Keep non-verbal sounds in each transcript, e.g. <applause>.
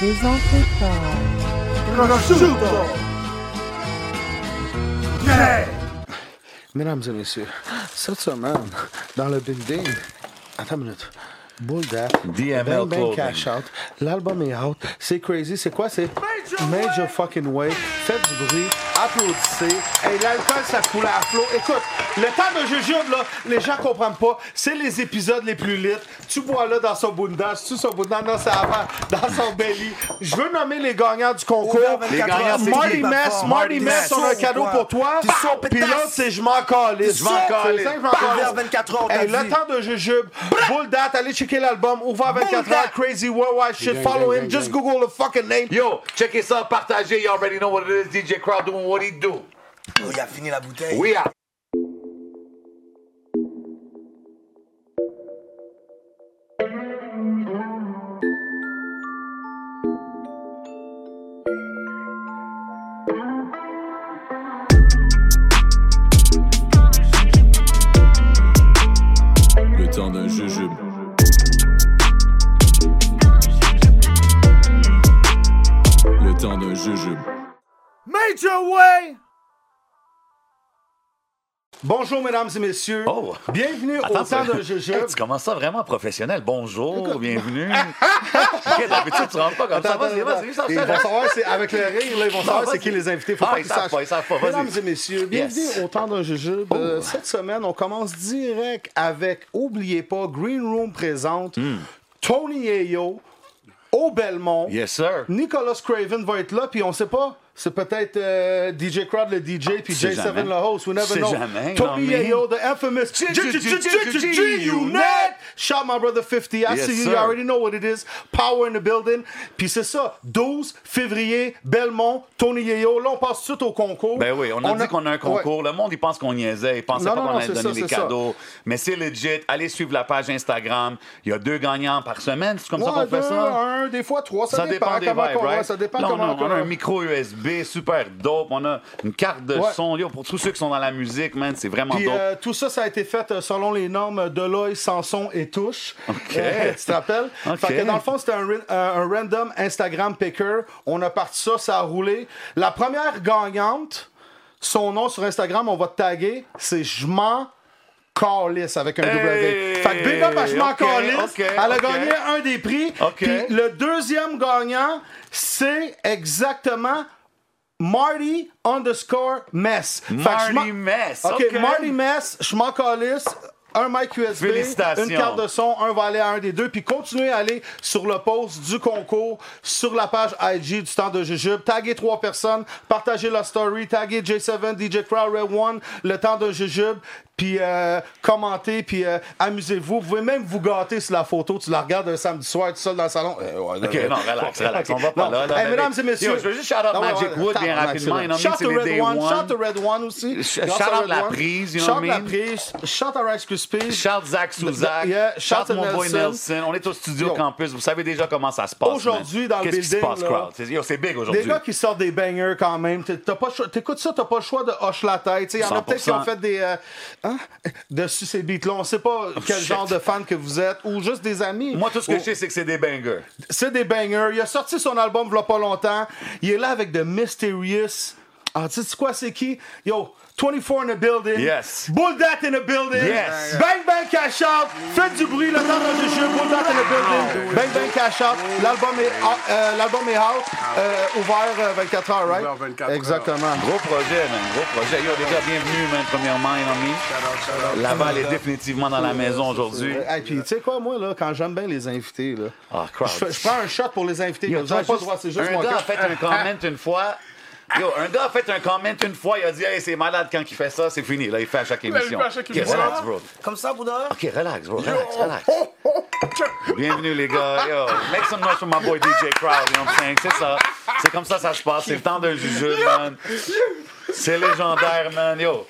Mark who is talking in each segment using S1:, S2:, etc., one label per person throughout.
S1: présenté par
S2: Prosciutto! Yeah!
S3: Mesdames et messieurs, cette semaine, dans le building, attends une minute, Bull Dap,
S4: DML
S3: Bang Bang
S4: Clothing.
S3: Cash Out, l'album est out, c'est crazy, c'est quoi, c'est
S2: Major Wave!
S3: fucking way, faites du bruit, applaudissez, et l'alcool, ça coule à flot. Écoute, le temps de jujube, là, les gens comprennent pas, c'est les épisodes les plus lit, tu bois là dans son bunda, tu son bunda, non, c'est avant, dans son belly. Je veux nommer les gagnants du concours.
S2: Ouvert 24
S4: Les gagnants, c'est
S3: Marty
S4: qui?
S3: Mess, Marty
S4: Marty
S3: Mess,
S4: Mess,
S3: on a un cadeau
S2: quoi?
S3: pour toi.
S2: Puis ça,
S3: Puis
S2: pétasse.
S3: l'autre, c'est je m'en calisse.
S4: Je m'en
S3: C'est
S4: calisse.
S3: ça, je m'en calisse.
S2: Ouvert 24 heures,
S3: Hey,
S2: t'as
S3: le
S2: dit.
S3: temps de jujube. Bull date, allez checker l'album. Ouvert 24
S2: Bull
S3: heures,
S2: Date.
S3: crazy worldwide shit. Follow him, just Google the fucking name.
S4: Yo, check it out, partagez. You already know what it is. DJ Crowd doing what he do.
S2: Oh, il a fini la bouteille.
S4: We out.
S5: Le temps d'un jujube. Le temps d'un jujube.
S2: Major Way!
S3: Bonjour, mesdames et messieux.
S4: Oh.
S3: Bienvenue au temps de jujube.
S4: Hey, tu commences ça vraiment professionnel.
S3: <laughs>
S4: Bonjour, bienvenue. Ok, D'habitude, tu rentres pas comme ça.
S3: Attends,
S4: Vas-y,
S3: attends,
S4: vas-y,
S3: attends.
S4: ça,
S3: Ils vont
S4: ça.
S3: savoir, c'est avec le rire, là, ils vont savoir
S4: vas-y.
S3: c'est qui les invités. Faut
S4: hein? Ah,
S3: pas
S4: ils
S3: qu'ils
S4: savent
S3: sachent.
S4: pas, ils savent pas, vas-y.
S3: Mesdames et messieurs, bienvenue
S4: Yes. Oh.
S3: au temps d'un jujube. Euh, cette semaine, on commence direct avec, oubliez pas, Green Room présente
S4: Hmm.
S3: Tony Ayo au Belmont.
S4: Yes, sir.
S3: Nicolas Craven va être là, puis on sait pas. C'est peut-être euh, DJ Crowd le DJ, puis
S4: C'est
S3: J7
S4: jamais.
S3: le host. We never
S4: C'est
S3: know.
S4: jamais,
S3: Tony
S4: non, mais-
S3: Ayo, the infamous G- G- G- G- G- G- G- Unit. Shout my brother 50. I
S4: Yes,
S3: see you. You
S4: sir.
S3: already know what it is. Power in the building. Puis c'est ça. 12 février, Belmont, Tony Ayo. Là, on passe tout de suite au concours.
S4: Ben oui, on a dit qu'on a un concours. Le monde, il pense qu'on niaisait. Il pensait
S3: Non,
S4: pas
S3: non,
S4: qu'on
S3: non,
S4: allait
S3: c'est
S4: donner
S3: ça,
S4: des
S3: c'est ça.
S4: cadeaux. Mais c'est legit. Allez suivre la page Instagram. Il y a deux gagnants par semaine. C'est comme ça
S3: Ouais,
S4: qu'on fait
S3: deux,
S4: ça.
S3: un, des fois trois. Ça,
S4: Ça dépend des vibes,
S3: comment on- ouais,
S4: right?
S3: Ça dépend
S4: Là, on a-
S3: comment
S4: on a, un micro USB super dope. On a une carte de
S3: Ouais.
S4: son. Yo, pour tous ceux qui sont dans la musique, man, c'est vraiment
S3: Puis
S4: dope.
S3: euh, tout ça, ça a été fait euh, selon les normes de l'œil, Sanson et Touche.
S4: OK.
S3: Euh, tu te rappelles?
S4: OK.
S3: Fait que dans le fond, c'était un, ri- euh, un random Instagram picker. On a parti ça, ça a roulé. La première gagnante, son nom sur Instagram, on va te taguer, c'est Je m'en calisse avec un W. Fait que big up à Je m'en
S4: OK,
S3: calisse.
S4: OK,
S3: Elle a
S4: OK.
S3: gagné un des prix.
S4: OK.
S3: Puis le deuxième gagnant, c'est exactement Marty underscore Mess. Fait que je m'en-
S4: Marty Mess.
S3: OK, Marty Mess, je m'en calisse. Un mic USB,
S4: Félicitations.
S3: une carte de son, un valet à un des deux. Puis continuez à aller sur le post du concours, sur la page IG du temps de Jujube. Taguez trois personnes, partagez la story, taguez J7, DJ Crowd, Red One, le temps de Jujube. Puis euh, commentez, puis euh, amusez-vous. Vous pouvez même vous gâter sur la photo. Tu la regardes un samedi soir, tout seul dans le salon. Euh, ouais,
S4: OK, non, relax, relax. On va
S3: Non.
S4: pas là. là
S3: Hey,
S4: mais-
S3: mesdames et messieurs.
S4: Yo, je veux juste shout out
S3: Ah ouais,
S4: Magic
S3: ouais,
S4: Wood bien
S3: tabarnak,
S4: rapidement.
S3: c'est
S4: Il en a
S3: Shout
S4: mis
S3: to
S4: les
S3: Red
S4: Day
S3: One.
S4: One.
S3: Shout to Red One aussi.
S4: Sh-
S3: Grâce
S4: shout
S3: à
S4: out
S3: Red
S4: La
S3: One.
S4: Prise, you know
S3: Shout
S4: what I
S3: La
S4: mean?
S3: Prise. Shout à Rice Krispies.
S4: Shout Zach Souzak.
S3: Yeah, shout
S4: shout
S3: to
S4: mon boy
S3: Nelson.
S4: Nelson. On est au studio
S3: Yo.
S4: campus. Vous savez déjà comment ça se passe. man.
S3: Aujourd'hui, dans le
S4: Qu'est-ce qui se
S3: building,
S4: passe,
S3: là?
S4: crowd? C'est- Yo, c'est big
S3: Des
S4: aujourd'hui.
S3: gars qui sortent des bangers quand même. T'as- t'as pas le choix- T'écoutes ça, t'as pas le choix de hoche la tête. Il y en a
S4: 100%.
S3: peut-être qui ont fait des. euh, hein, dessus ces beats-là. On sait pas quel
S4: Oh, shit.
S3: genre de fan que vous êtes ou juste des amis.
S4: Moi, tout ce que
S3: Ou-
S4: je sais, c'est que c'est des bangers.
S3: C'est des bangers. Il a sorti son album v'là pas longtemps. Il est là avec The Mysterious. Ah, tu sais quoi, c'est qui? Yo, 24 in the building.
S4: Yes.
S3: Bull Dat in the building.
S4: Yes.
S3: Bang Bang Cash Out. Faites du bruit, le temps dans le jeu. Bull Dat in the building. Bang Bang Cash Out. L'album est, out- euh, l'album est out. Euh, ouvert euh, 24 heures, right?
S2: Ouvert 24 heures.
S3: Exactement.
S4: Gros projet, man. Gros projet. Yo, les gars, bienvenue, man. Premièrement, les amis. Laval est définitivement dans la maison aujourd'hui.
S3: Et puis, tu sais quoi, moi, là, quand j'aime bien les invités, là,
S4: Ah, crowd.
S3: je, fais- je prends un shot pour les invités.
S4: Yo,
S3: mais vous avez
S4: attends,
S3: pas le
S4: juste-
S3: droit, c'est juste
S4: un
S3: moi.
S4: gars
S3: que-
S4: a fait un comment une fois. Yo, un gars a fait un comment une fois, il a dit Hey, c'est malade quand il fait ça, c'est fini. Là, il fait à chaque
S2: il
S4: émission.
S2: fait à chaque
S4: Ok,
S2: émission.
S4: relax, bro.
S2: Comme ça, Bouddha?
S4: Ok, relax, bro. Relax, relax. Bienvenue, les gars. Yo, make some noise for my boy DJ Crowd. You know what I'm saying? C'est ça. C'est comme ça, ça se passe. C'est le temps d'un jujube, man. C'est légendaire, man. Yo.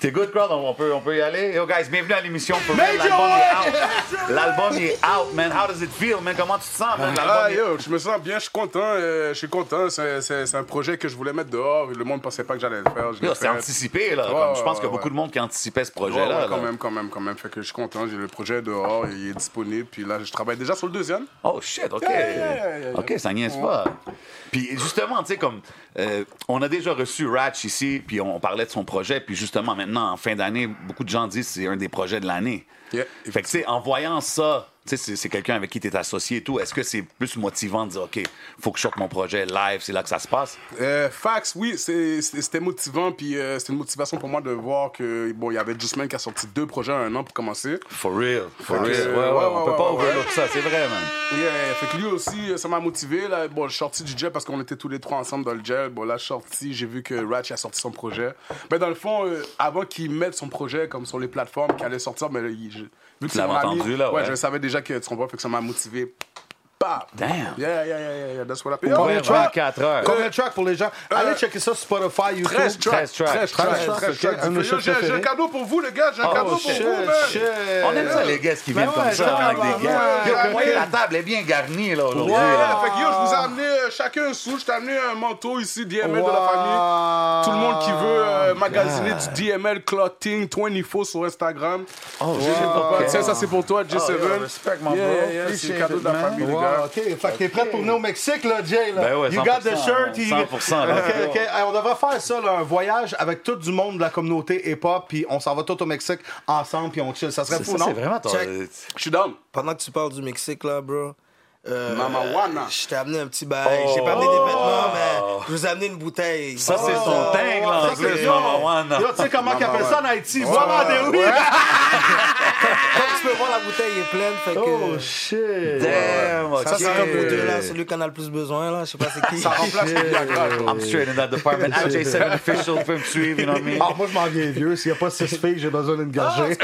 S4: T'es good, crowd? On peut, on peut y aller. Yo, guys, bienvenue à l'émission. Pour vrai,
S3: Major
S4: l'album
S3: Way!
S4: est out. L'album est out, man. How does it feel, man? Comment tu te sens, man?
S6: Ah,
S4: L'album est...
S6: yo, je me sens bien, je suis content, euh, je suis content. C'est- C'est c'est un projet que je voulais mettre dehors. Le monde pensait pas que j'allais le faire. je l'ai
S4: Yo, c'est
S6: fait.
S4: anticipé, là.
S6: Ouais,
S4: Comme, je
S6: ouais,
S4: pense qu'il y a
S6: ouais,
S4: beaucoup
S6: ouais.
S4: de monde qui anticipait ce
S6: Ouais, ouais,
S4: projet-là. là.
S6: quand même, quand même, quand même. Fait que je suis content, j'ai le projet dehors, il est disponible. Puis là, je travaille déjà sur le deuxième.
S4: Oh shit, ok.
S6: Yeah, yeah, yeah, yeah, yeah.
S4: Ok, ça niaise pas. Puis justement, tu sais, comme euh, on a déjà reçu Ratch ici, puis on parlait de son projet, puis justement, maintenant, en fin d'année, beaucoup de gens disent que c'est un des projets de l'année.
S6: Yeah.
S4: Fait que, tu sais, en voyant ça, tu sais, c'est- c'est quelqu'un avec qui tu es associé et tout, est-ce que c'est plus motivant de dire, OK, faut que je sorte mon projet live, c'est là que ça se passe?
S6: Euh, fax, oui, c'est- c'est- c'était motivant. Puis euh, c'était une motivation pour moi de voir que, bon, il y avait Jusman qui a sorti deux projets en un an pour commencer.
S4: For real. For
S6: Fait que,
S4: real.
S6: euh,
S4: Ouais, ouais,
S6: ouais,
S4: on peut
S6: ouais,
S4: pas
S6: ouais,
S4: ouvrir
S6: ouais.
S4: ça, c'est vrai, man.
S6: Yeah, fait que lui aussi, euh, ça m'a motivé. Là. Bon, je suis sorti du gel parce qu'on était tous les trois ensemble dans le gel. Bon, là, je suis sorti, j'ai vu que Ratch a sorti son projet. Mais dans le fond, euh, avant qu'il mette son projet comme sur les plateformes qui allait sortir, mais il- je- vu que c'est
S4: l'avais
S6: mon ami,
S4: entendu, là, ouais.
S6: je savais déjà que tu comprends, fait que ça m'a motivé. Bam!
S4: Damn.
S6: Yeah, yeah, yeah, yeah, yeah, that's what I
S3: Combien
S4: Ouais,
S3: de tracks?
S4: 24 heures.
S3: Combien de tracks pour les gens? Allez checker ça sur Spotify, YouTube.
S6: 13 Euh, tracks.
S4: 13 tracks.
S6: 13
S3: 13
S6: tracks.
S3: tracks,
S6: 13
S3: ok.
S6: tracks.
S3: Un de mes
S6: Yo,
S3: shows
S6: J'ai j'ai un
S3: préférés.
S6: cadeau pour vous, les gars. J'ai un
S4: Oh,
S6: cadeau pour
S4: shit,
S6: vous, man.
S3: shit.
S4: On aime ça, Euh, les guests qui
S3: Ben
S4: viennent comme
S3: ouais,
S4: ça, man, avec
S3: tabarnak.
S4: des guests. Yo,
S3: Ouais.
S4: vous voyez, la table est bien garnie, là, aujourd'hui. là.
S6: Yeah, fait que yo, je vous ai amené euh, chacun un sou. Je t'ai amené un manteau ici, DML de la famille. Tout le monde qui veut euh, magasiner du DML Clotting 24 sur Instagram.
S4: Oh,
S6: J'ai- j'ai
S4: wow.
S6: pas peur.
S4: Ok.
S6: Tiens, ça c'est pour toi, J7.
S4: Oh, yo, respect, mon
S6: Yeah,
S4: bro.
S6: yeah, yeah, C'est
S4: Appreciate
S6: le cadeau
S4: it,
S6: de la
S4: man.
S6: famille, les
S3: Wow,
S6: gars.
S3: OK. Fait que t'es prêt pour venir au Mexique, là, Jay, là.
S4: Ben ouais,
S3: you got the
S4: 100%,
S3: shirt. you-
S4: 100%, là.
S3: OK, OK. Hey, on devrait faire ça, là, un voyage avec tout du monde de la communauté hip-hop, puis on s'en va tout au Mexique ensemble, puis on chill. Ça serait
S4: C'est
S3: fou, non?
S4: ça, c'est vraiment ton...
S2: Check.
S4: euh,
S6: Je suis down.
S2: Pendant que tu parles du Mexique, là, bro. Euh,
S6: Mama Wana.
S2: Je t'ai amené un petit bail. J'ai pas amené des vêtements, mais je vous ai amené une bouteille.
S4: Ça, c'est son
S2: Oh,
S4: dingue, là, en
S3: Ça, c'est
S4: plus,
S3: ça.
S4: Mama One.
S3: Yo, tu sais comment qu'ils appellent ça en Haïti? Vraiment
S6: Mama
S3: des oui!
S2: Comme tu peux voir, la bouteille est pleine. Fait que,
S3: Oh, shit!
S4: Damn, ok.
S2: ça, c'est un pour deux, là.
S4: Yeah.
S2: Celui qu'on a le plus besoin, là. Je sais pas c'est qui.
S6: Ça
S2: <laughs>
S6: remplace le Viagra. bro.
S4: Euh, I'm straight in that department. Oh, At <laughs> J7 Official, peut me suivre, you know what I mean?
S3: Ah, moi, je m'en viens vieux. S'il n'y a pas six filles, j'ai besoin d'une
S2: Ah,
S3: gorgée.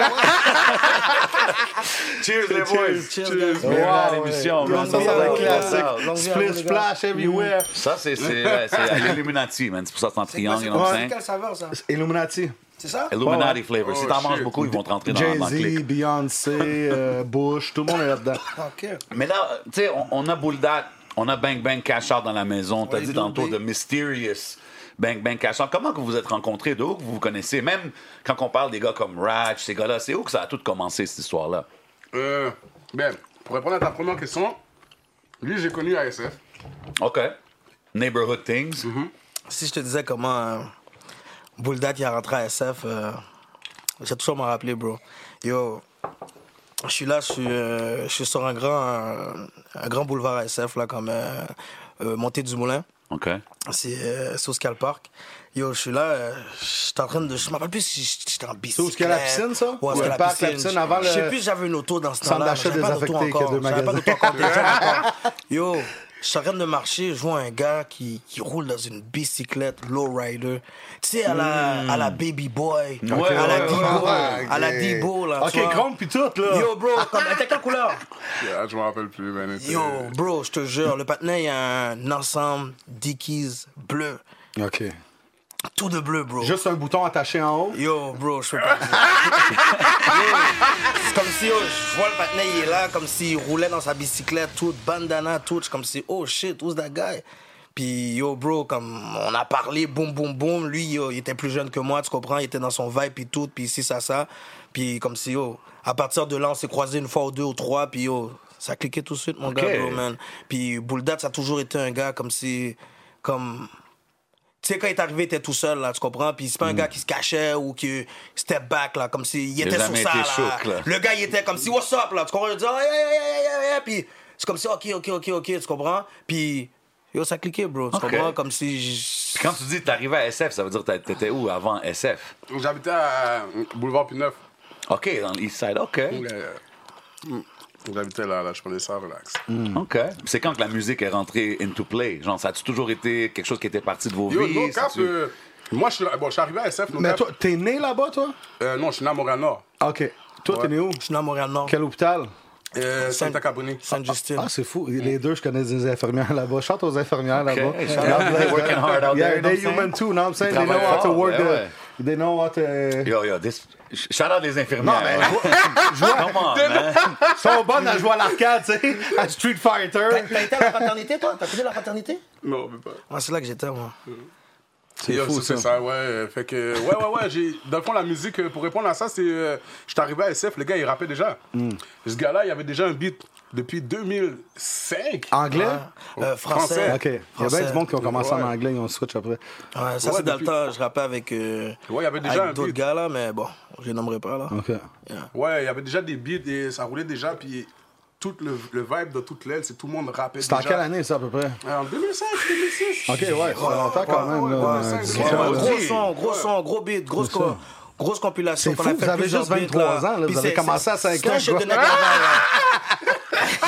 S4: Cheers, les boys!
S2: Cheers, guys.
S4: Bienvenue à
S3: Wow,
S4: l'émission,
S3: ouais.
S4: man. Ça, ça
S2: Longue
S4: va être
S2: vie à vous,
S4: classique.
S2: Longue vie à vous,
S3: Splish,
S2: les gars.
S3: splash, everywhere.
S4: Ça, c'est c'est, euh, c'est à l'Illuminati, man. C'est pour ça que c'est en
S2: C'est quoi,
S4: triangle,
S2: c'est
S4: you know
S2: quoi,
S4: what
S2: c'est
S4: I'm saying?
S2: quelle saveur, ça?
S3: Illuminati.
S2: C'est ça?
S4: Illuminati flavor. Si
S6: Oh,
S4: t'en
S6: shit.
S4: manges beaucoup, ils vont te rentrer dans dans le clic.
S3: Jay-Z, Beyoncé,
S4: <laughs>
S3: euh, Bush, tout le monde est là-dedans.
S2: Ah, Ok.
S4: Mais là, tu sais, on, on a Bouldat, on a Bang Bang Cash Out dans la maison. T'as
S2: Ouais,
S4: dit
S2: Double
S4: tantôt
S2: D.
S4: de Mysterious Bang Bang Cash Out. Comment que vous vous êtes rencontrés? De où que vous vous connaissez? Même quand on parle des gars comme Ratch, ces gars-là, c'est où que ça a tout commencé, cette histoire-là?
S6: Euh, ben, pour répondre à ta première question, lui, j'ai connu ASF.
S4: OK. Neighborhood Things.
S2: Si je te disais comment euh, Bouldat qui a rentré à SF, euh, j'ai toujours m'en rappeler, bro. Yo, je suis là, je suis, euh, je suis sur un grand, un, un grand boulevard à SF, là, comme euh, euh, Montée du Moulin.
S4: OK.
S2: C'est euh, Souscal Park. Yo, je suis là, euh, je suis en train de. Je m'appelle plus si j- j'étais en bicyclette.
S3: Souscal, la piscine, ça?
S2: Ouais,
S3: Ouais,
S2: c'était
S3: le
S2: la
S3: parc,
S2: piscine.
S3: la piscine avant
S2: Je sais
S3: le-
S2: plus, j'avais une auto dans ce
S3: Centre
S2: temps-là.
S3: d'achat
S2: J'avais pas d'auto
S3: désaffecté qu'il y a
S2: encore.
S3: deux
S2: J'avais pas
S3: magasins.
S2: d'auto encore, déjà,
S3: <laughs>
S2: encore. Yo, je suis en train de marcher, je vois un gars qui, qui roule dans une bicyclette lowrider. Tu sais, à la, à la Baby Boy,
S4: ouais,
S2: à la
S4: ouais,
S2: Dibo,
S3: Hmm. ouais.
S2: à la Dibo, Oh là. tu
S3: OK,
S2: vois.
S3: chrome puis tout, là. <laughs>
S2: Yo, bro, comme, t'as quelle couleur?
S6: Yeah, je me rappelle plus, man. c'était-
S2: Yo, bro, je te jure, le patin, il y a un ensemble Dickies bleu.
S3: OK.
S2: Tout de bleu, bro.
S3: Juste un bouton attaché en haut.
S2: Yo, bro, je peux pas dire. Yo, C'est comme si yo, je vois le patinet, il est là, comme s'il roulait dans sa bicyclette, tout, bandana, tout. Je suis comme si, oh shit, who's that guy? Puis yo, bro, comme on a parlé, boum, boum, boum. Lui, yo, il était plus jeune que moi, tu comprends? Il était dans son vibe, puis tout, puis si, ça, ça. Puis comme si, yo, à partir de là, on s'est croisés une fois ou deux ou trois, puis yo, ça a cliqué tout de suite, mon gars, bro, man. Puis Bouldat, ça a toujours été un gars comme si. Comme tu sais, quand il est arrivé, il était tout seul, là, tu comprends? Puis c'est pas un gars qui se cachait ou qui step back, là, comme s'il
S4: a
S2: était sur
S4: jamais
S2: ça,
S4: été
S2: là.
S4: chouk, là.
S2: Le gars, il était comme si, what's up, là, tu comprends? Il disait, oh, yeah, yeah, yeah, yeah, yeah. Puis c'est comme si, ok, ok, ok, ok, tu comprends? Puis, yo, ça cliquait, bro, tu
S4: Ok.
S2: comprends? Comme si. j-
S4: Puis quand tu dis que t'arrivais à SF, ça veut dire que t'étais où avant SF?
S6: J'habitais à euh, Boulevard Pineuf.
S4: OK, dans l'East Side. OK.
S6: Euh, mm, J'habitais là, là, je prenais ça, relax.
S4: OK. Puis c'est quand que la musique est rentrée into play? Genre, ça a-tu toujours été quelque chose qui était parti de vos
S6: Yo,
S4: vies?
S6: no
S4: Ça
S6: cap,
S4: a-tu-
S6: euh, moi, je suis, là- bon, je suis arrivé à SF, no
S3: Mais
S6: cap.
S3: toi, t'es né là-bas, toi?
S6: Euh, non, je suis né à Montréal-Nord.
S3: OK. Toi, t'es né où?
S2: Je suis né à Montréal-Nord,
S3: Quel hôpital?
S6: Euh, Santa Cabrini.
S2: Saint-Justine.
S3: Ah, c'est fou. Les deux, je connais des infirmières <laughs> là-bas. Chante aux infirmières
S4: OK.
S3: là-bas.
S4: Shout out, they're working hard out
S3: Yeah,
S4: there, you know what
S3: they
S4: I'm saying?
S3: human too, know what I'm saying? They
S4: Travaille
S3: know how to
S4: fort,
S3: work
S4: ouais,
S3: the-
S4: ouais.
S3: They know what. euh,
S4: Yo, yo, this... Shout out les infirmières.
S3: Non, mais-
S4: je vois. Come on, man.
S3: Ils sont bonnes à jouer à l'arcade, tu sais, à Street Fighter.
S2: T'as t'as été à la fraternité, toi T'as connu la fraternité
S6: Non, mais pas.
S2: Moi, Ah, c'est là que j'étais, moi.
S6: C'est
S3: fou,
S6: ça.
S3: ça.
S6: ça, ouais. euh, Fait que, ouais, ouais, ouais. j'ai- Dans le fond, la musique, euh, pour répondre à ça, c'est. euh, J'étais arrivé à SF, le gars, il rappait déjà.
S3: Hmm.
S6: Ce gars-là, il avait déjà un beat depuis 2005.
S3: Anglais?
S2: Euh, français.
S6: Français.
S3: Ok. Il y a
S2: Français.
S3: bien du monde qui ont commencé en
S6: Ouais.
S3: anglais et on switch après.
S2: Ouais, ça,
S6: Ouais,
S2: c'est dans le
S6: depuis-
S2: temps, je rappais avec, euh,
S6: Ouais, il y avait déjà un
S2: avec d'autres
S6: beat.
S2: gars, là, mais bon, je les nommerai pas, là.
S3: Ok.
S6: Ouais, il y avait déjà des beats et ça roulait déjà. Puis tout le, le vibe de toute l'aile, c'est tout le monde rappait
S3: C'était
S6: déjà.
S3: en quelle année, ça, à peu près?
S6: En 2005, 2006.
S3: Ok, ouais, ça fait longtemps quand
S6: ouais,
S3: même.
S6: ouais,
S3: là,
S6: ouais,
S3: euh,
S6: cinq,
S3: dix
S6: ouais,
S3: ans,
S6: ouais,
S3: là.
S6: ouais.
S2: Gros son, gros son, gros beat, grosse,
S3: C'est
S2: co- grosse compilation.
S3: C'est
S2: qu'on
S3: fou,
S2: a
S3: vous
S2: fait
S3: avez
S2: plusieurs
S3: juste 23
S2: beats, là.
S3: ans, là, vous
S2: Puis
S3: avez
S2: c'est-
S3: commencé à
S2: c'est-
S3: cinq
S2: c'est un
S3: ans,
S2: shit de
S3: quoi.
S2: nègre
S4: Ah!
S2: avant,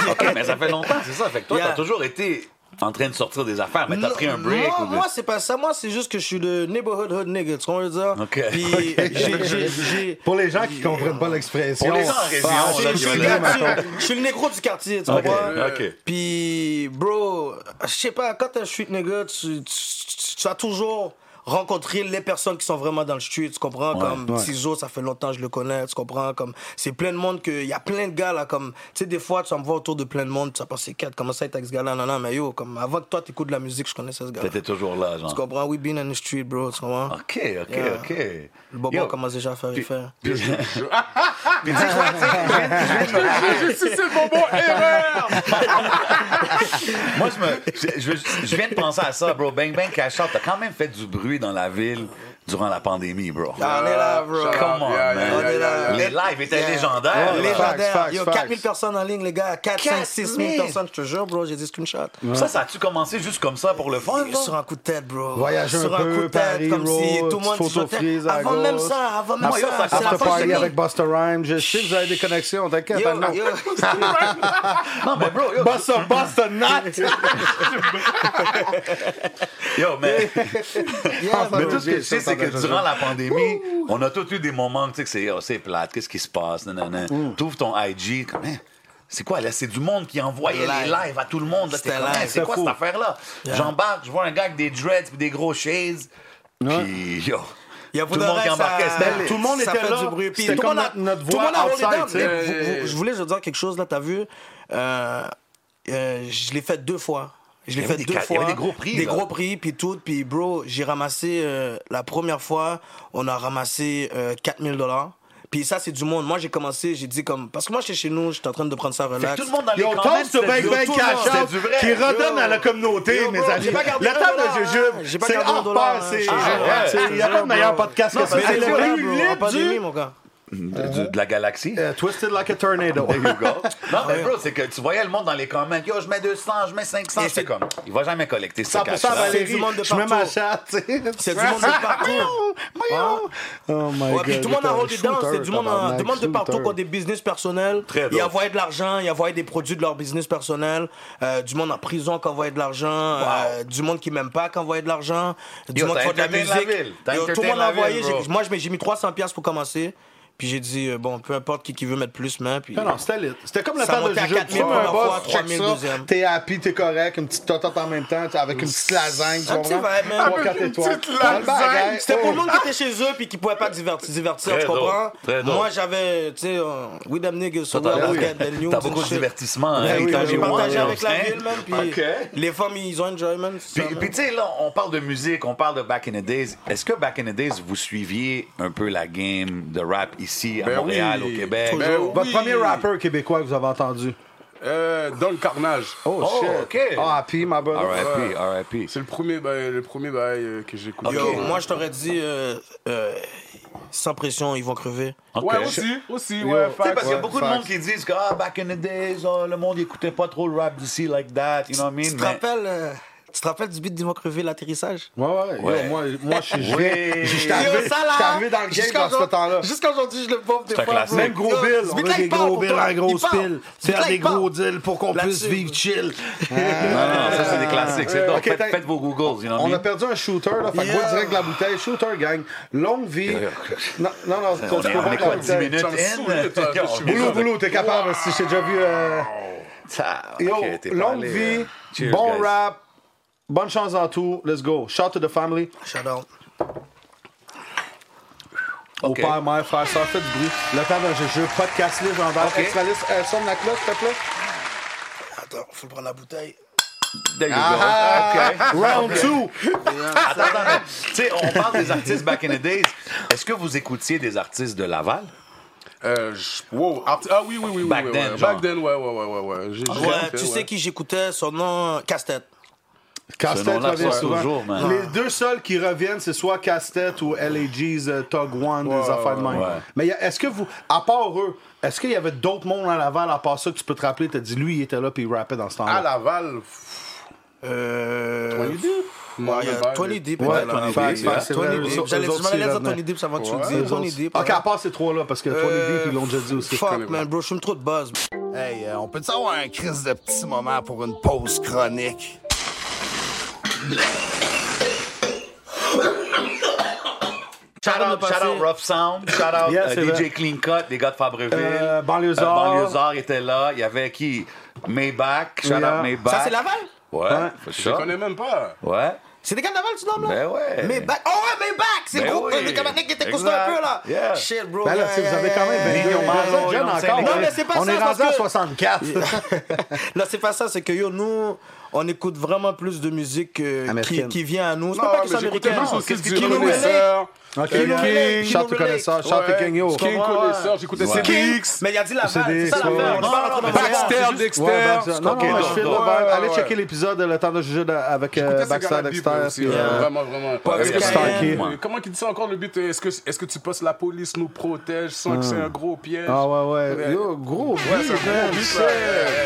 S4: Ok,
S2: <laughs>
S4: mais ça fait longtemps, c'est ça. Fait que toi,
S2: Yeah.
S4: t'as toujours été en train de sortir des affaires, mais t'as
S2: Non,
S4: pris un break.
S2: non,
S4: ou de-
S2: moi, c'est pas ça. Moi, c'est juste que je suis de neighborhood hood nigga. Tu comprends ce que je veux dire?
S4: <laughs> Ok.
S2: Puis, j'ai- j'ai- j'ai.
S3: Pour les gens qui comprennent pas l'expression.
S4: Pour les gens en région,
S3: ah,
S4: là,
S2: Je
S3: c'est-
S2: suis le
S4: qui
S2: gars
S4: veulent-
S2: du- je suis le négro du quartier, tu
S3: Ok.
S2: comprends?
S4: Ok.
S2: Puis, bro, je sais pas, quand t'es un street nigga, tu, tu- tu- tu as toujours rencontré les personnes qui sont vraiment dans le street, tu comprends? comme
S3: ouais.
S2: Tizo, ça fait longtemps que je le connais, tu comprends? Comme, c'est plein de monde que, il y a plein de gars, là, comme, tu sais, des fois, tu vas me voir autour de plein de monde, tu vas penser, quatre, comment ça, il est avec ce gars-là? Non, non, mais yo, comme, avant que toi, t'écoutes de la musique, je connaissais ce gars-là.
S4: T'étais toujours là, genre.
S2: Tu comprends? We been in the street, bro, tu comprends?
S4: OK, OK,
S2: Yeah.
S4: OK.
S2: Le bobo
S4: Yo,
S2: a commencé déjà à faire faire.
S6: Je suis c'est le bonbon erreur.
S4: Ben Moi, je, me, je, je- je viens de penser à ça, bro. Bang Bang Cash Out, t'as quand même fait du bruit dans la ville durant la pandémie, bro.
S2: Ah, on est là, bro.
S4: Come on,
S6: Yeah, yeah,
S4: man.
S6: yeah, yeah, yeah.
S4: Les lives étaient
S2: Yeah.
S4: légendaires.
S3: Ouais,
S4: là.
S3: les-
S2: Légendaire.
S3: Facts, facts,
S2: Yo,
S3: facts.
S2: 4000 personnes en ligne, les gars. 4, 5, 6 000
S4: 4000.
S2: personnes, je te jure, bro. J'ai des screenshots.
S4: Ça, ça a-tu commencé juste comme ça pour le fun, là?
S2: Sur un coup de tête, bro.
S3: Voyager un
S2: Sur
S3: peu,
S2: coup de tête,
S3: Paris,
S2: comme si
S3: road,
S2: tout le monde
S3: photo
S2: se jetait.
S3: freeze à
S2: Avant
S3: gauche.
S2: même ça, avant même
S4: Après
S2: ça,
S4: ça,
S2: c'est la
S3: After
S2: fin
S3: Party
S2: de
S3: avec Buster Rhymes. Je sais que vous avez des connexions, t'inquiète.
S2: Yo,
S3: maintenant.
S2: yo.
S4: Non, mais bro, yo,
S3: Buster, Buster,
S4: <laughs>
S3: not!
S4: yo
S2: <laughs>
S4: mais,
S3: Ah,
S2: Yeah,
S4: mais
S2: bro.
S4: tout ce que je sais, c'est que
S3: Ouh.
S4: durant la pandémie, on a tous eu des moments, tu sais, que c'est, oh, c'est plate, qu'est-ce qui se passe, nanana. T'ouvres ton IG, comme, hein, c'est quoi, là? C'est du monde qui envoyait les
S2: Live.
S4: lives à tout le monde. là. T'es
S2: C'était
S4: comme,
S2: live.
S4: hein, c'est quoi
S3: C'était
S4: cette
S3: fou.
S4: affaire-là? J'embarque, je vois un gars avec des dreads puis des gros shades. Puis, yo.
S2: Il y a
S4: tout le monde qui embarquait, c'était
S2: tout le monde
S3: Ça
S2: était
S3: fait
S2: là.
S3: du bruit.
S2: Puis
S3: C'était
S2: tout le monde
S3: comme
S2: a-
S3: notre- notre
S2: tout le
S3: voix
S2: monde a roulé
S3: outside,
S2: down.
S3: tu sais.
S2: Mais vous-
S6: Ouais.
S2: vous- Je voulais te dire quelque chose là. T'as vu Euh, euh, Je l'ai fait deux fois. Je
S4: Il
S2: l'ai
S4: y avait
S2: fait
S4: des
S2: deux
S4: ca- il y
S2: fois.
S4: avait des gros prix,
S2: Des
S4: là.
S2: gros prix, puis tout. Puis bro, j'ai ramassé euh, la première fois, on a ramassé 4000 dollars. Puis ça, c'est du monde. Moi, j'ai commencé, j'ai dit comme. Parce que moi, j'étais chez nous, j'étais en train de prendre ça
S4: Fait que
S2: relax.
S4: tout le monde dans les
S3: Yo,
S4: comments,
S3: toast to
S4: c'était
S3: Bang
S2: Ben
S4: du-
S3: Bang
S4: tout le
S3: Cash
S4: monde, c'était
S3: Out
S4: du vrai.
S3: qui redonne
S2: hein, Yo.
S3: à la communauté,
S2: Yo,
S3: mes
S2: bro,
S3: amis.
S2: j'ai pas gardé
S3: La
S2: un
S3: table de
S2: dollar, hein.
S3: jujube,
S2: J'ai pas
S3: c'est
S2: gardé un
S3: hors
S2: dollar,
S3: pair,
S2: hein.
S3: c'est...
S2: Ah,
S4: ouais,
S3: c'est- Il n'y a
S2: je
S3: pas
S2: te
S3: de meilleur
S2: jure, bro.
S3: podcast que ça.
S2: C'est
S3: C'est
S2: le
S3: le
S2: vrai,
S3: plus
S2: bro, en pandémie,
S3: lit
S2: mon gars.
S4: de, de la galaxie.
S2: Euh,
S3: du... Twisted like a <laughs> tornado.
S4: There you go. Non, mais bro, c'est que tu voyais le monde dans les comments. Yo, je mets 200, je mets 500.
S2: Et
S4: C'est
S2: c'est-
S4: comme, il va jamais collecter ce
S3: 100%
S4: cash-là.
S2: valide.
S3: Valérie,
S2: du monde de
S3: je mets ma
S2: partout.
S3: chatte, tu sais.
S2: C'est
S3: <laughs>
S2: du monde de partout. Hein?
S3: Voyons, voyons. Oh my
S2: Ouais,
S4: euh,
S2: puis tout le monde a
S3: putain,
S2: roulé dedans,
S3: shooter,
S2: c'est du monde, en-
S3: tabarnak,
S2: du monde de partout
S3: shooter.
S2: qui ont des business personnels.
S4: Très
S2: Ils
S4: drôle.
S2: envoyaient de l'argent, ils envoyaient des produits de leur business personnel. euh, du monde en prison qui envoyait de l'argent. euh, du monde qui m'aime pas qui envoyait de l'argent. Du
S4: Yo,
S2: monde qui
S4: t'as
S2: fait de la
S4: entertain
S2: musique.
S4: la ville, t'as
S2: Yo, tout
S4: entertain
S2: le monde
S4: la
S2: a envoyé.
S4: ville, bro.
S2: j'ai- Moi, je mets- j'ai mis 300$ piastres pour commencer. Puis j'ai dit, euh, bon, peu importe qui, qui veut mettre plus, mais. Puis...
S3: Non, non, c'était lit. C'était comme le
S2: Ça
S3: temps de
S2: montait à
S3: jujube.
S2: 4000
S3: Tu prends un
S2: première fois,
S3: boss, check
S2: 3000
S3: ça,
S2: deuxième.
S3: t'es happy, t'es correct, une petite totote en même temps, tu sais, avec une petite lasagne, tu
S2: Un petit
S3: comprends?
S2: vibe, man.
S3: Trois,
S2: Avec
S3: quatre
S6: une
S3: étoiles.
S6: petite
S3: Dans le bagage.
S6: lasagne.
S2: C'était pour
S3: Oh.
S2: le monde qui était chez eux puis qui pouvait pas divertir, divertir
S4: Très
S2: tu comprends?
S4: drôle, très drôle.
S2: Moi, j'avais, tu sais, euh, we them niggas, so we
S4: T'as
S2: always get the Ben news
S4: t'as
S2: and
S4: beaucoup de
S2: shit.
S4: divertissement. hein,
S2: Ouais, Ben oui,
S4: t'as
S2: j'ai
S4: mis
S2: partagé
S4: one,
S2: avec la
S4: hein.
S2: ville, man. Puis
S3: Ok.
S2: les femmes, ils ont enjoy, man. c'est
S4: Puis,
S2: ça, man.
S4: puis tu sais, là, on parle de musique, on parle de Back in the Days. Est-ce que Back in the Days, vous suiviez un peu la game de rap ici, à
S6: Ben
S4: Montréal,
S6: oui.
S4: au Québec?
S6: Ben oui.
S3: Votre premier rappeur québécois que vous avez entendu.
S6: Euh, Dans le carnage.
S3: Oh,
S4: Oh,
S3: shit.
S4: ok.
S3: Ah, puis ma bonne.
S4: R.I.P., R.I.P.
S6: C'est le premier bail, le premier bail euh, que j'ai écouté.
S2: Yo,
S4: Ok.
S2: moi, je t'aurais dit, euh, euh, sans pression, ils vont crever.
S4: Ok.
S6: Ouais, aussi, aussi,
S3: Yo.
S6: ouais,
S3: Tu sais,
S4: Tu sais, parce
S6: fact.
S4: qu'il y a
S3: Ouais,
S4: beaucoup de
S3: facts.
S4: monde qui disent que ah, back in the days, oh, le monde n'écoutait pas trop le rap d'ici like that, you know what I mean?
S2: Tu te
S4: Mais-
S2: rappelles, euh, tu te rappelles du beat d'Yvon Crevé, l'atterrissage?
S3: Ouais, ouais.
S4: Ouais.
S3: Yo, moi, moi, je suis je
S4: Oui.
S3: viens- je suis
S4: Yo,
S3: arrivé.
S2: ça, là,
S3: j'étais arrivé dans le game
S2: jusqu'à
S3: dans ce
S2: aujourd'hui-
S3: temps-là.
S2: Jusqu'à aujourd'hui, je le pompe des
S4: C'est un
S2: fois.
S4: classique.
S2: bro.
S3: Même gros
S2: Yo,
S3: bills,
S2: ce
S3: on a
S2: beat-là,
S3: des
S2: il parle
S3: gros
S2: pour
S3: bills
S2: toi.
S3: en
S2: Il
S3: grosse
S2: parle.
S3: pile,
S2: Ce beat-là,
S3: faire des
S2: il parle.
S3: gros deals pour qu'on puisse
S2: Là-dessus.
S3: vivre chill.
S4: <laughs> Non, non, ça, c'est des classiques. C'est donc,
S3: Ok,
S4: faites,
S3: t'as-
S4: faites vos Googles, you know what
S3: On
S4: I
S3: a
S4: mean?
S3: perdu un shooter, là. Fait que
S2: Yeah.
S3: moi, direct la bouteille. Shooter, gang. Longue vie. Non, non, non, tu
S4: On est,
S3: peux
S4: on
S3: pas
S4: est
S3: la
S4: quoi, 10
S3: bouteille.
S4: minutes
S6: Ça me saoule,
S4: in? <laughs>
S6: toi,
S4: Yo,
S6: je suis
S3: Boulot,
S6: Wow.
S3: boulot, t'es capable, si j'ai déjà vu. euh,
S4: Ça,
S3: Yo,
S4: ok, t'es pas
S3: longue
S4: allé,
S3: vie,
S4: euh, cheers,
S3: bon
S4: guys.
S3: rap, bonne chance en tout, let's go. Shout to the family.
S2: Shout out.
S4: OK.
S3: Au père, mère, frère, sœur, faites du bruit. Le temps d'un jeu, podcast légendaire,
S4: OK.
S3: extra liste. Euh, sonne la cloche, s'il te plaît.
S2: Attends, faut prendre la bouteille.
S4: There you go.
S3: Ah,
S4: OK.
S3: Round 2.
S4: Attends, attends, attends. Tu sais, on parle des artistes back in the days. Est-ce que vous écoutiez des artistes de Laval?
S6: Euh, je- wow. Art- Ah oui, oui, oui. oui,
S4: Back
S6: oui,
S4: then,
S6: ouais.
S4: genre.
S6: Back then, ouais, ouais, ouais. ouais, ouais. J'ai- j'ai
S2: Ah, Ouais,
S6: écouté,
S2: tu
S6: ouais.
S2: sais qui j'écoutais, son nom, Casse-tête.
S3: Casse-tête
S4: nom-là
S3: revient
S4: ressort
S3: souvent.
S4: toujours, man.
S3: Les deux seuls qui reviennent, c'est soit Casse-tête ou LAG's euh, Tug One, des affaires de même.
S4: ouais.
S3: Mais y a- est-ce que vous, à part eux, est-ce qu'il y avait d'autres mondes à Laval, à part ça, que tu peux te rappeler, t'as dit, lui, il était là, puis il rappait dans ce temps-là.
S6: À Laval.
S2: Euh.
S6: 20 Deep. Non,
S2: Ouais, Ah, il y a
S6: mais-
S2: Tony Deep.
S3: Ouais,
S2: là,
S3: Tony
S2: là,
S3: Deep,
S2: oui,
S3: ouais,
S2: c'est vrai,
S3: c'est
S2: Tony
S3: vrai,
S2: Deep.
S3: eux autres,
S2: J'allais
S3: eux autres,
S2: j'en
S3: c'est
S2: allais dire
S3: là-dedans.
S2: Tony Deep avant que tu
S3: Ouais,
S2: le dises.
S3: eux
S2: Tony
S3: autres.
S2: Deep.
S3: Ok,
S2: ouais.
S3: à part ces trois-là, parce que Tony Deep, ils l'ont déjà dit aussi.
S2: Fuck, man, bro, je suis trop de buzz.
S7: Hey, euh, on peut-tu avoir un crise de petit moment pour une pause chronique?
S4: Shout out,
S2: Passer.
S4: shout out Rough Sound, shout out
S3: Yeah,
S4: euh,
S3: c'est
S4: DJ
S3: vrai.
S4: Clean Cut, les gars de Fabreville.
S3: Euh, Banlieusard.
S4: Banlieusard était là. Il y avait qui Maybach, shout
S3: Yeah.
S4: out Maybach.
S2: Ça, c'est Laval?
S4: Ouais, faut
S6: Je les
S4: ça.
S6: connais même pas.
S4: Ouais.
S2: C'est des gars de Laval, tu nommes, là?
S4: Ben ouais.
S2: Mais back. Oh ouais, mais back! C'est
S4: Ben
S2: gros.
S4: oui.
S2: Le Kamatnik qui était costaud
S4: Exact.
S2: un peu, là.
S4: Yeah.
S2: Shit, bro.
S3: Ben là,
S2: Yeah,
S3: tu sais, vous
S2: yeah,
S3: avez
S2: yeah,
S3: quand même
S2: yeah,
S3: 22
S2: yeah,
S4: millions
S3: ans,
S4: de
S2: yeah,
S4: dollars.
S2: yeah.
S3: vous êtes jeune
S4: ils ont
S3: encore.
S4: cinq
S2: Non,
S3: hein.
S2: mais c'est pas
S3: On
S2: ça,
S3: est
S2: parce
S3: rendu à
S2: que-
S3: 64.
S2: <laughs> Là, c'est pas ça, c'est que yo, nous, on écoute vraiment plus de musique euh, qui,
S3: Américaine.
S2: qui vient à nous. C'est
S6: Non,
S2: pas que c'est
S6: mais j'écoutais
S2: américain.
S6: plus aussi
S4: qu'est-ce
S6: du
S2: qui nous
S6: connaisseur.
S3: Ok,
S6: Euh,
S2: Kilo Relais,
S3: shout
S2: Kilo
S3: to
S2: Relais.
S3: connaisseur, shout to
S6: Ouais,
S3: King Yo.
S6: King connaisseur, j'écoutais
S4: Ouais.
S2: King.
S6: King.
S2: Mais il a dit
S3: C'est
S2: Laval,
S3: des-
S2: c'est ça l'affaire.
S3: c'est-
S2: On est pas rentré dans le
S6: Baxter,
S2: Laval, c'est juste-
S6: Dexter.
S3: Ouais, Baxter. Non, non,
S4: Ok,
S3: mais je
S4: donc,
S3: fais le
S4: donc.
S3: vibe. Allez
S6: Ouais, ouais.
S3: checker l'épisode de Le temps de juger de- avec euh,
S6: J'écoutais
S3: Baxter,
S6: Cigarette
S3: Dexter.
S6: Beat aussi,
S3: puis,
S6: euh,
S3: euh,
S6: Vraiment, vraiment.
S2: Pas
S6: Est-ce
S2: avec
S6: que-
S2: Starkey.
S6: Ouais. Comment qu'il dit ça encore le but Est-ce que, est que tu passes la police nous protège sans que c'est un gros piège
S3: Ah ouais, ouais. Yo, gros
S6: Ouais,
S3: beat,
S6: c'est un
S3: man.
S6: gros beat,
S3: Shit.
S6: là. Euh,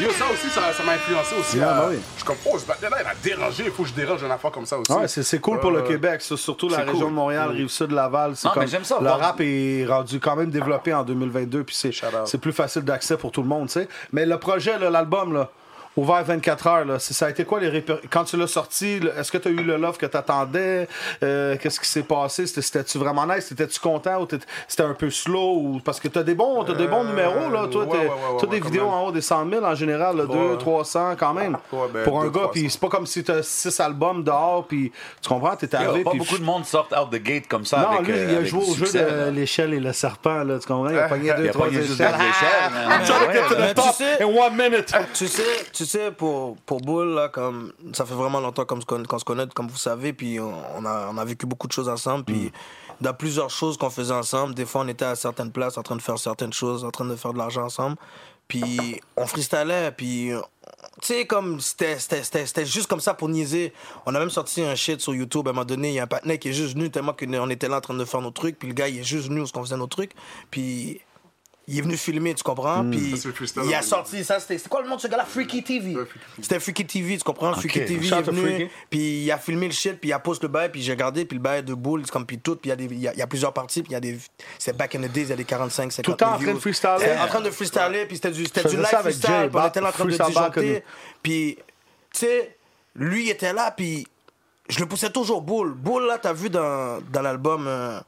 S6: Yo, ça aussi, ça ça m'a influencé aussi.
S3: Yeah,
S6: à-
S3: bah oui.
S6: Je suis comme, oh, ce bâtard-là, il m'a dérangé, il faut que je dérange une affaire comme ça aussi.
S3: Ouais, c'est, c'est cool pour le
S6: Euh,
S3: Québec, ça, surtout la
S6: c'est
S3: région
S6: cool.
S3: de Montréal, Rive-Sud, Laval. C'est
S4: Non, mais
S3: comme-
S4: j'aime ça,
S3: Le
S4: voir-
S3: rap est rendu quand même développé en 2022, puis c'est,
S6: out.
S3: c'est plus facile d'accès pour tout le monde, tu sais. Mais le projet, là, l'album, là, ouvert 24 heures, là, c'est- ça a été quoi les réper- Quand tu l'as sorti, le- est-ce que tu as eu le love que tu attendais Qu'est-ce qui s'est passé C'était, C'était-tu vraiment nice T'étais-tu content ou t'étais- c'était un peu slow ou- Parce que tu as des bons, t'as des bons
S6: Euh,
S3: numéros, là. Toi,
S6: ouais,
S3: t'es-
S6: ouais, ouais,
S3: t'as
S6: ouais,
S3: des
S6: quand
S3: vidéos
S6: même.
S3: en haut des 100 000 en général, là, 200, 300 quand même.
S6: Ouais, ben,
S3: pour un
S6: deux,
S3: gars,
S6: 300.
S3: puis c'est pas comme si t'as six albums dehors, puis tu comprends, t'es
S4: Yo,
S3: arrivé.
S4: pas
S3: puis-
S4: beaucoup de monde sort out the gate comme ça.
S3: Non,
S4: avec,
S3: lui,
S4: euh,
S3: il a
S4: avec
S3: joué
S4: du
S3: au jeu
S4: succès,
S3: de
S4: là.
S3: l'échelle et le serpent, là, tu comprends? Ah, Il a pogné
S4: Il
S3: deux,
S4: a
S3: trois
S4: pas juste hein. des
S3: échelles.
S4: échelles. man. Ouais,
S3: To
S4: là.
S3: the
S2: Mais tu
S3: top
S2: sais-
S3: in one minute.
S2: Tu sais, tu sais pour, pour Bull, là, comme, ça fait vraiment longtemps qu'on se conna- qu'on se connaît, comme vous savez, puis on, on a, on a vécu beaucoup de choses ensemble, puis dans plusieurs choses qu'on faisait ensemble, des fois on était à certaines places en train de faire certaines choses, en train de faire de l'argent ensemble, puis on freestylait, puis euh, tu sais, comme c'était- c'était c'était- c'était juste comme ça pour niaiser. On a même sorti un shit sur YouTube à un moment donné, il y a un patinet qui est juste venu tellement qu'on était là en train de faire nos trucs, puis le gars il est juste venu où on faisait nos trucs, puis il est venu filmer, tu comprends? Puis
S6: Ça, c'est le freestyle,
S2: il a
S6: hein,
S2: sorti ça, c'était c'est quoi le nom de ce gars-là? Freaky TV. C'était Freaky TV, tu comprends? Freaky TV, il
S3: Shout
S2: est
S3: out to Freaky.
S2: venu, puis il a filmé le shit, puis il a posté le bail, puis j'ai regardé, puis le bail est de boule, c'est comme puis tout, puis il y a des- il y, a- il y a plusieurs parties, puis il y a des. C'est back in the days, il y a des 45, 50
S3: Tout le temps en
S2: views.
S3: train de freestyler.
S2: Euh, En train de freestyler, puis c'était du, c'était
S3: Je
S2: du
S3: faisais
S2: live
S3: ça avec Jay
S2: freestyle, puis on
S3: Bach,
S2: était là en train de
S3: freestyle back in the-
S2: disjoncter. Puis, tu sais, lui il était là, puis je le poussais toujours Bull. Bull, là, t'as vu dans, dans l'album euh,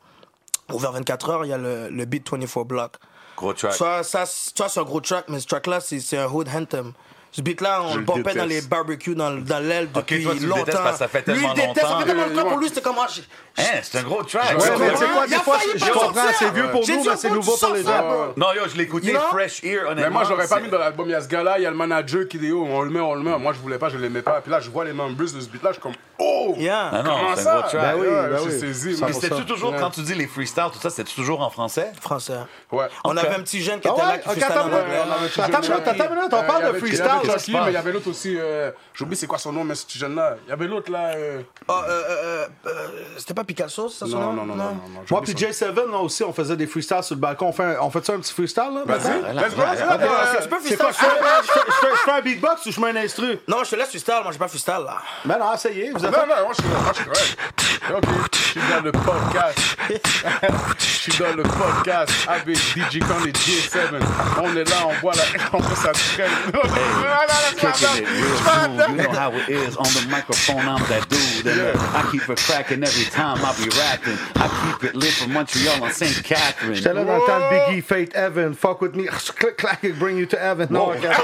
S2: Ouvert 24 heures, il y a le, le beat 24 Block.
S4: Gros track.
S2: Ça, ça, c'est- tu vois, c'est un gros track, mais ce track-là, c'est c'est un hood anthem. Ce beat-là, on
S6: Je
S2: le
S6: le
S2: pompait dans les
S6: déteste.
S2: barbecues, dans, le- dans l'aile
S4: Ok,
S2: depuis
S4: toi, tu le
S2: longtemps.
S4: détestes parce que ça fait
S2: lui,
S4: tellement
S2: il déteste, ça
S4: longtemps.
S2: fait tellement longtemps.
S6: Ouais.
S2: Pour lui, c'était comme... ah, j'ai-
S4: Hein, c'est un gros track.
S3: Ouais,
S2: Tu
S3: mais
S2: comprends?
S3: c'est quoi,
S2: Il a
S3: des fois,
S2: failli
S3: je
S2: pas
S3: comprends,
S2: sortir.
S3: c'est vieux pour
S2: J'ai
S3: nous,
S2: dit au
S3: mais c'est
S2: bout,
S3: nouveau
S2: tu
S3: pour les
S2: sors ça,
S3: gens.
S2: bro.
S4: Non, yo, je l'écoutais
S2: You know?
S4: fresh ear, honnêtement.
S6: Mais moi, j'aurais pas
S4: c'est-
S6: mis dans l'album. Il y a ce gars-là, il y a le manager qui dit, oh, on le met, on le met. Moi, je voulais pas, je l'aimais pas. Puis là, je vois les membres de ce beat-là, je suis comme, oh!
S2: Yeah.
S4: Ah non,
S6: Comment
S4: c'est
S6: ça?
S4: un gros track.
S3: Ben oui,
S6: Ouais,
S3: ben
S6: je suis
S3: oui.
S6: saisi.
S3: Ça
S4: Puis
S3: pour
S4: c'était-tu toujours,
S6: Ouais.
S4: quand tu dis les freestyles, tout ça, c'était toujours en français?
S2: Français.
S6: Ouais.
S2: On
S4: Ok.
S2: avait un petit jeune qui
S3: Ah
S2: était là,
S3: ouais,
S2: qui
S3: ok,
S2: freestyle
S3: attends
S2: en
S3: une minute,
S2: anglais.
S3: attends une minute, attends une minute, on
S6: Euh,
S3: parle
S6: il y
S3: de
S6: avait- Il y avait
S3: freestyle.
S6: Chucky, mais il y avait l'autre aussi. euh, J'oublie c'est quoi son nom, mais ce petit jeune-là. Il y avait l'autre là. euh,
S2: Ah, euh, euh, euh, euh, C'était pas Picasso, c'est ça son nom?
S6: Non, non, non, non, non. non,
S3: Moi
S6: j'oublie
S3: puis
S6: son-
S3: J7, là aussi, on faisait des freestyles sur le balcon. On fait un- On fait ça un petit freestyle, là? maintenant? Ah,
S6: Vas-y, let's go, let's go.
S2: Attends,
S6: Euh,
S2: tu peux
S3: C'est quoi,
S2: freestyle?
S3: je fais- je fais- Ah, je fais je fais un beatbox ou je mets un instru?
S2: Non, je te laisse freestyle, moi j'ai pas freestyle là.
S3: Ben non, essayez, vous êtes
S6: Non, non, moi je suis moi, je suis correct. Ok, je suis dans le podcast. Je suis dans le podcast avec DJ Con et J7. On est là, on voit la. On voit ça traîne.
S2: Ah,
S6: Voilà, laisse-moi
S4: Kicking it
S6: attendre.
S4: real smooth. You know how it is on the microphone. I'm that dude, and uh, I keep it cracking every time I be rapping. I keep it lit from Montreal on St. Catherine.
S3: J'étais là dans le temps de Biggie, Fate, Evan, fuck with me, <laughs> clack, clack, it bring you to Evan. Non, ok, attends.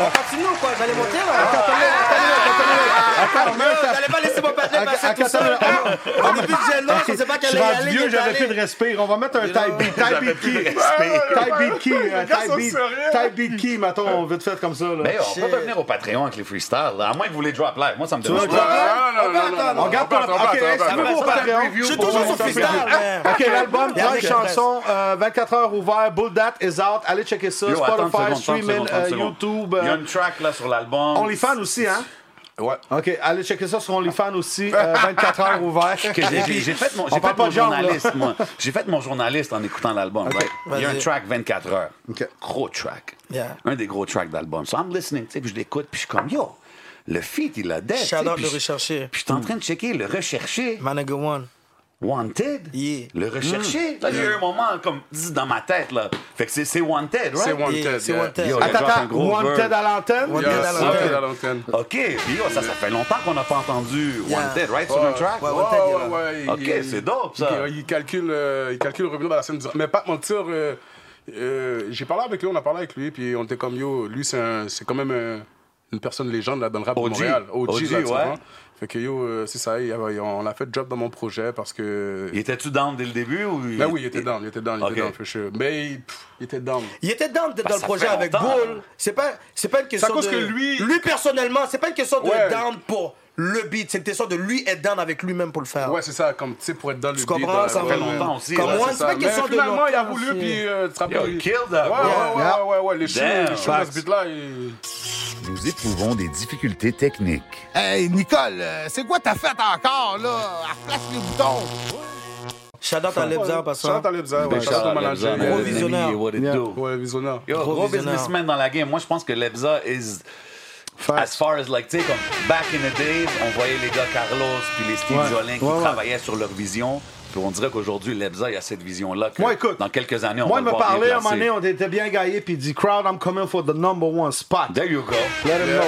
S2: On continue ou quoi? J'allais monter là?
S3: Attends, attends, attends, attends, attends, attends,
S2: Attends, mais t'allais pas laisser mon partenaire
S3: Attends,
S2: passer tout
S3: attends,
S2: seul.
S3: attends.
S2: Au début, je disais non, je sais pas
S3: Je
S2: qu'elle
S3: suis
S2: allait y
S3: rendu
S2: aller.
S3: vieux,
S2: il est
S3: j'avais
S2: allé.
S3: plus de respire. On va mettre un type beat. Type
S4: J'avais
S3: beat
S4: plus de
S3: key.
S4: respect.
S3: Type beat key. euh,
S6: gars sont
S3: Type beat,
S6: sérieux.
S3: type beat key, mettons, vite fait comme ça. là.
S4: Mais on peut revenir au Patreon avec les freestyles, là. à moins que vous voulez drop live. Moi, ça me dérange
S3: veux drop
S4: pas.
S3: live?
S6: Non, non, non, non, non,
S3: On garde
S6: on
S3: pas
S6: part, on part,
S3: OK,
S6: on part, on part.
S3: excuse-moi au Patreon.
S2: Je suis toujours sur freestyle, man.
S3: OK, l'album,
S2: Il y a
S3: plein de
S2: des
S3: chansons, euh, 24 heures ouvert, Bull That is out. Allez checker ça.
S4: Yo, attends une
S3: Spotify,
S4: seconde, attends une
S3: streaming,
S4: seconde, attends une
S3: euh,
S4: seconde.
S3: YouTube.
S4: Il y a
S3: euh,
S4: une track là sur l'album.
S3: OnlyFans aussi, hein?
S6: Ouais.
S3: OK, allez checker ça sur OnlyFans aussi, euh, 24 heures ouvert.
S4: que j'ai- j'ai j'ai fait mon,
S3: On
S4: j'ai
S3: parle
S4: fait
S3: pas
S4: mon
S3: de genre, là.
S4: journaliste, moi. J'ai fait mon journaliste en écoutant l'album. right? Il y a un
S2: vas-y.
S4: track 24 heures.
S3: Ok.
S4: Gros track.
S2: Yeah.
S4: Un des gros tracks d'album. So I'm listening, tu sais, puis je l'écoute, puis je suis comme, yo, le feat, il a dead. tu sais,
S2: Shout out
S4: puis
S2: le
S4: je-
S2: recherché.
S4: Puis je suis en train de checker le recherché.
S2: My nigga one.
S4: Wanted.
S2: Yeah.
S4: Le
S3: Mm.
S4: recherché. Là, j'ai eu un moment comme dit dans ma tête, là. Fait que c'est- c'est Wanted, right?
S6: <laughs> C'est Wanted.
S2: Yeah, C'est
S6: yeah.
S2: Wanted.
S4: Yo,
S2: Yeah.
S3: Attends,
S4: drop un
S3: attends,
S4: gros
S3: Wanted
S4: verse.
S3: à l'antenne?
S2: Wanted
S6: Yes,
S2: à
S6: c'est
S2: l'antenne.
S6: à l'antenne.
S4: OK, puis yo, ça, ça fait longtemps qu'on n'a pas entendu
S2: Yeah.
S4: Wanted, right? Sur un track?
S2: Ouais,
S6: Ouais,
S2: Wanted, il y a-
S6: ouais, ouais,
S4: OK,
S6: il-
S4: c'est dope, ça.
S6: Il, il calcule, euh, il calcule revenir dans la scène. du- Mais pas te mentir, euh, euh, j'ai parlé avec lui, on a parlé avec lui, puis on était comme yo, lui c'est un- c'est quand même euh, une personne légende là, dans le rap
S4: OG.
S6: de Montréal.
S4: OG,
S6: là, tu
S4: ouais.
S6: comprends? Fait que yo, euh, c'est ça, il y avait- on l'a fait job dans mon projet parce que.
S4: Il Était-tu down dès le début? Ou
S6: Ben oui, il était down, il était down, il
S4: Ok.
S6: était down, for sure. Mais il, pff, il était down.
S2: Il était dans, dans
S4: ça
S2: le projet
S4: fait
S2: avec
S4: longtemps.
S2: Bull. C'est pas, c'est pas une question
S6: cause
S2: de...
S6: que lui-
S2: Lui, personnellement, c'est pas une question de
S6: Ouais.
S2: down pour le beat. C'est une question de lui être down avec lui-même pour le faire.
S6: Ouais, c'est ça, comme, tu sais, pour être dans le
S2: Ah. Tu
S6: beat.
S2: comprends?
S6: dans-
S2: Ça
S6: ouais,
S4: fait
S6: ouais.
S4: longtemps aussi,
S2: Comme
S4: là,
S2: moi,
S4: c'est
S2: c'est
S4: ça.
S2: pas une
S6: Mais
S2: question de
S6: finalement, il a
S2: longtemps
S6: voulu,
S2: aussi.
S6: puis euh, tu te rappelles,
S4: Yo,
S6: il-
S4: he killed that,
S6: Ouais,
S4: bro.
S6: ouais, ouais, ouais, ouais, les
S4: Damn.
S6: cheveux, les cheveux dans ce beat-là, il-
S8: Nous éprouvons des difficultés techniques.
S7: Hey, Nicole, euh, c'est quoi t'as fait encore, là? Replace les boutons.
S2: Shout out à Lebza, parce que...
S6: Shout out à Lebza, ouais,
S4: Big
S6: shout
S4: shout
S6: out au
S4: out Lebza,
S6: manager.
S2: Gros
S4: man.
S6: yeah.
S2: visionnaire.
S4: Enemy, what it
S3: Yeah.
S4: do.
S6: Ouais, visionnaire.
S4: Yo,
S2: Gros
S4: gros
S2: visionnaire.
S4: businessman dans la game. Moi, je pense que Lebza is. As far as, like, tu sais, comme back in the days, on voyait les gars Carlos puis les Steve
S3: Ouais.
S4: Jolin qui
S3: Ouais, ouais.
S4: travaillaient sur leur vision. Puis on dirait qu'aujourd'hui, Lebza, il y a cette vision-là. que
S3: Moi, écoute,
S4: Dans quelques années, on
S3: Moi,
S4: va
S3: il
S4: le
S3: me
S4: voir bien
S3: parlait, à un moment
S4: placé.
S3: donné, on était bien gaillé, puis il dit Crowd, I'm coming for the number one spot.
S4: There you go.
S3: Let him know.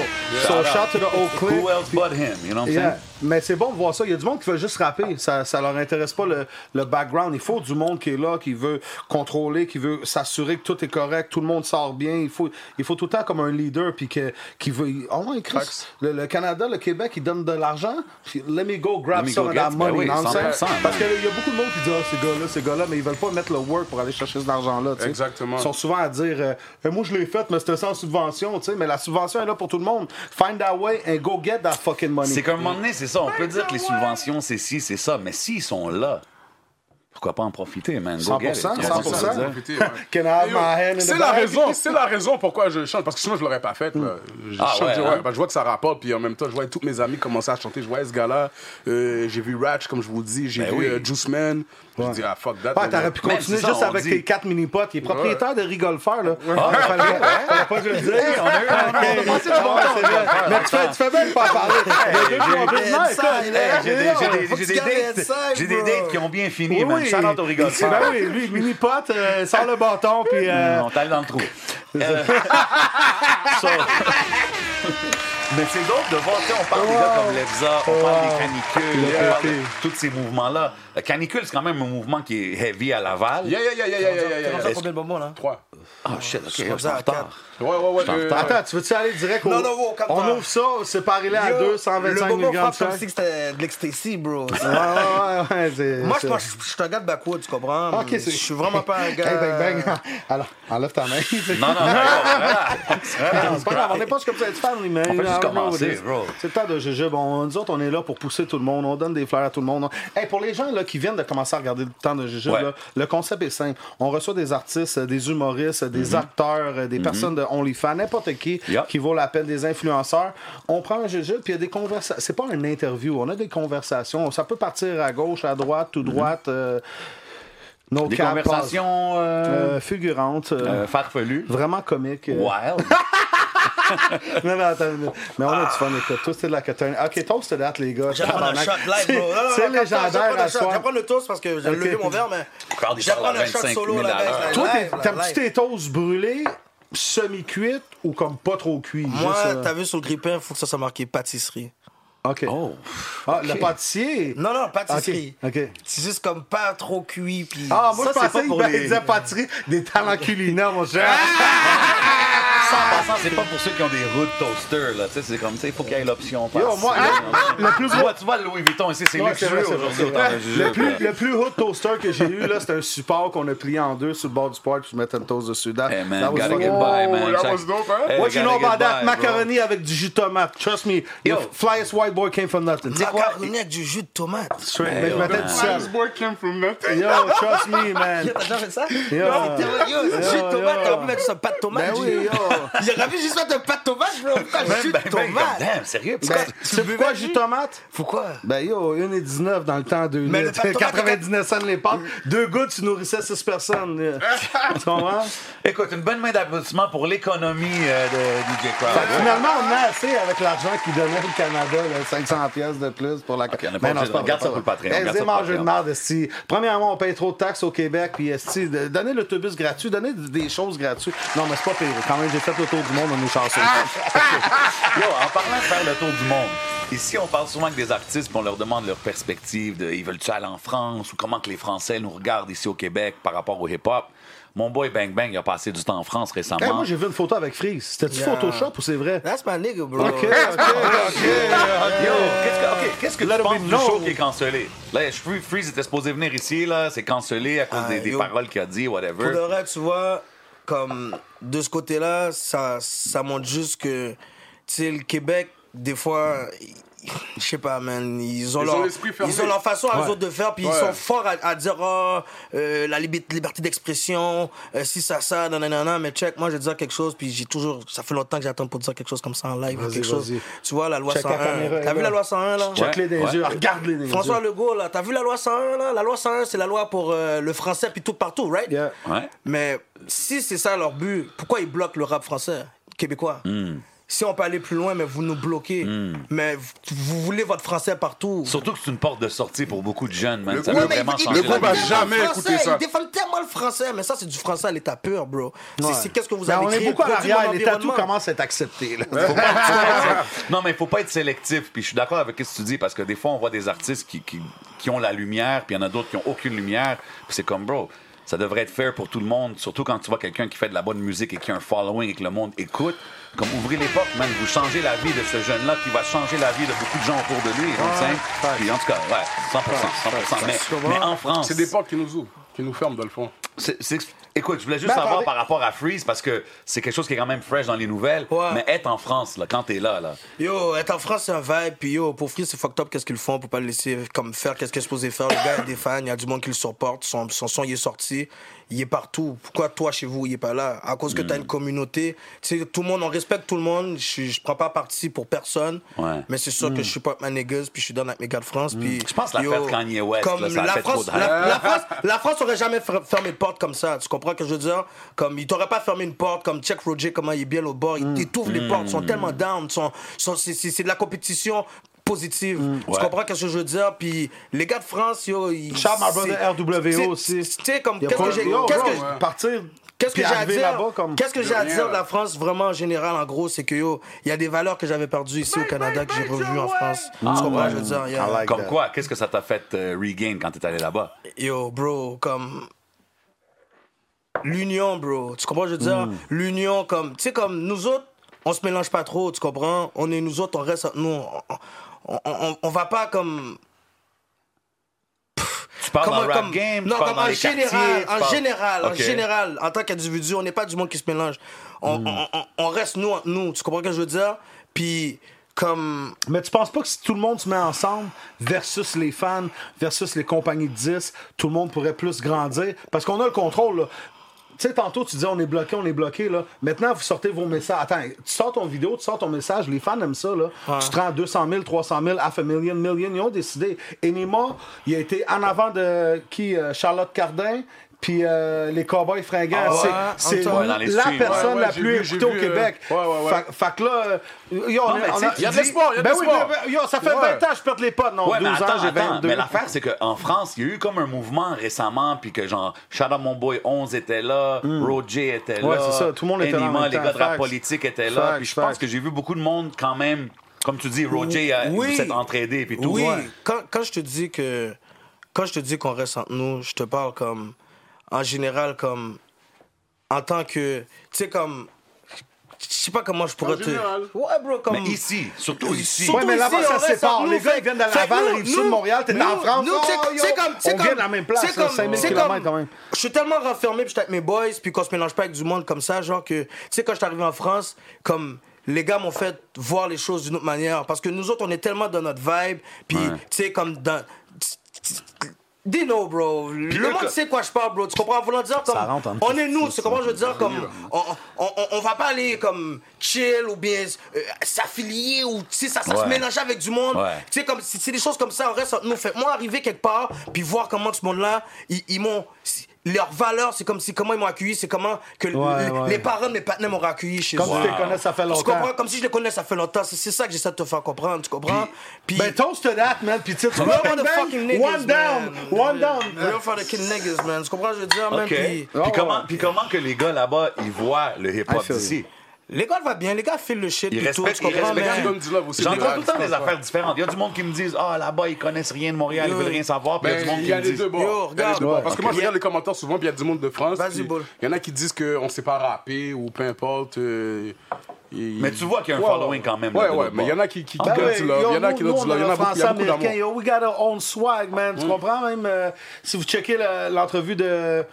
S3: So, shout out to the old clique.
S4: Who else but him? You know what I'm
S3: Yeah.
S4: saying?
S3: euh, Mais c'est bon de voir ça. Il y a du monde qui veut juste rapper. Ça, ça leur intéresse pas le, le background. Il faut du monde qui est là, qui veut contrôler, qui veut s'assurer que tout est correct, tout le monde sort bien. Il faut, il faut tout le temps comme un leader puis que, qui veut. Oh non, Chris,
S6: Facts.
S3: le, le Canada, le Québec, ils donnent de l'argent. Puis Let me go grab
S4: Let me
S3: some
S4: go
S3: of
S4: get-
S3: that money.
S4: ben oui,
S3: you know what I'm
S4: 100%,
S3: saying?
S4: man.
S3: Parce qu'il y a beaucoup de monde qui dit Ah, ces gars-là, ces gars-là, mais ils veulent pas mettre le work pour aller chercher cet argent-là. tu sais.
S6: Exactement.
S3: Ils sont souvent à dire euh, Eh, Moi, je l'ai fait, mais c'était sans subvention. tu sais. Mais la subvention est là pour tout le monde. Find that way and go get that fucking money.
S4: C'est qu'à un moment donné, c'est ça. On peut dire que les subventions, c'est ci, c'est ça. Mais s'ils sont là, pourquoi pas en profiter, man? Go get it.
S3: 100%,
S4: Tu comprends ce que je veux
S3: 100%.
S4: dire?
S6: Profitez, ouais.
S3: Can I have
S6: Et,
S3: my hand in the
S6: C'est la
S3: bag?
S6: raison, c'est la raison pourquoi je chante, parce que sinon je l'aurais pas faite. là. Je
S4: Ah
S6: chante,
S4: ouais,
S6: je,
S4: hein?
S6: parce que je vois que ça rapporte, puis en même temps je voyais tous mes amis commencer à chanter. Je voyais ce gars-là, euh, j'ai vu Ratch comme je vous le dis, j'ai
S4: Ben
S6: vu
S4: oui.
S6: euh, Juice Man. Je dis ah fuck
S3: Ouais,
S6: that. on
S3: t'aurais
S6: va-
S3: pu
S4: Même
S3: continuer
S4: si ça,
S3: juste
S4: on
S3: avec
S4: dit-
S3: tes quatre mini-potes. Il est propriétaire de Rigolfer, là. Ah, fallait, fallait pas que je le dise.
S4: Hey, on a eu un-
S3: Ouais, c'est bon, c'est bien. Mais tu fais, tu fais bien de pas en parler. Il y a deux, trois business,
S2: inside,
S3: là.
S2: là.
S4: Hey, Eh, J'ai des- j'ai des-
S2: Faut que
S4: j'ai
S2: tu
S4: des
S2: gardes
S4: dates-
S2: ça,
S4: j'ai des
S2: bro. Eh
S4: dates qui ont bien fini,
S3: Oui,
S4: man.
S3: oui.
S4: Shout out au rigole.
S3: Ben oui, lui, mini-pote, euh, sort le
S2: <laughs>
S3: bâton, puis... euh,
S4: Mm, On t'aille dans le trou. Euh, <laughs> so- Mais c'est d'autres de voir, tu sais, on parle des gars comme Lebza, on parle des canicules, on parle de tous ces mouvements-là. La canicule, c'est quand même un mouvement qui est heavy à Laval.
S6: Yeah yeah yeah yeah yeah yeah,
S2: C'est
S6: yeah, yeah, yeah.
S2: rendu à combien de moments, là?
S6: Trois.
S4: Oh shit, ok,
S2: comme
S4: je suis
S2: ça
S4: en
S2: à
S4: retard.
S2: quatre.
S6: Ouais ouais ouais. euh,
S3: Attends, tu veux-tu aller direct au...
S2: Non, non, wow, calme-toi.
S3: On ouvre ça, séparez-les à
S2: Yo,
S3: 225
S2: Le
S3: mg
S2: bobo
S3: de
S2: frappe
S3: chaque.
S2: comme si c'était de l'ecstasy,
S3: Ouais,
S2: bro.
S3: ouais, ouais, ouais, c'est-
S2: Moi, je
S3: c'est-
S2: pense que je te regarde backward, tu comprends?
S3: Ok, c'est-
S2: Je suis vraiment pas un gars...
S3: Hey, bang, bang. <laughs> Alors, enlève ta main.
S4: Non, <laughs> non, non,
S3: Non, Ah, c'est pas grave, on n'est pas comme ça, tu family, man.
S4: On fait
S3: You
S4: juste
S3: know,
S4: commencer,
S3: you know,
S4: bro.
S3: C'est le temps de jujube. On, nous autres, on est là pour pousser tout le monde. On donne des fleurs à tout le monde. Hey, pour les gens là, qui viennent de commencer à regarder le temps de jujube,
S4: Ouais.
S3: là, le concept est simple. On reçoit des artistes, euh, des humoristes, euh, des acteurs, euh, des personnes de OnlyFans, n'importe qui
S4: Mhm. Yup.
S3: qui vaut la peine, des influenceurs. On prend un jujube, puis il y a des conversations. C'est pas une interview, on a des conversations. Ça peut partir à gauche, à droite, tout droite. euh, no
S4: Mhm. Des
S3: cap,
S4: conversations euh,
S3: euh, figurantes. euh,
S4: euh, farfelues.
S3: Vraiment comique. euh,
S4: Wild. <laughs>
S3: Non, non, attends, une minute. mais on a du fun, écoute. Toi, c'est de la caterne. Ok, toast date, les gars.
S2: J'apprends un
S3: Tabarnak.
S2: shot live, bro. Non, non,
S3: Ah,
S2: non,
S3: C'est
S2: attends, j'apprends
S3: légendaire
S2: le
S3: à
S2: shot.
S3: soir.
S2: J'apprends le toast parce que j'ai
S3: Ok.
S2: levé mon verre, mais.
S4: Encore des
S2: J'apprends
S4: paroles à
S2: le shot
S4: 25
S2: solo
S4: 000
S2: là,
S4: à l'heure.
S3: Toi, t'es-
S2: live,
S3: t'aimes-tu
S2: live.
S3: tes toasts brûlés, semi-cuites ou comme pas trop cuits?
S2: Moi,
S3: juste, euh,
S2: t'as vu sur le grippin, faut que ça soit marqué pâtisserie.
S3: Ok.
S4: Oh.
S3: Ah, le pâtissier?
S2: Non, non, pâtisserie.
S3: Ah, Ok. ok.
S2: C'est juste comme pas trop cuit. Puis
S3: Ah, moi,
S4: Ça,
S3: je
S4: c'est pas
S3: pensais
S4: pour
S3: qu'il
S4: les-
S2: Ah,
S3: Ah, disait pâtisserie des talents culinaires, mon cher.
S4: ça, en passant, c'est pas pour ceux qui ont des routes toaster, là. Tu sais, c'est comme, tu sais, il faut qu'il y ait l'option. par-
S3: Yo, moi, le- le plus
S4: Tu vois, tu vois, le Louis Vuitton ici, c'est
S3: Non, c'est vrai, c'est vrai,
S4: luxueux aujourd'hui.
S3: c'est
S4: autant
S3: vrai.
S4: de jujubes,
S3: Le plus,
S4: là.
S3: le plus haut toaster que j'ai eu, là, c'était un support qu'on a plié en deux sur le bord du sport, puis je mettais une toast dessus. That,
S4: Hey, man,
S3: that was
S4: gotta
S3: dope.
S4: get by, man.
S6: that
S4: Check.
S6: was dope, hein?
S4: Hey,
S3: What you
S4: gotta
S3: know
S4: get
S3: about that
S4: by, bro.
S3: macaroni avec du jus de tomate? Trust me,
S4: Yo.
S3: the flyest white boy came from nothing.
S2: Macaroni avec du jus de
S3: <laughs>
S2: tomate.
S3: Straight, mais je mettais du sel.
S6: This boy came from nothing.
S3: Yo, trust me, man.
S2: T'as déjà fait ça?
S3: Yo.
S2: Non, c'était- yo,
S3: Yo,
S2: jus de tomate,
S3: yo.
S2: t'aurais pu mettre sur un pâte tomate.
S3: Ben
S2: du-
S3: oui, yo.
S2: <laughs> Il aurait pu juste mettre un pâte tomate, bro. Pourquoi le jus
S4: Ben,
S2: de
S4: ben, comme,
S2: tomate?
S4: damn, sérieux?
S3: Ben,
S4: pourquoi-
S3: tu sais pourquoi jus de tomate?
S2: Pourquoi?
S3: Ben yo, 1,19 dans le temps, 2
S2: Mais le
S3: litres. <laughs>
S2: pâte tomate,
S3: 99 cents les pâtes. Deux gouttes, tu nourrissais 6
S4: <laughs>
S3: personnes. tu comprends?
S4: Écoute, une bonne main d'applaudissements pour l'économie euh, de DJ Crowd.
S3: Fait que finalement, on a assez avec l'argent qu'il donnait le Canada, là, 500 pièces de plus pour la...
S4: on n'a pas obligé de- garde ça pour le Patreon,
S3: Eh,
S4: garde
S3: c'est
S4: ça pour le
S3: mangé de
S4: Patreon.
S3: merde, esti. Premièrement, on paye trop de taxes au Québec, puis esti, de- donnez l'autobus gratuit, donnez des choses gratuites. Non, mais c'est pas pire. Quand même, j'ai fait le tour du monde, on est chanceux.
S2: Ah,
S4: Yo, en parlant de faire le tour du monde, ici, on parle souvent avec des artistes, puis on leur demande leur perspective de ils veulent-tu aller en France ou comment que les Français nous regardent ici au Québec par rapport au hip-hop. Mon boy Bang Bang il a passé du temps en France
S3: Eh,
S4: récemment.
S3: moi, j'ai vu une photo avec Freeze. C'était-tu
S2: Yeah. Ah,
S3: Photoshop ou c'est vrai?
S2: That's my nigga, bro.
S3: Ok, ok.
S4: Yo, qu'est-ce que, ok, qu'est-ce que
S3: Let
S4: tu
S3: him
S4: penses du
S3: know.
S4: show qui est cancellé? Là, Free- Freeze était supposé venir ici, là, c'est cancellé à cause
S2: Ah,
S4: des, des
S2: yo.
S4: paroles qu'il a dit,
S2: Pour de
S4: whatever.
S2: vrai, tu vois, comme de ce côté-là, ça, ça montre juste que, tu sais, le Québec, des fois, je sais pas, man, ils ont,
S6: Ils ont
S2: leur,
S6: l'esprit fermé.
S2: ils ont leur façon à eux autres de faire, puis
S6: Ouais.
S2: ils sont forts à, à dire, Ah, euh, la libi- liberté d'expression, euh, si ça, ça, nanana, mais check, moi, je vais dire quelque chose, puis j'ai toujours, ça fait longtemps que j'attends pour dire quelque chose comme ça en live, ou
S3: Vas-y,
S2: quelque chose.
S3: vas-y.
S2: Tu vois, la loi
S3: Check la
S2: 101.
S3: caméra,
S2: T'as vu
S3: là.
S2: la loi 101, là?
S3: Check-les des
S4: Ouais.
S3: yeux, regarde-les des
S2: François
S3: yeux.
S2: Legault, là, t'as vu la loi 101, là? La loi 101, c'est la loi pour euh, le français, puis tout partout, right?
S3: Yeah.
S4: Ouais.
S2: Mais si c'est ça leur but, pourquoi ils bloquent le rap français, québécois
S4: Hmm.
S2: Si on peut aller plus loin, mais vous nous bloquez. Mais vous, vous voulez votre français partout.
S4: Surtout que c'est une porte de sortie pour beaucoup de jeunes, man.
S6: Le
S4: ça
S6: groupe-
S4: peut
S6: Ouais, mais
S4: vraiment
S2: ils- ils
S4: changer
S6: le
S4: la
S6: groupe a
S4: vie.
S2: défendent
S6: jamais
S2: le
S6: écouté
S2: français,
S6: ça.
S2: Ils défendent tellement le français, mais ça, c'est du français à l'état pur, bro. C'est-
S3: Ouais.
S2: C'est qu'est-ce que vous
S3: Ben,
S2: avez
S3: On est
S2: créé,
S3: beaucoup à
S2: produit
S3: l'arrière,
S2: mon
S3: les tatous
S2: environnement.
S3: commencent à être acceptés. là.
S4: Non, mais il faut pas être sélectif. Puis je suis d'accord avec ce que tu dis parce que des fois, on voit des artistes qui, qui, qui ont la lumière, puis il y en a d'autres qui ont aucune lumière. Puis c'est comme, bro, ça devrait être fair pour tout le monde, surtout quand tu vois quelqu'un qui fait de la bonne musique et qui a un following et que le monde écoute. Comme ouvrez les portes, man, vous changez la vie de ce jeune-là qui va changer la vie de beaucoup de gens autour de lui. donc, c'est- Puis en tout cas, ouais, 100 100 mais, mais en France.
S6: C'est des portes qui nous ouvrent, qui nous ferment, dans le fond.
S4: C'est- c'est- Écoute, je voulais juste
S3: Ben,
S4: savoir
S3: attendez.
S4: par rapport à Freeze parce que c'est quelque chose qui est quand même fresh dans les nouvelles.
S2: Ouais.
S4: Mais être en France, là, quand t'es là, là.
S2: Yo, être en France, c'est un vibe. Puis yo, pour Free, c'est fucked up. Qu'est-ce qu'ils font pour pas le laisser comme faire? Qu'est-ce que je supposé faire? Le gars a des fans, il y a du monde qui le supporte. Son, son son, il est sorti. Il est partout. Pourquoi toi, chez vous, il est pas là? À cause que t'as
S4: Hmm.
S2: une communauté. Tu sais, tout le monde, on respecte tout le monde. Je, suis- je prends pas parti pour personne.
S4: Ouais. Hmm.
S2: Mais c'est sûr que je suis pas ma niggas. Puis je suis dans avec mes gars de France. Puis
S4: Je pense que l'affaire de Kanye West,
S2: comme
S4: là, ça a
S2: la
S4: fait trop
S2: France,
S4: de hype.
S2: la, la France, la France aurait jamais fer- fermé de porte comme ça. Tu comprends ce que je veux dire? Comme ils t'auraient pas fermé une porte comme Check Roger, comment il est bien au bord.
S3: Mm.
S2: Ils ils t'ouvrent les portes, ils sont tellement down. sont- sont- c'est, c'est- c'est de la compétition positive.
S3: Mm.
S2: Tu
S4: Ouais.
S2: comprends ce que je veux dire? Puis les gars de France, yo, ils.
S3: Shout my brother
S2: c'est-
S3: RWO
S2: c'est-
S3: aussi.
S2: c'est- Tu sais, comme,
S3: Y a
S2: qu'est-ce
S3: pas-
S2: que j'ai.
S3: Yo,
S2: qu'est-ce
S3: bro,
S2: que-
S3: ouais. partir
S2: Qu'est-ce que
S3: puis
S2: j'ai à
S3: arriver
S2: dire
S3: là-bas comme
S2: Qu'est-ce que j'ai à
S6: rien,
S2: dire de
S6: là.
S2: la France vraiment en général en gros c'est que yo il y a des valeurs que j'avais perdues ici au Canada que j'ai revues en France. Tu comprends je veux dire yeah.
S3: Ah, I like
S4: Comme
S3: that.
S4: quoi, qu'est-ce que ça t'a fait euh, regain quand t'es allé là-bas?
S2: Yo, bro, comme. L'union, bro. Tu comprends, je veux dire?
S4: Mm.
S2: L'union, comme. Tu sais, comme nous autres, on se mélange pas trop, tu comprends? On est nous autres, on reste. Nous, on, on, on- on va pas comme.
S4: Tu parles
S2: comme-
S4: dans le rap
S2: comme-
S4: game,
S2: non,
S4: tu parles
S2: comme
S4: dans
S2: en
S4: les
S2: général,
S4: quartiers, tu
S2: en
S4: parles-
S2: général, en
S4: Ok.
S2: général, en tant qu'individu, on n'est pas du monde qui se mélange. On,
S4: Mm.
S2: on- on- on reste nous, entre nous. Tu comprends ce que je veux dire? Puis, comme.
S3: Mais tu penses pas que si tout le monde se met ensemble, versus les fans, versus les compagnies de 10, tout le monde pourrait plus grandir? Parce qu'on a le contrôle, là. Tu sais, tantôt, tu disais, on est bloqué, on est bloqué, là. Maintenant, vous sortez vos messages. Attends, tu sors ton vidéo, tu sors ton message. Les fans aiment ça, là. Tu te rends 200 000, 300 000, half a million, million. Ils ont décidé. Enima, il a été en avant de qui? euh, Charlotte Cardin. Puis euh, les Cowboys fringants,
S2: Ah ouais,
S3: c'est c'est
S2: Antoine.
S4: Ouais, dans les
S3: la
S4: streams.
S3: personne
S6: hein? Ouais, ouais,
S3: la
S6: j'ai
S3: plus
S6: vu, j'ai
S3: écoutée au
S6: vu, euh,
S3: Québec.
S6: ouais, ouais, ouais.
S3: Fait, fait que là, euh, yo, on
S4: Non,
S3: est-
S4: mais
S3: on
S4: tu sais,
S3: a-
S4: il y a de
S3: dis-
S6: l'espoir, il y a de
S3: ben oui,
S6: l'espoir.
S3: ben, ben, yo, ça fait
S6: Ouais.
S3: 20 ans que je perds les potes. Non,
S4: Ouais,
S3: 12
S4: mais
S3: ans,
S4: attends,
S3: j'ai
S4: attends.
S3: 22.
S4: Mais l'affaire, c'est qu'en France, il y a eu comme un mouvement récemment, puis que genre, Shadow Mon Boy 11 était là, Roger était là.
S3: Hmm. Ouais, c'est ça, tout le monde était là en
S4: Enima,
S3: même
S4: les
S3: temps,
S4: gars de rap
S3: facts.
S4: politique étaient là,
S3: Facts,
S4: puis je pense
S3: facts.
S4: que j'ai vu beaucoup de monde quand même, comme tu dis, Roger, a-
S2: Oui.
S4: euh, vous s'est entraidé, puis tout.
S2: Oui,
S4: Ouais.
S2: quand, quand je te dis que quand je te dis qu'on reste entre nous, je te parle comme en général comme en tant que tu sais comme je sais pas comment je pourrais
S6: En
S2: te.
S6: général.
S2: Ouais, bro, comme.
S4: Mais ici, surtout ici.
S2: Surtout
S3: Ouais, mais là-bas,
S2: ici,
S3: ça
S2: on
S3: se
S2: reste
S3: sépare.
S2: entre
S3: Les
S2: nous.
S3: gars, ils viennent de
S2: Fait que
S3: Laval,
S2: nous-
S3: Rive-Sud,
S2: nous-
S3: Montréal, t'es
S2: nous-
S3: en France.
S2: nous,
S3: Oh,
S2: c'est-
S3: yo.
S2: c'est comme. c'est
S3: On vient
S2: comme-
S3: de la même place,
S2: c'est
S3: là,
S2: comme-
S3: 5000
S2: c'est
S3: kilomètres,
S2: comme-
S3: quand même.
S2: Je suis tellement renfermé, puis je suis avec mes boys, puis qu'on se mélange pas avec du monde comme ça, genre que. Tu sais, quand je suis arrivé en France, comme. Les gars m'ont fait voir les choses d'une autre manière. Parce que nous autres, on est tellement dans notre vibe, puis, tu sais, comme dans. Dino, bro. le
S4: eux,
S2: monde
S4: que-
S2: sait quoi je parle, bro. Tu comprends? En voulant dire comme.
S4: Ça rentre
S3: hein.
S4: en-
S2: on est nous, c'est comment je veux dire, comme.
S4: hein.
S2: On, on, on- on va pas aller comme chill ou bien euh, s'affilier ou, tu sais, ça, ça se
S4: Ouais.
S2: mélange avec du monde.
S4: Ouais.
S2: Tu sais, comme, c'est c'est des choses comme ça, on reste entre nous. Fait, que moi, arriver quelque part, puis voir comment ce monde-là, ils, ils m'ont. Leurs valeurs, c'est comme si comment ils m'ont accueilli, c'est comment que l-
S3: Ouais,
S2: l-
S3: ouais.
S2: les parents de mes partenaires m'ont accueilli chez
S3: Comme
S2: eux.
S3: tu les connais, ça fait
S2: Tu
S3: longtemps.
S2: comprends? Comme si je les connais, ça fait longtemps. C'est c'est ça que j'essaie de te faire comprendre, tu comprends? Puis,
S3: Ben, toast to that, man. Puis, tu sais, tu <laughs> vois,
S2: We're
S3: bang,
S2: motherfucking
S3: bang,
S2: niggas,
S3: one down,
S2: man.
S3: one down.
S2: We're fucking niggas, man. Tu comprends, je veux dire, man?
S4: OK. Puis,
S2: Puis,
S3: Oh, ouais.
S4: comment, puis comment que les gars là-bas, ils voient le
S3: I
S4: hip-hop
S3: feel
S4: d'ici?
S2: les gars, va bien, les gars filent le shit,
S4: Ils
S2: puis tout,
S4: respectent,
S2: tu
S4: ils
S2: comprends,
S4: respectent.
S2: mais-
S6: Comme du love aussi,
S4: J'entends
S6: des
S4: tout le temps
S6: artistes,
S4: des affaires différentes. Il y a du monde qui me disent Ah, là-bas, ils connaissent rien de Montréal, ils
S2: Yo.
S4: veulent rien savoir. Puis il y a du
S6: Ben,
S4: monde
S6: il
S4: qui
S6: y a
S4: me
S6: les
S4: dit
S6: deux bords.
S2: Yo,
S6: Il y a les deux
S2: regarde.
S6: bords. Parce que moi,
S2: Ok.
S6: je regarde les commentaires souvent, puis il y a du monde de France.
S2: Vas-y,
S6: puis
S2: Bull.
S6: Il y en a qui disent qu'on sait pas rapper ou peu importe. euh, il-
S4: Mais tu vois qu'il y a un
S6: Ouais,
S4: following
S6: ouais.
S4: quand même,
S6: Ouais,
S4: là, de
S6: ouais,
S4: l'autre Ah,
S6: mais il y en a qui qui
S3: Ah,
S6: qui donnent
S3: ben,
S6: du love. Il y en a qui donnent du love. Il y en a beaucoup- il y a beaucoup d'amour. Hmm.
S3: Yo, we got our own swag, man. Tu comprends? Même euh, si vous checkez la- l'entrevue de,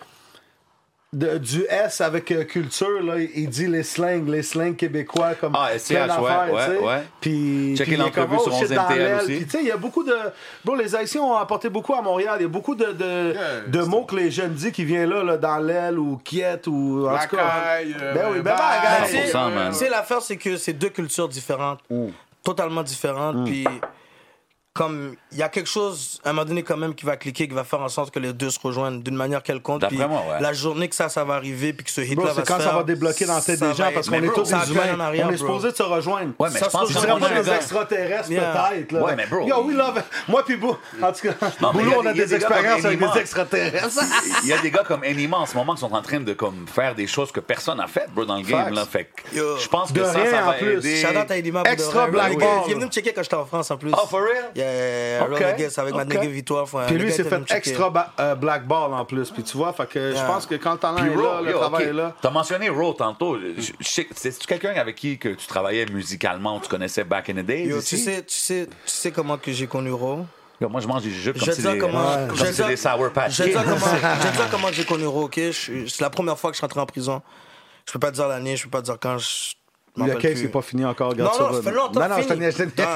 S3: de- du S avec euh, Culture, là, il- il dit les slangs, les slangs québécois comme
S4: Ah, SCH,
S3: plein
S4: ouais,
S3: d'affaires,
S4: ouais,
S3: tu sais.
S4: ouais.
S3: Puis,
S4: Checkez
S3: puis il est comme,
S4: l'entrevue sur
S3: oh, shit,
S4: 11
S3: dans
S4: MTL
S3: l'aile.
S4: aussi.
S3: Puis, tu sais, il y a beaucoup de... Bro, les Haïtiens ont apporté beaucoup à Montréal. Il y a beaucoup de, de, de mots que les jeunes disent qui viennent là, là, dans l'aile ou quiette ou... En tout cas,
S6: Racaille, euh,
S3: ben oui, ben
S6: bye.
S3: bagaille.
S2: Mais tu sais-
S4: 100%, man.
S2: Tu sais, l'affaire, Ah, c'est que c'est deux cultures différentes, totalement différentes, puis comme il y a quelque chose à un moment donné quand même qui va cliquer, qui va faire en sorte que les deux se rejoignent d'une manière quelconque.
S4: D'après
S2: puis
S4: moi, ouais.
S2: La journée que ça, ça va arriver, puis que ce hit-là
S3: Bro,
S2: va
S3: c'est
S2: se
S3: quand ça
S2: faire,
S3: va débloquer dans la tête
S2: ça
S3: des gens
S2: va
S3: parce
S2: être-
S3: qu'on
S2: Mais
S3: est
S2: bro,
S3: tous
S2: ça
S3: des
S2: appelle en
S3: humains.
S2: arrière,
S3: on est
S2: bro.
S3: supposé de se rejoindre.
S4: Ouais, mais
S2: Ça,
S4: je pense
S2: c'est
S3: Je
S4: que
S2: aussi
S3: dirais pas
S2: Ouais,
S3: des
S2: ouais.
S3: extraterrestres,
S2: Yeah.
S3: peut-être. là.
S4: Ouais, mais bro,
S3: Yo,
S4: il-
S3: we love it. Moi puis Bou. En tout cas,
S4: Non, mais il y
S3: Boulot,
S4: a
S3: on a
S4: des- il y a
S3: des
S4: des gars comme
S3: expériences avec
S4: Eddie
S3: des extraterrestres.
S4: Il y a des gars comme Enima en ce moment qui sont en train de comme, faire des choses que personne n'a faites, bro, dans le game.
S3: Facts.
S4: Là, fait que
S2: Yo.
S4: je pense que
S3: De
S4: ça,
S3: rien,
S4: ça
S3: en
S4: va
S3: plus.
S4: aider.
S2: Shout-out à Eddie Map,
S3: Extra
S2: de-
S3: black
S2: Rodriguez.
S3: ball.
S2: Il est venu me checker quand j'étais en France en plus.
S4: Oh, for real?
S2: Yeah, yeah, yeah,
S4: Ok,
S2: Rodriguez avec ma
S4: ok.
S2: nigga Victoire. faut un-
S3: Puis
S2: le
S3: lui,
S2: gars
S3: il s'est
S2: était
S3: fait
S2: venu me checker.
S3: extra ba- euh, black ball en plus. Puis tu vois, fait que je
S2: Yeah.
S3: pense que quand le talent
S4: Puis
S3: est là,
S4: Ro,
S3: le
S4: yo,
S3: travail
S4: ok.
S3: est là.
S4: T'as mentionné Ro tantôt. Je- je sais- C'est-tu quelqu'un avec qui que tu travaillais musicalement ou tu connaissais back in the days?
S2: Yo,
S4: ici?
S2: tu sais, tu sais, tu sais comment que j'ai connu Ro.
S4: Yo, moi, je mange des jujubes
S2: Je
S4: comme
S2: vais te
S4: si
S2: dire
S4: des-
S2: comment-
S4: comme
S2: je
S4: si
S2: vais te
S4: c'est
S2: dire-
S4: des Sour Patch.
S2: Je vais te
S4: <laughs>
S2: dire
S4: Kids.
S2: comment- je
S3: <laughs>
S2: vais te dire comment j'ai connu Ro, ok? Je suis- C'est la première fois que je suis rentré en prison. Je peux pas te dire l'année, je peux pas te dire quand. Je m'en
S3: Le
S2: rappelle
S3: case
S2: plus.
S3: n'est pas fini encore.
S2: Non,
S3: regarde
S2: non,
S3: ça,
S2: ça fait
S3: Ron.
S2: longtemps.
S3: Non, non, je
S2: fini.
S3: tenais
S2: Damn.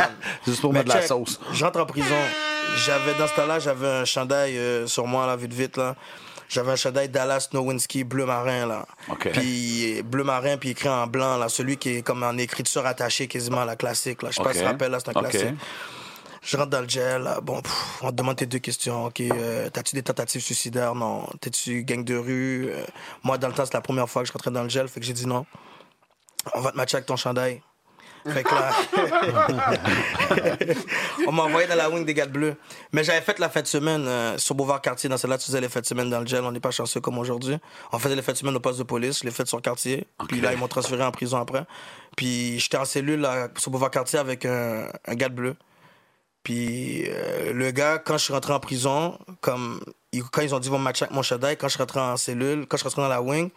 S3: <laughs> juste pour
S2: Mais
S3: mettre de la
S2: check,
S3: sauce.
S2: J'entre en prison. J'avais, dans ce temps-là, j'avais un chandail euh, sur moi, là, vite, vite, là. J'avais un chandail Dallas Nowinski bleu marin, là.
S4: Ok.
S2: Puis euh, bleu marin, puis écrit en blanc, là. Celui qui est comme en écriture attachée quasiment à la classique, là. Je sais pas
S4: Ok.
S2: si tu te rappelles, là, c'est un
S4: Ok.
S2: classique. Je rentre dans le gel, là. bon, pff, on te demande tes deux questions. OK, euh, t'as-tu des tentatives suicidaires? Non. T'es-tu gang de rue? Euh, moi, dans le temps, c'est la première fois que je rentrais dans le gel, fait que j'ai dit non. On va te matcher avec ton chandail. Fait que là, on m'a envoyé dans la wing des gars de bleus. Mais j'avais fait la fête de semaine euh, sur Boulevard Cartier. Dans celle-là, tu faisais les fêtes de semaine dans le gel. On n'est pas chanceux comme aujourd'hui. On faisait les fêtes de semaine au poste de police. Je l'ai fait sur Cartier. Puis là, ils m'ont transféré en prison après. Puis j'étais en cellule là, sur Boulevard Cartier avec un, un gars de bleu. Puis euh, le gars, quand je suis rentré en prison, comme ils- quand ils ont dit ils vont me matcher avec mon chandail, quand je suis rentré en cellule, quand je suis rentré dans la wing,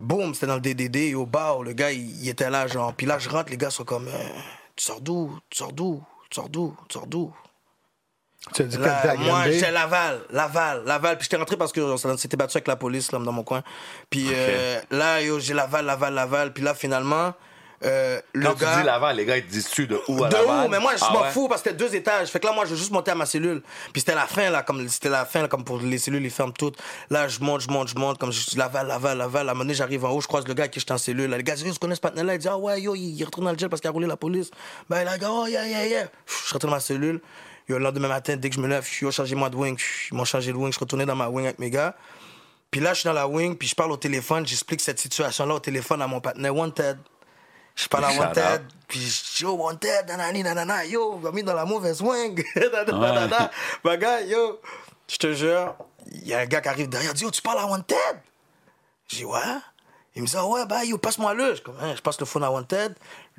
S2: boum, c'était dans le DDD, au bar, le gars, il, il était là, genre. Puis là, je rentre, les gars sont comme, euh, tu sors d'où, tu sors d'où, tu sors d'où, tu sors d'où.
S3: Tu as dit que
S2: Là,
S3: t'as
S2: moi,
S3: grindé.
S2: j'étais à Laval, Laval, Laval. Puis j'étais rentré parce que on s'était battu avec la police là, dans mon coin. Puis euh, là, yo, j'ai Laval, Laval, Laval. Puis là, finalement, euh, le
S4: Quand tu
S2: gars.
S4: dis Laval, les gars, ils te disent-tu de où à
S2: De
S4: Laval?
S2: où? Mais moi, je
S4: Ah
S2: m'en
S4: ouais?
S2: fous parce que c'était deux étages. Fait que là, moi, je veux juste monter à ma cellule. Puis c'était la fin, là, comme c'était la fin, là, comme pour les cellules, ils ferment toutes. Là, je monte, je monte, je monte, comme je suis Laval, Laval, Laval. À un moment donné, j'arrive en haut, je croise le gars qui est en cellule. Là, les gars, ils connaissent ce partenaire-là. Il dit, ah ouais, yo, il il retourne dans le gel parce qu'il a roulé la police. Ben, là, gars, oh, yeah, yeah, yeah. Pff, Je retourne dans ma cellule. Yo, le lendemain matin, dès que je me lève, yo, changez-moi de wing. Pff, Ils m'ont changé de wing. Je retournais dans ma wing avec mes gars. Puis là, je suis dans la wing, puis je parle au téléphone, j'explique cette situation-là au téléphone à mon partenaire Wanted. Je parle à
S4: Shout out.
S2: Wanted, puis je dis, yo, Wanted, nanani, nanana, yo, on m'a mis dans la mauvaise wing. <laughs> Nanana, nanana. Ma gars, yo, je te jure, il y a un gars qui arrive derrière, il dit, yo, tu parles à Wanted? J'ai dit, ouais. Il me dit, ah ouais, bah, yo, passe-moi le. Je, suis comme, Hein, je passe le phone à Wanted.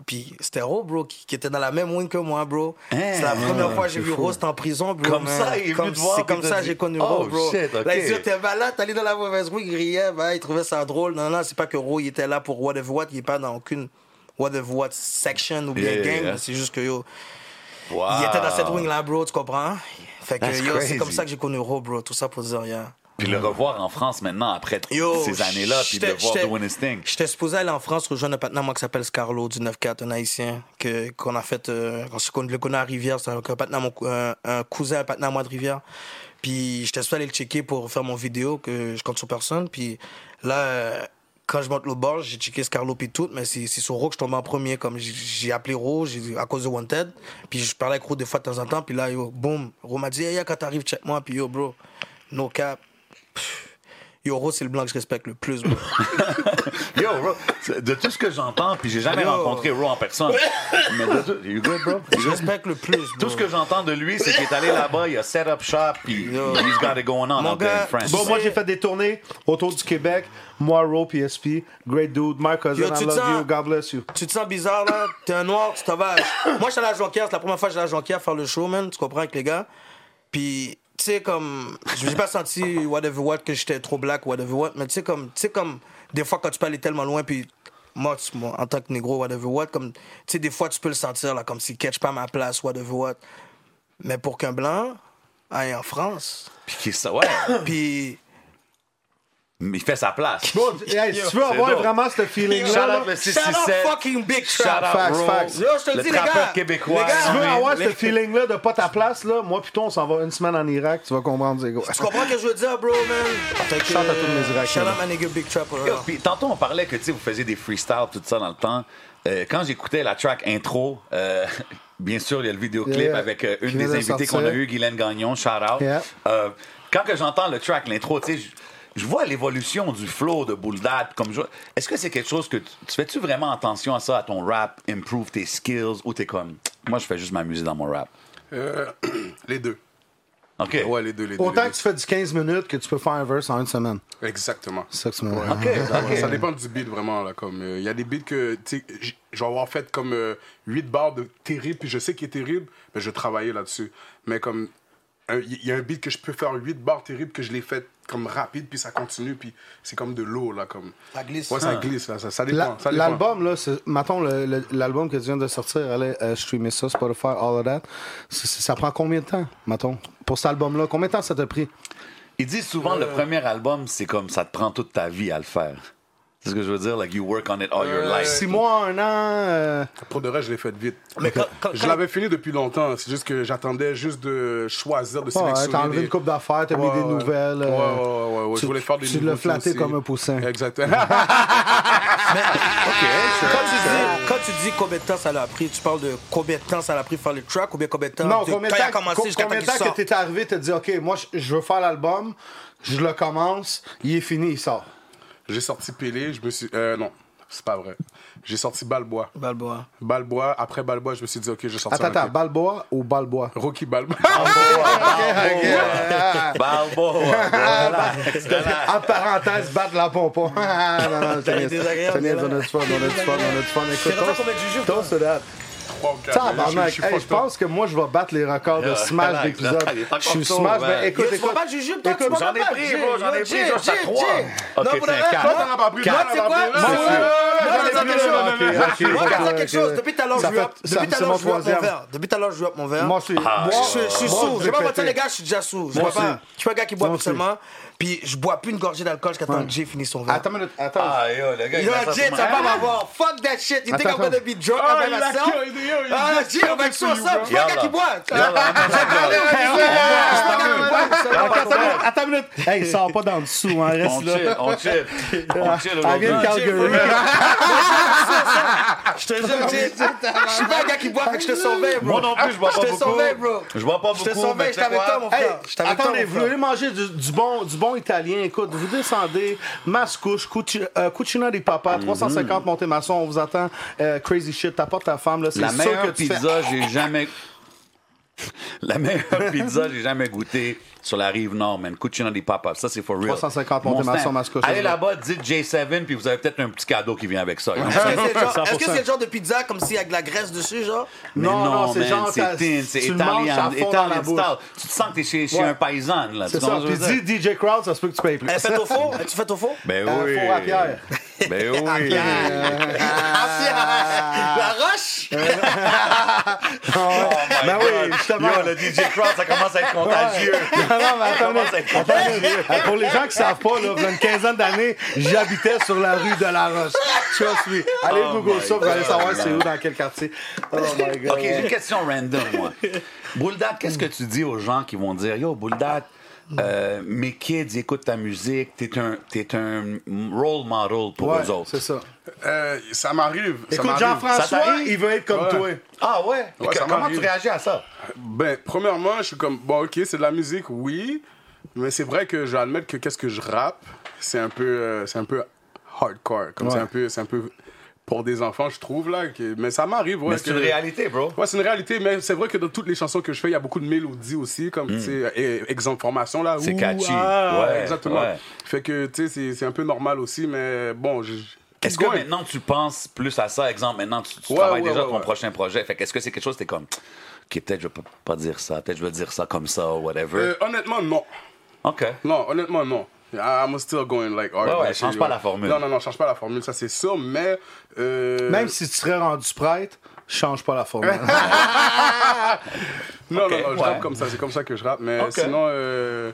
S2: Puis c'était Ro, bro, qui, qui était dans la même wing que moi, bro.
S4: Hein,
S2: c'est la première fois que j'ai vu Rost en prison, bro.
S4: Comme
S2: man.
S4: ça, il est
S2: Comme-
S4: venu te voir,
S2: C'est
S4: puis
S2: comme
S4: il t'a
S2: ça que
S4: dit,
S2: j'ai connu
S4: oh,
S2: Ro, bro.
S4: shit, ok.
S2: Là, il dit, t'es malade, t'allais dans la mauvaise rue, il riait, bah, il trouvait ça drôle. Non, non, c'est pas que Ro, il était là pour what if what, il est pas dans aucune what if what section ou bien
S4: Yeah, yeah,
S2: gang.
S4: yeah.
S2: C'est juste que yo,
S4: Wow.
S2: il était dans cette wing là, bro, tu comprends? Fait que
S4: That's
S2: yo, c'est
S4: crazy.
S2: comme ça que j'ai connu Ro, bro. Tout ça pour dire, yeah.
S4: Puis le revoir en France maintenant, après t-
S2: Yo,
S4: ces années-là, puis de le
S2: j'étais-
S4: voir
S2: j'étais-
S4: doing his thing.
S2: J'étais supposé aller en France rejoindre un partenaire moi, qui s'appelle Scarlo du 9-4, un haïtien, que- qu'on a fait, euh, qu'on se- qu'on le connaît à Rivière, c'est un, un partenaire, mon cou- un, un cousin, un partenaire à moi de Rivière. Puis j'étais supposé aller le checker pour faire mon vidéo, que je compte sur personne. Puis là, euh, quand je monte le bord, j'ai checké Scarlo puis tout, mais c'est c'est sur Ro que je tombais en premier, comme j'ai- j'ai appelé Ro j'ai dit, à cause de Wanted. Puis je parlais avec Ro des fois de temps en temps, puis là, yo, boum, Ro m'a dit, hey, yeah, quand t'arrives, check-moi, puis yo, bro, no cap. Yo, Ro, c'est le blanc que je respecte le plus, bro.
S4: Yo, bro, c'est- de tout ce que j'entends, puis j'ai jamais
S2: Yo.
S4: rencontré Ro en
S2: <laughs>
S4: personne. Mais de tout, you good, bro? You
S2: Je
S4: good?
S2: respecte le plus.
S4: Tout ce que j'entends de lui, c'est qu'il est allé là-bas, il a set up shop, puis
S2: Yo.
S4: he's got it going on
S2: Mon
S4: out there in
S2: gars,
S4: France.
S3: Bon, moi, j'ai fait des tournées autour du Québec. Moi, Ro, PSP. Great dude. My cousin,
S2: Yo, tu
S3: I
S2: te
S3: love
S2: sens-
S3: you. God bless you.
S2: Tu te sens bizarre là, t'es un noir, tu <coughs> t'avages. Moi j'étais allé à Jonquière, c'est la première fois que j'allais à Jonquière faire le show, man, tu comprends avec les gars. Puis, tu sais, comme, je n'ai pas senti whatever what que j'étais trop black, whatever what, mais tu sais, comme, tu sais, comme, des fois quand tu peux aller tellement loin, puis moi, tu- moi, en tant que négro, whatever what, comme, tu sais, des fois tu peux le sentir là, comme si catch pas ma place, whatever what. Mais pour qu'un blanc aille en France,
S4: Puis qu'il sa- ouais,
S2: puis.
S4: mais il fait sa place.
S3: <laughs> Bro, hey, si tu veux
S4: C'est
S3: avoir
S4: drôle.
S3: vraiment ce
S4: Shout
S3: feeling-là,
S4: out
S3: là,
S4: le
S2: Shout out
S4: 667.
S2: fucking Big
S4: Shout
S2: Trap.
S4: out
S3: Facts,
S4: Ro.
S3: facts.
S2: Yo, je te le dis, les
S4: trappeur
S2: gars.
S4: québécois.
S2: Les gars,
S3: tu veux
S4: man.
S3: avoir
S4: Les-
S3: ce feeling-là de pas ta place, là, moi, plutôt, on s'en va une semaine en Irak, tu vas comprendre, c'est quoi.
S2: Tu comprends ce que je veux dire, bro, man?
S3: Shout out à tous mes Irakiens.
S2: Shout out my nigga Big Trapper.
S4: Yo, puis tantôt, on parlait que tu sais, vous faisiez des freestyles, tout ça dans le temps. Euh, quand j'écoutais la track intro, euh, <laughs> bien sûr, il y a le vidéoclip
S3: Yeah.
S4: avec euh,
S3: Qui
S4: une
S3: vient
S4: des
S3: de
S4: invitées
S3: sortir.
S4: qu'on a eues, Guylaine Gagnon, shout out.
S3: Yeah.
S4: Euh, quand que j'entends le track, l'intro, tu sais, je- je vois l'évolution du flow de Bouldad. Comme je- Est-ce que c'est quelque chose que tu, tu fais-tu vraiment attention à ça, à ton rap, improve tes skills, ou t'es comme, moi, je fais juste m'amuser dans mon rap?
S6: Euh, <clears throat> les deux.
S4: OK.
S6: Ah Ouais, les deux, les deux.
S3: Autant
S6: les
S3: que tu fais du 15 minutes que tu peux faire un verse en une semaine.
S6: deux. Exactement.
S3: C'est ça que tu me
S6: Ouais, Ça dépend du beat vraiment là comme euh, il y a des beats que tu sais, j- je vais avoir fait comme 8 barres de terrible puis je sais qu'il est terrible mais je vais travailler là-dessus mais comme il y a un beat que je peux faire 8 barres terribles que je l'ai fait comme rapide puis ça continue puis c'est comme de l'eau là comme
S2: Ça glisse.
S6: ouais ça
S2: Ah.
S6: glisse là ça, ça dépend,
S3: La-
S6: ça dépend.
S3: L'album, là, c'est- mettons, le- le- l'album que tu viens de sortir, allez euh, streamer ça, Spotify, all of that. C'est- c'est- ça prend combien de temps, mettons, pour cet album-là? Combien de temps ça t'a pris?
S4: Ils disent souvent le premier album, c'est comme ça te prend toute ta vie à le faire. C'est ce que je veux dire, like you work on it all your life.
S3: Six mois, un an. <laughs> euh,
S6: pour de vrai je l'ai fait vite
S2: Mais quand- quand-
S6: je
S2: quand-
S6: l'avais fini depuis longtemps c'est juste que j'attendais juste de choisir de
S3: ouais,
S6: sélectionner
S3: t'as enlevé
S6: des-
S3: une coupe d'affaires, t'as
S6: Ouais,
S3: mis des
S6: ouais.
S3: nouvelles.
S6: ouais,
S3: euh,
S6: ouais, ouais, ouais,
S3: tu-
S6: je voulais faire des
S3: Tu l'as
S6: nouveaux
S3: flatté
S6: aussi.
S3: comme un poussin. <laughs>
S6: exactement
S2: Quand tu, dis, quand tu dis combien de temps ça l'a pris, tu parles de combien de temps ça l'a pris faire le track ou bien combien de temps
S3: Non,
S2: de-
S3: combien de
S2: quand il a
S3: temps,
S2: commencé
S3: co-
S2: jusqu'à temps
S3: combien de
S2: qu'il
S3: temps
S2: sorte.
S3: que t'es arrivé, t'as dit, OK, moi, je- je veux faire l'album, je le commence, il est fini, il sort.
S6: J'ai sorti Pélé, je me suis. Euh, non, c'est pas vrai. J'ai sorti Balboa.
S2: Balboa.
S6: Balboa, après Balboa, je me suis dit, ok, je sorti.
S3: Attends, Ah, attends, Balboa ou Balboa?
S6: Rocky Balboa. <laughs>
S4: Balboa. Bah,
S2: Ah,
S4: Voilà.
S3: En parenthèse, battre la pompon. Ah, non, non, c'est
S2: est désagréable,
S3: niaise,
S2: là.
S3: on a du fun, on a du fun, on a du fun. Écoute,
S2: rendu combien de jujubes,
S3: toast to that.
S6: Trois ou quatre.
S3: Tabarnak.
S6: Je- je suis
S3: Hey, Je
S6: fucked up.
S3: pense que moi, je vais battre les records de Smash
S4: relax,
S3: d'épisodes.
S4: relax, il est encore
S3: Je suis
S4: tôt,
S3: Smash,
S4: man.
S3: mais
S2: Yo,
S3: écoute,
S2: tu vois
S3: écoute.
S2: pas de jujube, toi, tu
S3: écoute,
S2: vois
S4: J'en ai
S2: pas de
S4: pris,
S2: jujube.
S4: bro, j'en ai
S2: Yo,
S4: pris,
S2: Jay,
S4: j'en ai
S2: Jay,
S4: trois.
S2: Jay.
S4: Ok,
S2: Non, pour de
S4: tiens,
S2: vrai,
S4: quatre.
S2: moi,
S4: Toi,
S6: t'en as pas pris,
S2: moi, tu
S6: toi,
S2: sais
S6: t'en as
S2: quoi?
S6: pas pris.
S2: Moi,
S6: Ouais,
S2: je- moi,
S6: ouais, ouais,
S3: ouais,
S2: je vais
S3: j'en ai
S2: dire quelque
S3: pris,
S2: chose.
S3: là, ok, ok, ok,
S2: Moi, je vais dire
S3: ok.
S2: quelque chose. Depuis tout à l'heure, je
S3: Ça
S2: lui hop-
S3: fait- ça-
S2: depuis tout à
S3: c'est
S2: l'heure,
S3: mon
S2: je lui hop mon
S3: troisième.
S2: verre. Depuis tout à l'heure, je lui hop mon verre.
S3: Moi, je suis.
S4: Ah,
S2: Je suis- je suis
S3: Moi, je
S2: sourd. Je vais pas
S3: vais
S2: mentir,
S3: péter.
S2: les gars, je suis déjà sourd. Je
S3: Moi
S2: bois pas.
S3: aussi.
S2: Je suis pas un gars qui boit
S3: Moi
S2: seulement. Puis je bois plus une gorgée d'alcool jusqu'à temps que Jay finisse son verre.
S3: Attends une minute, attends.
S4: Ah, yo, le gars, il
S2: Yo,
S4: met ça
S2: Jay,
S4: sur
S2: ça
S4: ma-
S2: va m'avoir. Fuck that shit. You think I'm
S3: Attends,
S2: gonna be drunk
S6: Ah,
S2: by
S6: il a
S2: myself?
S6: killed you, yo, il
S2: hein, Ah,
S6: just
S2: Jay, on va être sur
S6: killed you,
S2: ça. Je suis pas un
S4: bro.
S2: gars qui boit. Je
S4: Yo, là, on
S2: suis
S4: s'en va.
S2: pas un gars qui boit.
S3: Attends une minute, attends une minute. Hey, sors pas dans le dessous, hein,
S4: On
S3: reste là.
S4: chill, on chill. On chill
S3: Ah, viens de
S4: aujourd'hui.
S3: Calgary. <laughs>
S2: Je te jure, Jay, je suis pas un gars qui boit, fait que je te surveille, bro.
S4: Moi non plus, je bois pas
S2: Je te
S4: beaucoup.
S2: surveille, bro.
S4: Je bois pas
S2: Je te
S4: beaucoup, mais
S2: surveille,
S4: tu
S2: je
S4: sais
S2: t'avais
S4: quoi?
S2: toi, mon
S3: Hey,
S2: frère. Je t'avais toi,
S3: attendez,
S2: mon
S3: vous
S2: frère.
S3: voulez manger du, du bon, du bon italien. Écoute, vous descendez, Mascouche, euh, Cucina, des Papas,
S4: Mhm.
S3: 350 Montémasson, on vous attend. Euh, crazy shit, t'apportes ta femme, là, c'est
S4: La
S3: sûr
S4: meilleure
S3: que tu fais-
S4: pizza, j'ai jamais. <laughs> La
S2: <laughs>
S4: meilleure pizza que j'ai jamais goûtée sur la rive nord, man. Cucina di Papa. Ça, c'est for real.
S3: 350
S4: Mon
S3: Montemasson,
S4: stand.
S3: Mascotte.
S4: Allez là-bas, dites J7, puis vous avez peut-être un petit cadeau qui vient avec
S2: <laughs>
S4: ça.
S2: Est-ce que c'est le genre-
S3: 100%.
S2: est-ce que c'est le genre de pizza comme s'il y a de la graisse dessus, genre?
S4: Mais
S3: Non, non, c'est
S4: man,
S3: genre, t'as-
S4: c'est thin, c'est
S3: tu le manges à
S4: italien,
S3: fond dans la
S4: italien
S3: bouche.
S4: style. Tu te sens que t'es chez, chez
S3: Ouais.
S4: un paysan, là.
S3: C'est
S4: tu comprends
S3: ça.
S4: ce que
S3: Puis
S4: je veux dire?
S3: dis DJ Crowd, ça se peut que tu payes plus.
S2: Elle fait au four? tu fais au four?
S4: Ben
S3: Un
S4: oui.
S3: four à <laughs> Pierre.
S4: Ben <laughs> oui.
S2: La roche?
S3: <laughs> Ben oui, justement.
S4: Oh Yo, le DJ Crowd, ça commence à être contagieux.
S3: <laughs> Non, non, mais attends,
S4: Ça commence
S3: mais-
S4: à être contagieux.
S3: Euh, Pour les gens qui savent pas, là, il y a une quinzaine d'années, j'habitais sur la rue de la Roche. Trust me. Allez
S4: Oh
S3: Google
S4: my
S3: ça, vous allez
S4: God,
S3: savoir
S4: man.
S3: c'est où, dans quel quartier.
S4: <laughs>
S3: Oh my God.
S4: OK, j'ai une question random, moi. Bouldad, qu'est-ce que tu dis aux gens qui vont dire Yo, Bouldad, euh, mes kids ils écoutent ta musique, t'es un, t'es un role model pour
S3: Ouais,
S4: eux autres.
S3: c'est ça.
S6: Euh, ça m'arrive. ça
S3: Écoute,
S6: m'arrive.
S4: Ça
S3: Jean-François,
S4: t'arrive?
S3: il veut être comme
S6: Ouais.
S3: toi.
S4: Ah ouais?
S6: Ouais,
S4: Que-
S6: ça
S4: comment
S6: m'arrive.
S4: tu réagis à ça?
S6: Ben, premièrement, je suis comme, bon, ok, c'est de la musique, oui, mais c'est vrai que je vais admettre que qu'est-ce que je rappe, c'est un peu, euh, c'est un peu hardcore, comme c'est un peu, c'est un peu pour des enfants, je trouve là, que- mais ça m'arrive, ouais.
S4: Mais c'est
S6: que-
S4: une réalité, bro.
S6: Ouais, c'est une réalité, mais c'est vrai que dans toutes les chansons que je fais, il y a beaucoup de mélodies aussi, comme, tu sais, euh, exemple formation là.
S4: Hmm. C'est
S6: ouh,
S4: catchy.
S6: ah,
S4: Ouais,
S6: exactement.
S4: ouais.
S6: Fait que, tu sais, c'est- c'est un peu normal aussi, mais bon, je. keep
S4: Est-ce que
S6: going.
S4: maintenant tu penses plus à ça? Exemple, maintenant tu, tu
S6: Ouais,
S4: travailles
S6: ouais,
S4: déjà
S6: ouais,
S4: ton
S6: ouais.
S4: prochain projet. Fait que est-ce que c'est quelque chose que t'es comme. Ok, peut-être je peux pas dire ça, peut-être je veux dire ça comme ça, whatever.
S6: Euh, honnêtement, non.
S4: OK.
S6: Non, honnêtement, non. I'm still going like art.
S4: Ouais, ouais,
S6: Like,
S4: change
S6: shit,
S4: pas
S6: ouais.
S4: la formule.
S6: Non, non, non, change pas la formule, ça c'est sûr, mais. euh,
S3: Même si tu serais rendu prêtre, change pas la
S4: <laughs>
S3: formule.
S6: Non,
S4: Ok,
S6: non, non, je
S4: ouais.
S6: rappe comme ça, c'est comme ça que je rappe, mais
S4: Ok.
S6: sinon. euh,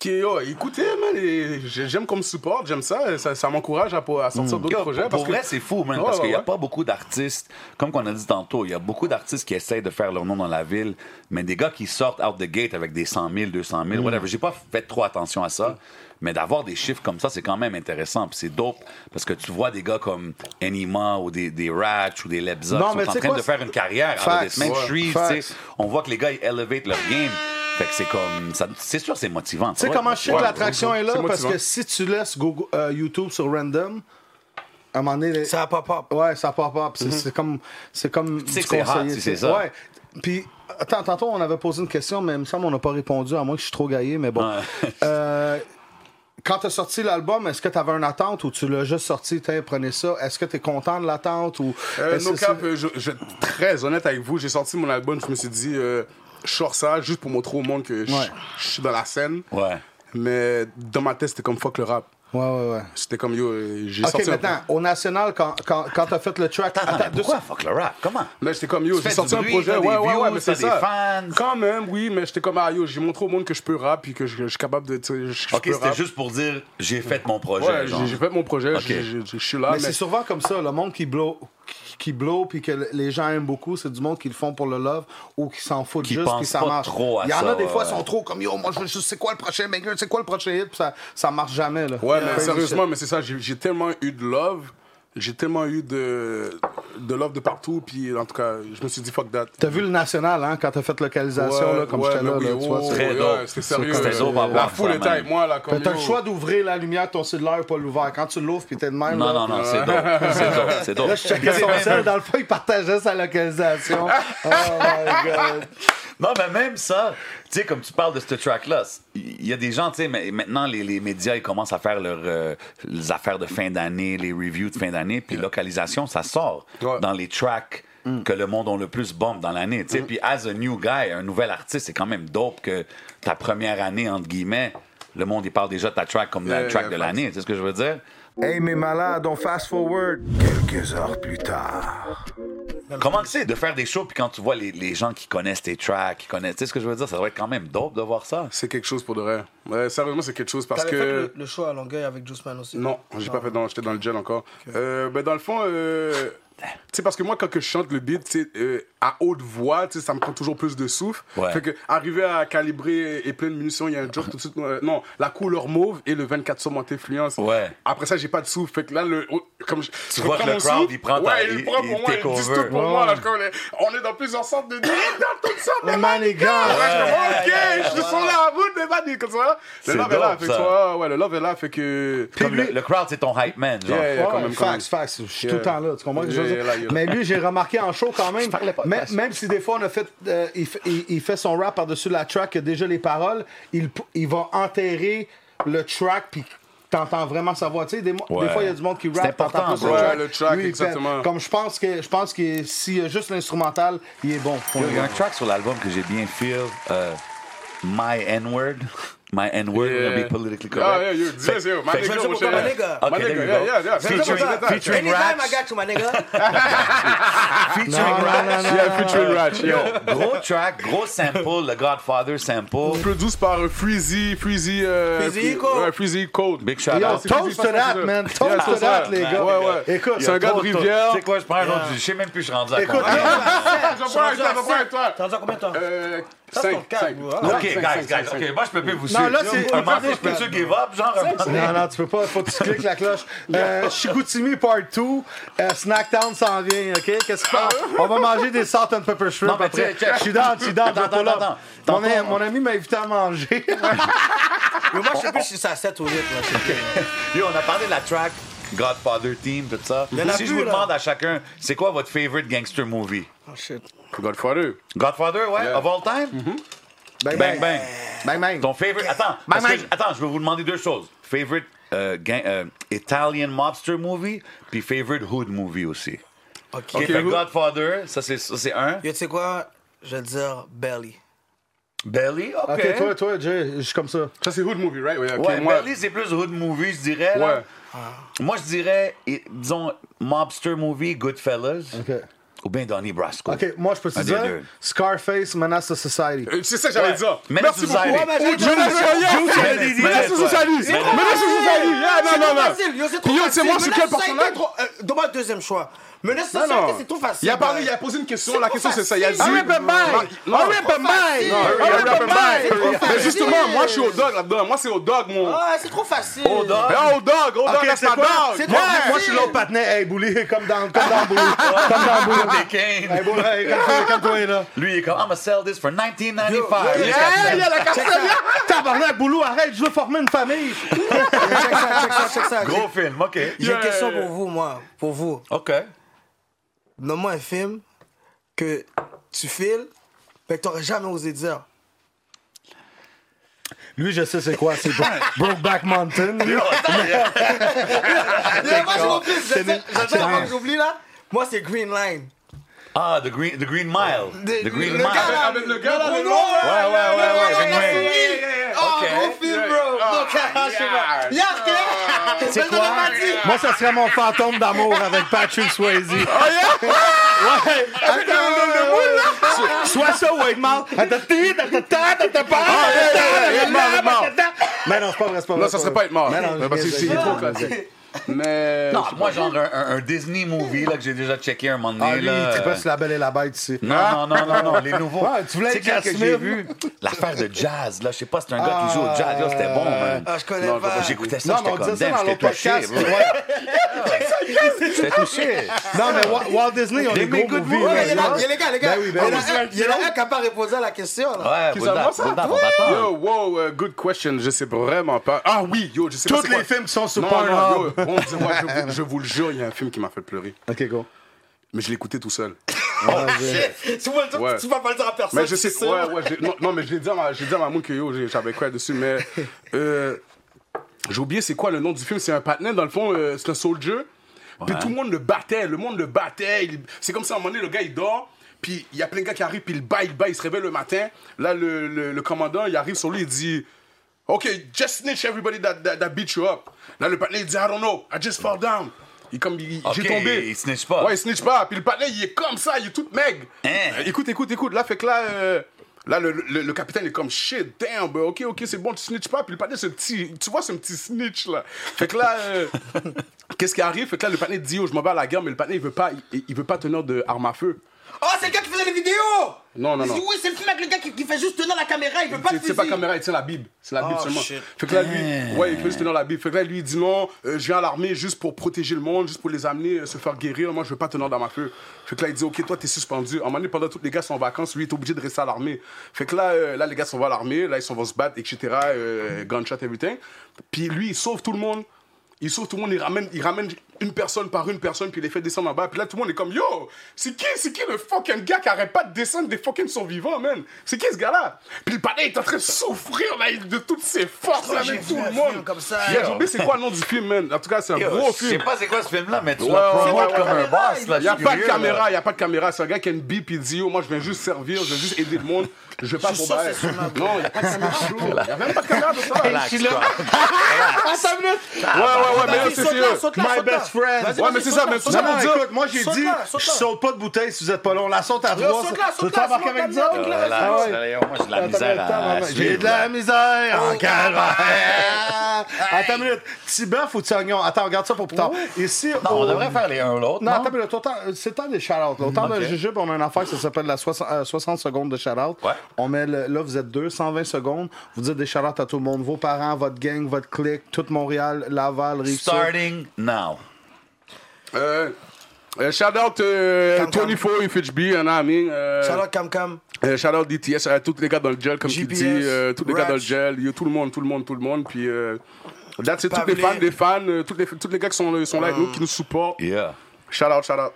S6: qui- oh, écoutez, man, et j'ai- j'aime comme support, j'aime ça, ça, ça m'encourage à, po- à sortir d'autres
S4: Hmm. Yo,
S6: projets.
S4: Mm. Pour
S6: parce que-
S4: vrai, c'est fou, man,
S6: Ouais,
S4: parce
S6: ouais,
S4: qu'il n'y a
S6: ouais.
S4: pas beaucoup d'artistes, comme qu'on a dit tantôt, il y a beaucoup d'artistes qui essayent de faire leur nom dans la ville, mais des gars qui sortent out the gate avec des 100 000, 200
S3: Mm.
S4: 000, whatever. J'ai pas fait trop attention à ça, mais d'avoir des chiffres comme ça, c'est quand même intéressant, puis c'est dope, parce que tu vois des gars comme Enima ou des, des Ratch ou des Lebza
S3: Non,
S4: qui sont
S3: mais
S4: en
S3: tu sais
S4: train
S3: quoi,
S4: de faire une carrière.
S3: Facts,
S4: avec même
S3: ouais,
S4: Shreeze,
S3: facts.
S4: tu sais, on voit que les gars, ils elevate leur game. Fait que c'est comme. ça- C'est sûr, c'est motivant.
S3: Tu sais comment je sais que l'attraction est là?
S6: C'est
S3: Parce
S6: motivant.
S3: que si tu laisses Google- euh, YouTube sur random, à un moment donné. les-
S2: Ça a pas pop.
S3: Ouais, ça part pas. Puis C'est c'est comme. C'est comme.
S4: Mhm.
S3: du
S4: sais que c'est hot,
S3: conseiller,
S4: si
S3: tu
S4: c'est
S3: sais.
S4: ça.
S3: Ouais. Puis, attends, tantôt, on avait posé une question, mais il me semble qu'on n'a pas répondu, à moins que je suis trop gaillé, mais bon.
S4: Ouais.
S3: Euh, quand t'as sorti l'album, est-ce que t'avais une attente ou tu l'as juste sorti, tiens, prenez ça? Est-ce que t'es content de l'attente ou.
S6: Euh,
S3: est-ce
S6: no
S3: que
S6: cap,
S3: c'est-
S6: euh, je, je vais être très honnête avec vous, j'ai sorti mon album, je me suis dit, euh, je sors ça juste pour montrer au monde que je
S3: Ouais.
S6: je suis dans la scène.
S4: Ouais.
S6: Mais dans ma tête, c'était comme fuck le rap.
S3: Ouais, ouais, ouais.
S6: C'était comme yo, euh, j'ai
S3: Ok,
S6: sorti. un-
S3: maintenant, au national, quand, quand, quand t'as fait le track.
S4: Attends, Ah, mais
S3: Attends, deux
S4: pourquoi fuck le rap? Comment?
S6: Là, j'étais comme yo,
S4: Tu
S6: j'ai
S4: fais
S6: sorti
S4: du
S6: un
S4: bruit,
S6: projet.
S4: t'as des
S6: Ouais, ouais,
S4: views,
S6: ouais, mais
S4: t'as
S6: c'est ça.
S4: des fans.
S6: Quand même, oui, mais j'étais comme ah yo, j'ai montré au monde que je peux rap puis que je, je suis capable de. tu sais, Je, je
S4: Ok,
S6: peux
S4: c'était
S6: rap.
S4: juste pour dire j'ai fait mon projet.
S6: Ouais,
S4: genre.
S6: j'ai j'ai fait mon projet,
S4: Ok.
S6: j'ai- j'ai- je suis là.
S4: Ah,
S3: mais
S6: mais-
S3: c'est souvent comme ça, le monde qui blow, qui- qui blow puis que les gens aiment beaucoup, c'est du monde qui le font pour le love ou qui s'en foutent
S4: Qui
S3: juste
S4: pensent
S3: puis ça
S4: pas
S3: marche.
S4: trop à
S3: Il y en
S4: ça,
S3: a des fois
S4: ouais.
S3: qui sont trop comme yo, moi je veux juste c'est quoi le prochain banger, c'est quoi le prochain hit, puis ça ça marche jamais là.
S6: Ouais,
S3: Crazy
S6: mais sérieusement,
S3: shit.
S6: mais c'est ça, j'ai j'ai tellement eu de love, j'ai tellement eu de, de love de partout, puis en tout cas, je me suis dit fuck that.
S3: T'as vu le national hein quand t'as fait localisation là comme j'étais
S6: mais
S3: là,
S6: oui,
S3: là, tu vois.
S6: oh,
S3: c'est-
S4: Très
S6: ouais,
S4: dope.
S6: C'était sérieux.
S4: C'était dope à
S6: La
S4: voir,
S6: foule
S4: ça,
S6: était
S4: man.
S6: avec moi, là,
S3: Mais
S6: comme
S3: T'as le
S6: yo.
S3: choix d'ouvrir la lumière de ton cellulaire ou pas l'ouvrir. Quand tu l'ouvres puis t'es de même.
S4: Non,
S3: là,
S4: non, non, c'est dope. C'est dope, c'est dope.
S3: Là, je checkais
S4: <laughs>
S3: son sel. Dans le fond, il partageait sa localisation. Oh my god.
S4: Non, mais même ça, tu sais, comme tu parles de ce track-là, c- il y a des gens, tu sais, mais maintenant, les, les médias, ils commencent à faire leurs euh, les affaires de fin d'année, les reviews de fin d'année, puis localisation, ça sort
S6: Ouais. Mm.
S4: dans les tracks que le monde ont le plus bombe dans l'année, tu sais. Puis, as a new guy, un nouvel artiste, c'est quand même dope que ta première année, entre guillemets, le monde, il parle déjà de ta track comme la
S6: Yeah,
S4: track de
S6: yeah, facts.
S4: l'année, tu sais ce que je veux dire?
S9: Hey mes malades, on fast forward. Quelques heures plus tard.
S4: Comment c'est de faire des shows, puis quand tu vois les, les gens qui connaissent tes tracks, qui connaissent, tu sais ce que je veux dire, ça doit être quand même dope de voir ça.
S6: C'est quelque chose pour de vrai. Ouais, sérieusement, c'est quelque chose parce
S2: T'avais fait le,
S6: que.
S2: le show à Longueuil avec Juice Man aussi.
S6: Non, j'ai pas fait. Non, j'étais dans le gel encore. Euh, ben, dans le fond,
S4: <laughs>
S6: euh, tu sais, parce que moi, quand que je chante le beat, tu sais, euh, à haute voix, tu sais, ça me prend toujours plus de souffle.
S4: Ouais.
S6: Fait que arriver à calibrer et plein de munitions, il y a un joke tout de suite. euh, non, la couleur mauve et le 24 sur mon influence.
S4: Ouais.
S6: Après ça, j'ai pas de souffle. Fait que là, le, oh, comme je, je
S4: vois que
S6: reprends
S4: le
S6: mon
S4: crowd,
S6: souffle.
S4: il prend ta-
S6: ouais,
S4: il-
S6: il prend pour
S4: il
S6: moi,
S4: take
S6: il dit
S4: over.
S6: tout pour moi. là, je comme, on est dans plusieurs sortes de dans
S4: <laughs>
S6: toutes sortes de
S3: Oh my god.
S6: Ouais, je suis comme, ok, je suis là, vous ne pas dire comme ça. Le
S4: C'est
S6: love est là,
S4: dope,
S6: fait que
S4: ça.
S6: tu vois, ouais, le love est là, fait que.
S4: Comme le, le crowd, c'est ton hype man, genre.
S6: Yeah, yeah,
S3: Ouais,
S6: quand même, quand
S3: facts, facts. Je suis tout le temps là. Tu comprends ce que je veux
S6: Yeah,
S3: dire?
S6: yeah, là, il y a- <laughs>
S3: Mais lui, j'ai remarqué en show quand même.
S4: parlais pas de
S3: Même, même si des fois, on a fait, euh, il, f- il- il fait son rap par-dessus la track, il y a déjà les paroles, il, p- il va enterrer le track, puis t'entends vraiment sa voix. Tu sais, des, mo-
S4: Ouais.
S3: des fois, il y a du monde qui
S4: C'est
S3: rappe,
S4: important,
S3: t'entends pas
S6: ouais,
S3: sa voix.
S6: le track,
S3: Lui, il fait-
S6: exactement.
S3: Comme je pense que je pense que s'il y a juste l'instrumental, il est bon.
S4: Il y a un track sur l'album que j'ai bien feel, euh, My N-Word. My N-Word,
S6: Yeah. Ah,
S4: gonna be politically correct.
S6: Yeah, yeah, you- yes, yeah, my
S4: fait-
S6: nigga,
S2: Fais-le pour
S6: oh,
S2: toi,
S6: shit.
S2: my nigga.
S4: Okay,
S6: My
S4: there
S6: nigga,
S4: you
S6: yeah,
S4: go.
S6: yeah, yeah.
S2: Fais-le pour toi.
S4: Featuring- featuring
S2: Anytime I
S4: raps.
S2: got you, my nigga.
S6: <laughs>
S4: Featuring
S3: non,
S4: Ratch.
S3: non, non,
S6: Yeah, featuring Ratch, yeah.
S4: Gros track, gros sample, le Godfather sample.
S6: Produit par euh, Freezy, Freezy, euh,
S2: Freezy E
S6: Free-
S2: Code.
S6: ouais, Freezy E Code.
S4: Big shout
S3: Yo,
S4: out.
S6: c'est
S3: toast
S6: Freezy,
S3: to that,
S6: c'est ça.
S3: man.
S6: Yeah,
S3: Toast
S6: c'est
S3: to
S6: ça.
S3: that, les gars.
S6: Ouais, ouais.
S3: Écoute,
S6: c'est un gars de
S4: Gros-
S6: Rivière.
S4: Tu
S6: <laughs>
S4: sais quoi, je prends un autre. Je sais même plus, je suis rendu à
S3: Écoute,
S4: combien.
S6: J'en prends un, j'en prends un, toi.
S2: T'en as combien, toi?
S6: Euh,
S2: Ça, c'est ton
S6: cinq,
S2: cas,
S6: cinq.
S2: bro, hein?
S6: Non,
S4: Ah, Ok,
S6: cinq,
S4: guys,
S6: cinq,
S4: guys,
S6: cinq,
S4: ok,
S6: cinq.
S4: moi je peux plus vous
S3: Non,
S4: suivre.
S3: là, c'est-
S4: Un moment donné, je peux-tu give up, genre un moment donné?
S3: Non, non, tu peux pas. Faut que tu cliques la cloche. Euh, Chicoutimi Part 2. Euh, Snacktown s'en vient, OK? Qu'est-ce que tu penses? On va manger des salt and pepper shrimp
S4: Non, mais
S3: après.
S4: tu sais, check.
S3: Je suis dans, je suis dans, dans
S4: Attends,
S3: ton
S4: attends, attends.
S3: Mon, ami-
S4: Tantôt,
S3: mon ami m'a invité à manger.
S2: Mais moi, je sais
S6: Oh.
S2: plus si c'est à 7 ou 8. Là, je sais plus.
S4: Yo, on a parlé de la track Godfather Team, tout ça.
S2: Il y en a
S4: Si je
S2: plus,
S4: vous
S2: là.
S4: demande à chacun, c'est quoi votre favorite gangster movie?
S2: Oh, shit.
S6: Godfather.
S4: Godfather, ouais,
S6: Yeah.
S4: of all time?
S2: Mm-hmm.
S3: Bang,
S2: Ben,
S4: Bang, bang.
S2: euh,
S3: Bang, bang.
S4: Ton favorite. Attends, parce que- attends, je vais vous demander deux choses. Favorite euh, gang- euh, Italian mobster movie, puis favorite hood movie aussi.
S2: OK.
S4: Ok,
S2: Yo,
S4: fait Godfather, ça c'est ça, c'est un.
S2: tu sais quoi? Je vais dire Belly.
S4: Belly, ok.
S3: OK, toi, toi, Jay, je suis comme ça.
S6: Ça, c'est Hood Movie, right? Ouais, ok,
S4: Ouais,
S6: moi-
S4: Belly, c'est plus hood movie, je dirais. là.
S6: Ouais.
S4: Moi, je dirais, et- disons, mobster movie, Goodfellas,
S3: OK.
S4: ou bien Donnie Brasco.
S3: OK, moi, je peux te
S4: Un des
S3: dire
S4: deux.
S3: Scarface, Menace to Society.
S6: Euh, C'est ça que j'allais dire.
S4: Menace
S6: Merci beaucoup.
S4: Society.
S6: Ouais, mais j'ai- Menace Society. Menace Society. Menace Society. Yeah, Ah, non,
S2: C'est
S6: non,
S2: trop
S6: non.
S2: facile, yo, c'est trop
S6: Puis yo, tu sais,
S2: facile.
S6: moi, c'est quel
S2: Menace Society,
S6: personnage?
S2: trop- euh, Donne-moi le deuxième choix. Menace
S6: Non,
S2: Society,
S6: non.
S2: c'est trop facile.
S6: Il a parlé,
S2: bro.
S6: il a posé une question.
S2: C'est
S6: La
S2: trop
S6: question, c'est ça. Il
S2: facile.
S6: a dit.
S2: I
S6: Non, non. Hurry up and buy.
S2: Hurry up and buy.
S6: Ah Mais justement, moi, je suis au dog là-dedans. Moi, c'est au dog, mon.
S2: Ah, c'est trop facile.
S4: Au dog.
S6: Ben, au dog, au dog,
S3: Ok,
S6: that's
S3: c'est
S6: my
S3: quoi?
S6: dog.
S2: C'est
S3: Moi,
S2: trop facile.
S3: moi, je suis l'autre patinet. Hey, Bouli, comme dans, comme dans
S4: <laughs>
S3: Bouli. comme dans Bouli.
S4: Des Kane.
S3: Ah, Hey, Bouli, hey, calme-toi, calme-toi, là.
S4: Ah, Lui, il est comme, I'm gonna sell this for 1995.
S6: Yeah, yeah, yeah, la carte.
S3: Tabarnak, Boulou, arrête, je veux former une famille.
S2: Check ça, check ça, check ça.
S4: Gros film, OK.
S2: J'ai j'ai une question pour vous, moi. Pour vous.
S4: OK.
S2: Nomme-moi un film que tu files, mais que t'aurais jamais osé dire.
S3: Lui, je sais c'est quoi, c'est Brokeback Mountain. lui.
S2: Mais Eh, moi, je m'oublie, je
S3: C'est
S2: sais,
S3: né-
S2: je sais,
S3: Ah,
S2: moi, j'oublie là. Moi, c'est Green Line.
S4: Ah, The Green, the green Mile.
S3: Oh.
S4: The Green Mile.
S2: le gars, là,
S6: Avec le gars, là,
S2: gros
S6: le
S2: noir,
S6: noir,
S2: là,
S4: ouais, ouais,
S2: le
S4: ouais,
S2: noir,
S4: ouais,
S2: là,
S4: Green
S2: la
S4: Line.
S2: souris. Oh,
S4: Ok.
S2: gros film, bro.
S6: Ah,
S2: Donc, ah, je sais pas.
S6: yeah.
S2: Yark, hein. Mais
S3: Quoi?
S2: t'aurais pas dit.
S3: Moi, ça serait mon fantôme d'amour avec Patrick Swayze. Oh Ouais! Avec un de là! Soit ça ou Eggman.
S2: Ah,
S3: Mais non, c'est pas vrai, c'est pas vrai.
S6: Non, ça serait pas être mort.
S3: Mais non, je
S6: Parce que
S3: viens
S6: c'est
S3: de-
S6: trop classique.
S3: <laughs>
S6: Mais.
S4: Non, moi, genre un, un- un Disney movie là, que j'ai déjà checké un moment donné.
S3: Ah, lui,
S4: là,
S3: il
S4: euh,
S3: tripait sur la belle et la bête ici.
S4: Non, non, non, non, non, les nouveaux.
S3: Ouais, tu voulais
S4: sais
S3: être
S4: quel que j'ai
S3: Jasmine.
S4: vu l'affaire de jazz, là, je sais pas, c'est un gars qui joue au jazz, là, c'était bon, man.
S2: Ah, je connais
S6: Non, je
S2: pas.
S4: J'écoutais ça,
S3: Non, mais
S4: j'étais
S3: on
S4: comme
S3: disait ça
S4: damn,
S3: dans
S4: j'étais
S3: l'autre
S4: touché.
S3: podcast.
S4: bro. J'étais touché.
S3: Non, mais Wa- Walt Disney, on
S4: Des
S3: est
S4: mégots
S3: gros
S4: de
S3: movies.
S4: movies,
S2: Ouais,
S3: là,
S2: il y en a-
S3: là.
S2: il y a les gars, les gars.
S3: Ben oui,
S2: Il y
S3: ben
S2: en
S3: oui.
S2: a un- il y en a un qui a pas répondu à la question. là.
S4: Ouais,
S6: Qui
S4: Bouddha,
S6: s'envoie ça?
S4: Bouddha, Bouddha.
S6: Yo, wow, euh, good question. Je sais vraiment pas. Ah oui, yo, je sais pas.
S3: Tous
S6: c'est
S3: les
S6: quoi.
S3: films qui sont sur
S6: Non, non,
S3: Pornhub.
S6: yo, bon, c'est moi, je, vous- je vous le jure, il y a un film qui m'a fait pleurer.
S3: Ok, go.
S6: Mais je l'écoutais tout seul.
S2: Tu vois, tu-
S6: Ouais.
S2: tu vas pas le dire à personne.
S6: Mais je
S2: tu
S6: sais.
S2: sais.
S6: Ouais, ouais, j'ai- non, non, mais je l'ai dit à ma, j'ai dit à ma moune que yo, j'ai- j'avais quoi dessus, mais. euh, j'ai oublié c'est quoi le nom du film. C'est un patinet, dans le fond, euh, c'est un soldier. Puis tout le monde le battait, le monde le battait. il- C'est comme ça, à un moment donné, le gars, il dort. Puis il y a plein de gars qui arrivent, puis il bat, il bat, il se réveille le matin. Là, le, le- le commandant, il arrive sur lui, il dit. OK, just snitch everybody that, that, that beat you up. Là, le patinet, il dit, I don't know, I just fall down. Il, comme, il-
S4: Ok,
S6: j'ai tombé.
S4: il snitch pas.
S6: Ouais, il snitch pas. Puis le patinet, il est comme ça, il est tout maigre. Euh,
S4: Hein?
S6: Écoute, écoute, écoute. Là, fait que là, euh, là le, le- le capitaine est comme shit, damn, bro. ok, ok, c'est bon, tu snitches pas. Puis le panier, ce petit, tu vois, ce petit snitch là. Fait que là,
S2: <laughs>
S6: euh, qu'est-ce qui arrive? Fait que là, le panier dit, oh, je m'en vais à la guerre, mais le panier, il veut pas, il, il veut pas tenir de arme à feu.
S2: Oh, c'est le gars qui faisait les vidéos.
S6: Non, non, non.
S2: Oui, c'est le film avec le gars qui qui fait juste tenir la caméra. Il veut pas
S6: C'est
S2: de
S6: c'est pas
S2: fusil.
S6: caméra, il tient la Bible. C'est la Bible
S2: Oh,
S6: seulement.
S2: shit.
S6: Fait que là, lui, ouais, il fait juste tenir la Bible. Fait que là, lui, il dit non, euh, je viens à l'armée juste pour protéger le monde, juste pour les amener euh, se faire guérir. Moi, je veux pas tenir dans ma feu. Fait que là, il dit, OK, toi, t'es suspendu. À un moment donné, pendant que tous les gars sont en vacances, lui, il est obligé de rester à l'armée. Fait que là, euh, là les gars sont à l'armée, là, ils sont vont se battre, etc. Euh, gunshot, everything. Puis lui, il sauve tout le monde. Il sauve tout le monde, il ramène, il ramène une personne par une personne, puis il les fait descendre en bas. Puis là, tout le monde est comme Yo, c'est qui, c'est qui le fucking gars qui arrête pas de descendre des fucking survivants, man C'est qui ce gars-là Puis le panel est en train de souffrir là, de toutes ses forces là,
S2: J'ai
S6: avec
S2: vu
S6: tout
S2: un
S6: le
S2: film
S6: monde.
S2: comme ça.
S6: J'ai oublié c'est quoi le nom du film, man En tout cas, c'est un
S4: Yo,
S6: gros
S4: Je sais
S6: film.
S4: pas c'est quoi ce film-là, mais tu
S6: Ouais,
S4: vas
S6: ouais,
S4: promote
S6: ouais,
S4: comme
S2: ouais.
S4: un boss. là,
S6: Il n'y a
S4: je suis
S6: pas de
S4: curieux,
S6: caméra, il
S4: là.
S6: n'y a pas de caméra. C'est un gars qui a une bip, il dit Yo, moi je viens juste servir, je viens juste aider le monde, je vais pas
S2: Je suis sûr
S6: pour
S2: que
S6: bail.
S2: c'est sur ma-
S6: Non, il n'y a pas de caméra, bro. Il n'y a même pas de caméra pour ça.
S4: Relax, quoi.
S6: Ouais, ouais, ouais, mais là,
S2: Vas-y,
S6: c'est
S2: saute là,
S6: sérieux.
S2: saute là,
S3: My
S2: saute là.
S3: best friend.
S2: Vas-y,
S6: Ouais,
S2: vas-y,
S6: mais c'est
S2: saute
S6: ça,
S2: là,
S6: mais
S2: saute
S6: tout le
S2: là.
S6: monde
S3: Non,
S6: dit-
S3: écoute, moi j'ai
S2: Saute
S3: dit,
S2: là, saute
S3: je
S2: là.
S3: saute pas de bouteille si vous êtes pas long. On la saute à
S2: Yo,
S3: trois.
S2: saute là,
S3: Tu veux
S2: saute là,
S3: t'embarquer
S2: saute
S3: avec nous
S2: là,
S3: autres?
S2: saute
S4: Euh,
S2: là.
S4: là,
S3: Ah ouais.
S4: sérieux, Moi, j'ai de la
S3: Attends,
S4: misère
S3: attends,
S4: à
S3: maman.
S4: suivre, Oh,
S3: J'ai de la
S4: là.
S3: misère en calvaire. Attends une minute. Petit bœuf ou petit oignon? Attends, regarde ça pour plus tard. Ici,
S4: Non,
S3: au-
S4: on devrait faire les uns l'autre.
S3: Non,
S4: Non,
S3: attends, mais euh, c'est temps des shout-outs. là. Autant de
S4: ok.
S3: Jujube, on a une affaire qui s'appelle la 60, euh, 60 secondes de shout-out.
S4: Ouais.
S3: On met le- là, vous êtes deux, 120 secondes. Vous dites des shout-outs à tout le monde. Vos parents, votre gang, votre clique, toute Montréal, Laval, Rive-Sud.
S4: Starting now.
S6: Euh, euh, shout out euh,
S2: Cam, cam.
S6: 24 FHB, you know what I mean? Euh,
S2: Shout out Cam Cam.
S6: euh, shout out DTS, euh, tous les gars dans le gel, comme tu
S2: GPS,
S6: dis, euh, tous les gars dans le
S2: Ratch.
S6: gel, yo, tout le monde, tout le monde, tout le monde. Puis, euh, là, c'est tous
S2: Pavlé.
S6: les fans, des fans, euh, tous les, tous les gars qui sont, sont là
S3: Ah.
S6: avec nous, qui nous supportent.
S4: Yeah.
S6: Shout out, shout out.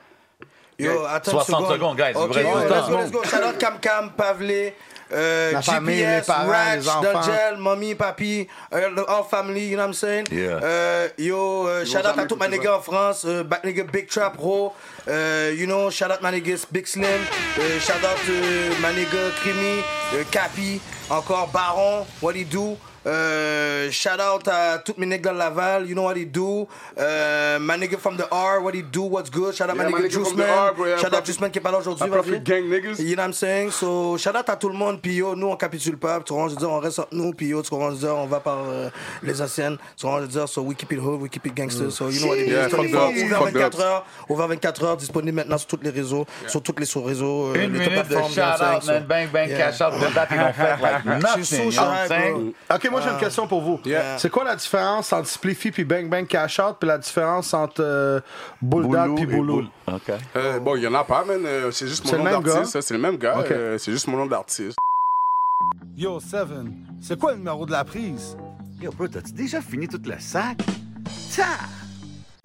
S2: Yo, attends
S4: 60
S2: une seconde.
S4: secondes, guys, vous
S2: Ok,
S4: aurez
S2: yo,
S4: du
S2: let's
S4: temps.
S2: go, let's go. Shout out Cam Cam, Pavlé, euh,
S3: La
S2: GPS,
S3: famille, les parents,
S2: Ratch,
S3: les enfants.
S2: Dungel, Mommy, Papi, euh, the all family, you know what I'm saying?
S4: Yeah.
S2: Euh, yo, euh, shout out
S6: jamais
S2: à tout ma
S6: couper
S2: nigga en France, euh, ba- nigga Big Trap, Ro, euh, you know, shout out ma nigga Big Slim, euh, shout out euh, ma nigga Crimi, euh, Capi, encore Baron, what he do? Euh, shout out à toutes mes niggas de Laval, you know what he do. Euh, my nigga from the R, what he do, what's good. Shout out
S6: Yeah,
S2: my
S6: my
S2: nigga
S6: nigga from
S2: Juice
S6: the
S2: Man.
S6: R, bro, yeah,
S2: shout out
S6: Papi.
S2: Juice Man qui est pas là aujourd'hui.
S6: I Papi
S2: vas-y.
S6: gang niggas.
S2: You know what I'm saying? So, shout out à tout le monde. Puis yo, nous on capitule pas. Tu comprends, je veux dire, on reste entre nous. Puis yo, tu comprends, je veux dire, on va par euh, les anciennes. Tu comprends, je veux dire, so we keep it hood, we keep it gangster. So, you know what it is.
S6: Yeah, fuck the ups,
S2: Ouvert
S6: fuck the
S2: 24 heures, ouvert 24 heures, disponible maintenant sur tous les réseaux, sur toutes les sous-réseaux. euh,
S4: Une
S2: les
S4: minute de
S2: plateformes, you know what I'm
S4: shout-out,
S2: saying,
S4: man.
S2: so.
S4: Bang, bang,
S2: Yeah.
S4: cash out. De date, ils l'ont fait like
S2: Je suis
S4: nothing.
S2: sous
S4: you know what I'm
S2: shy,
S4: saying?
S2: bro.
S3: OK, moi, j'ai une question pour vous.
S2: Yeah.
S3: C'est quoi la différence entre Spliffy puis Bang Bang Cash Out puis la différence entre euh, Bulldog puis Boulou?
S4: OK.
S6: Euh, bon, il y en a pas, man. euh, c'est juste
S3: C'est
S6: mon
S3: le
S6: nom
S3: même
S6: d'artiste.
S3: gars?
S6: ça, C'est le même gars.
S3: Ok.
S6: euh, c'est juste mon nom d'artiste.
S9: Yo, Seven, c'est quoi le numéro de la prise?
S7: Yo, bro, t'as-tu déjà fini toute la sac?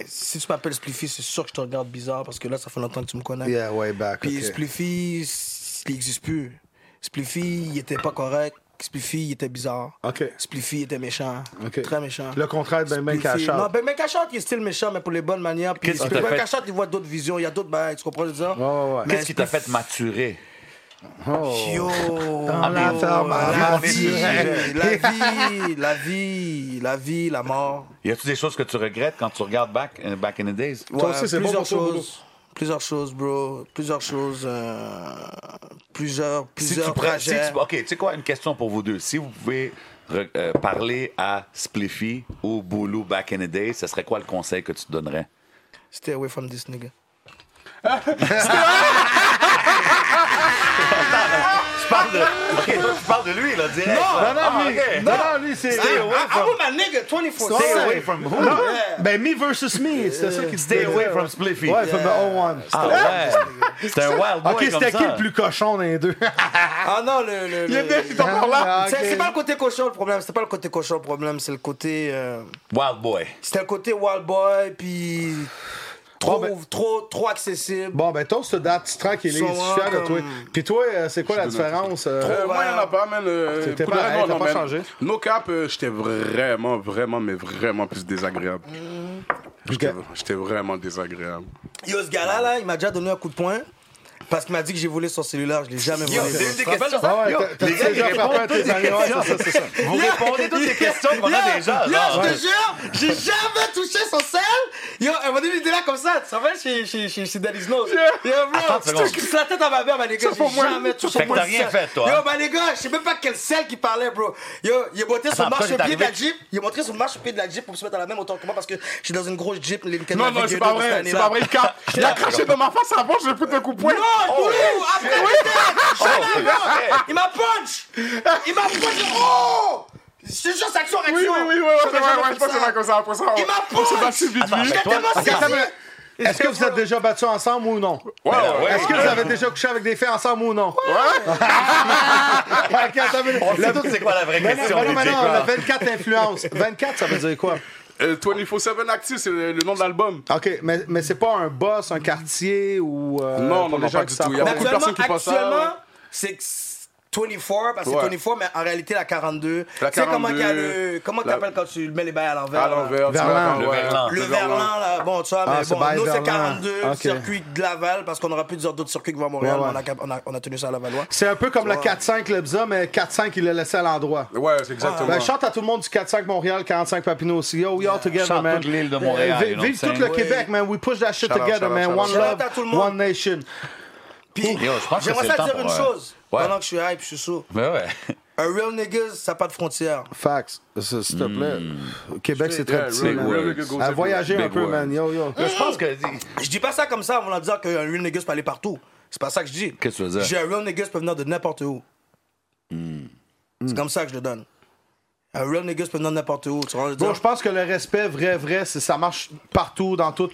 S2: Si tu m'appelles Spliffy, c'est sûr que je te regarde bizarre parce que là, ça fait longtemps que tu me connais.
S3: Yeah, way back.
S2: Puis
S3: ok.
S2: Spliffy, s- il n'existe plus. Spliffy, il était pas correct. Spliffy, il était bizarre.
S3: OK.
S2: Spliffy il était méchant.
S3: OK.
S2: Très méchant.
S3: Le contraire de Bang Bang
S2: Spliffy-
S3: Cash Out.
S2: Non, Ben Ben Cachot, il est style méchant, mais pour les bonnes manières. Puis
S4: Qu'est-ce qui
S2: Ben
S4: t'a fait-
S2: Cachot, il voit d'autres visions, il y a d'autres bails, tu comprends ce que je veux dire?
S3: ouais, ouais.
S2: Mais
S4: Qu'est-ce qui t'a
S2: Spliffy-
S4: fait maturer?
S2: Yo! Ah,
S4: la ferme,
S2: la,
S4: on est
S2: vie, la vie, la vie, la vie, la mort.
S4: Y a-tu des choses que tu regrettes quand tu regardes back, euh, back in the days?
S2: Ouais,
S3: aussi, c'est bon
S2: plusieurs
S3: pour toi, Bruno.
S2: choses. Plusieurs choses, bro. Plusieurs choses. euh, plusieurs,
S4: Si tu
S2: plusieurs
S4: prends- si
S2: projets.
S4: tu- OK, tu sais quoi? Une question pour vous deux. Si vous pouvez re- euh, parler à Spliffy ou Boulou back in the days, ce serait quoi le conseil que tu donnerais?
S2: Stay away from this nigga.
S4: Tu parles de... OK, toi, tu parles de lui, là, direct.
S3: Non,
S4: là.
S3: non,
S4: Ah,
S3: lui,
S4: OK. Ah,
S3: non, non, lui, c'est...
S2: I, I want ah, my nigga 24
S4: Stay
S3: Ouais.
S4: away from who?
S3: Non, Ben, me versus me, c'était ça qui
S4: Stay away from Spliffy.
S3: Ouais, from the O1.
S4: Ah ouais. C'est un wild boy
S3: Ok,
S4: comme
S3: c'était
S4: ça.
S3: qui le plus cochon dans les
S4: <laughs>
S3: deux?
S2: Ah non, le. le, le-
S4: Ah,
S3: là.
S2: Ah, C'est c'est pas le côté cochon le problème, c'est pas le côté cochon le problème, c'est le côté. euh,
S4: Wild boy.
S2: C'était le côté wild boy, puis. Trop,
S3: Bon, ben-
S2: trop, trop accessible.
S3: Bon, ben, toast date, tu tranquille, je
S2: Sont
S3: suis fier de
S2: comme-
S3: toi. Puis toi, euh, c'est quoi la différence? euh,
S6: Euh, moi, il n'y en a pas, man. Euh,
S3: T'étais
S6: pour
S3: pas-
S6: de vrai,
S3: hey,
S6: non,
S3: t'as
S6: non,
S3: pas
S6: man.
S3: changé?
S6: No cap, euh, j'étais vraiment, vraiment, mais vraiment plus désagréable. J'étais- J'étais vraiment désagréable.
S2: Yo, ce gars-là, là, il m'a déjà donné un coup de poing. Parce qu'il m'a dit que j'ai volé son cellulaire, je l'ai jamais volé.
S4: c'est une des
S2: Tu te rappelles
S4: questions.
S2: de ça?
S3: Ah ouais,
S4: Yo,
S3: t'as- t'as
S4: les gars,
S3: déjà
S4: ils
S3: fait peur à
S4: répondent
S3: tes
S4: toutes les
S3: amis, ouais,
S4: questions.
S3: c'est ça, c'est ça.
S4: Vous répondez
S2: <laughs>
S4: toutes les questions qu'on a déjà. hein.
S2: Yo,
S4: genre.
S2: je te jure, j'ai jamais touché son sel. Yo, elle m'a dit, il était là comme ça. Tu te rappelles chez, chez, chez, chez Daddy's Nose? Yo, bro,
S4: Attends
S2: tu
S4: une seconde.
S2: touches la tête à ma mère, ma nigga. J'ai jamais touché
S4: Fait que
S2: mon
S4: t'as rien
S2: sel.
S4: fait, toi,
S2: Yo,
S4: hein?
S2: ma nigga, je sais même pas quel sel qui parlait, bro. Yo, il est monté sur
S4: Attends,
S2: le
S4: après, il est
S2: marche-pied de la
S4: arrivé-
S2: Jeep. Il est monté sur le marche-pied de la Jeep pour se mettre à la même hauteur que moi parce que je suis dans une grosse Jeep. les-
S6: Non,
S2: la
S6: non, c'est
S2: vidéo
S6: pas
S2: de cette
S6: vrai, c'est
S2: année-là.
S6: pas vrai le
S2: <laughs>
S6: cap. Il a Oh. craché dans ma face avant, je vais foutre un coup de poing.
S2: Non, Boulou, après, putain, j'arrive, yo. Ah, Il m'a punch! Il m'a punch! Oh! C'est juste action-action!
S6: Oui, oui, oui, oui, ouais, ouais, ouais, ouais, je pense que c'est pas comme ça. Après ça,
S2: Il
S6: on-
S2: m'a
S6: on s'est
S2: punch.
S6: battu vite,
S4: Attends,
S6: vite.
S4: mais toi-
S2: tellement
S4: Ok,
S2: saisi.
S3: attends, mais Est-ce que vous êtes déjà battus ensemble ou non?
S6: Ouais, Ah, ouais,
S4: Ouais,
S3: Est-ce que vous avez déjà couché avec des filles ensemble ou non?
S6: ouais.
S3: <laughs> Ok, attends, mais-
S4: On
S3: la-
S4: sait tous c'est quoi la vraie
S3: Mais non,
S4: question.
S3: mais non,
S4: les
S3: mais non,
S4: Jake
S3: la
S4: Rock.
S3: 24 influences. 24, ça veut dire quoi?
S6: Euh, 24-7 Active, c'est le, le nom de l'album.
S3: OK, mais, mais c'est pas un boss, un quartier ou. euh,
S6: Non,
S3: pour
S6: non,
S3: les
S6: non,
S3: gens
S6: pas
S3: qui
S6: du tout. Il y a
S3: savent
S6: beaucoup de
S3: pas.
S2: Actuellement,
S6: personnes qui pensent ça,
S2: actuellement,
S6: ouais.
S2: c'est que c'est 24, parce que
S6: Ouais.
S2: 24, mais en réalité, la 42.
S6: La
S2: tu sais comment
S6: 42,
S2: qu'il y a le- comment
S6: la-
S2: t'appelles quand tu mets les bails à l'envers?
S6: À
S2: là?
S6: Ah, l'envers, tu vois,
S3: Verlan.
S6: ouais.
S4: Le Verlan.
S2: Le Verlan, là, bon, tu vois,
S3: Ah,
S2: mais
S3: c'est
S2: bon,
S3: bail
S2: nous, c'est
S3: Verlan.
S2: 42,
S3: Ok.
S2: circuit de Laval, parce qu'on aurait pu dire d'autres circuits que vont à Montréal,
S3: Ouais, ouais.
S2: mais on a cap- On, a, on a tenu ça à Lavallois.
S3: C'est un peu comme le 4-5 Lebza, mais 4-5, il l'a laissé à l'endroit.
S6: Ouais, c'est exactement.
S3: Ben, chante à tout le monde du 4-5 Montréal, 45 Papineau aussi. Yo, we all together,
S4: Chante
S3: man.
S4: toute l'île de Montréal,
S3: Euh, vi-
S4: you know
S3: Vive
S4: what I'm
S3: tout le
S4: saying?
S3: Québec, man. We push that shit
S6: Shout out,
S3: together,
S6: shout out,
S3: man.
S6: shout out.
S3: One
S2: Shout out
S3: love,
S2: à tout le monde.
S3: one nation.
S2: Puis,
S4: Yo, je pense que
S2: j'aimerais
S4: c'est le
S2: ça
S4: temps
S2: dire
S4: pour
S2: une
S6: euh,
S4: un-
S2: chose,
S4: Ouais.
S2: pendant que je suis hype, je suis sourd.
S4: Mais ouais.
S2: Un real niggas, ça n'a pas de frontières.
S3: Facts. S'il te plaît. Québec, c'est très
S6: Yeah,
S3: petit,
S6: real-
S4: man.
S6: real nigga goes
S3: À
S6: everywhere.
S3: voyager un
S4: Big
S3: peu,
S4: word.
S3: man. Yo, yo.
S4: Là, je pense que.
S2: Je dis pas ça comme ça en voulant dire qu'un real niggas peut aller partout. C'est pas ça que je dis.
S4: Qu'est-ce que tu veux dire?
S2: Je dis un real niggas peut venir de n'importe où.
S3: Hmm.
S2: C'est comme ça que je le donne. Un real niggas peut venir de n'importe où. Tu vois, je veux
S3: Bro,
S2: dire,
S3: je pense que le respect vrai, vrai, c'est- ça marche partout, dans tout.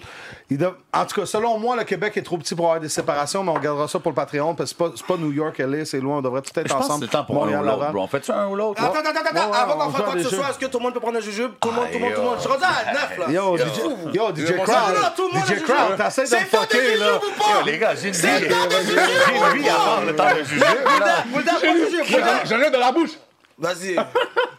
S3: Il doit- En tout cas, selon moi, le Québec est trop petit pour avoir des séparations, mais on gardera ça pour le Patreon, parce que c'est pas, c'est pas New York, LA, c'est loin, on devrait tout être
S4: Je pense que c'est
S3: ensemble.
S4: le temps pour un
S3: Montréal,
S4: ou l'autre,
S3: Laval.
S4: bro. On fait-tu un ou l'autre?
S2: Attends, attends, attends, attends,
S3: Ouais,
S2: avant
S3: on
S2: qu'on fasse
S3: joue
S2: quoi
S3: à
S2: que
S3: des
S2: ce
S3: jeux.
S2: soit, est-ce que tout le monde peut prendre un jujube? Tout le monde, tout le monde, tout le monde. Je suis rendu à 9 là.
S3: Yo, DJ, yo, DJ
S6: Yo,
S3: Crowd,
S2: tout le monde,
S3: DJ
S2: je-
S3: Crowd, t'essaies de me
S2: C'est le temps de
S3: fucker, là.
S2: jujube ou pas?
S4: Yo, Eh, les gars, j'ai une vie.
S2: C'est le temps de
S4: J'ai
S2: jujube ou pas?
S4: une vie avant le temps de juger. là.
S2: Vous le dites, pas de jujube, vous le dites.
S6: J'en ai dans la bouche.
S2: Vas-y.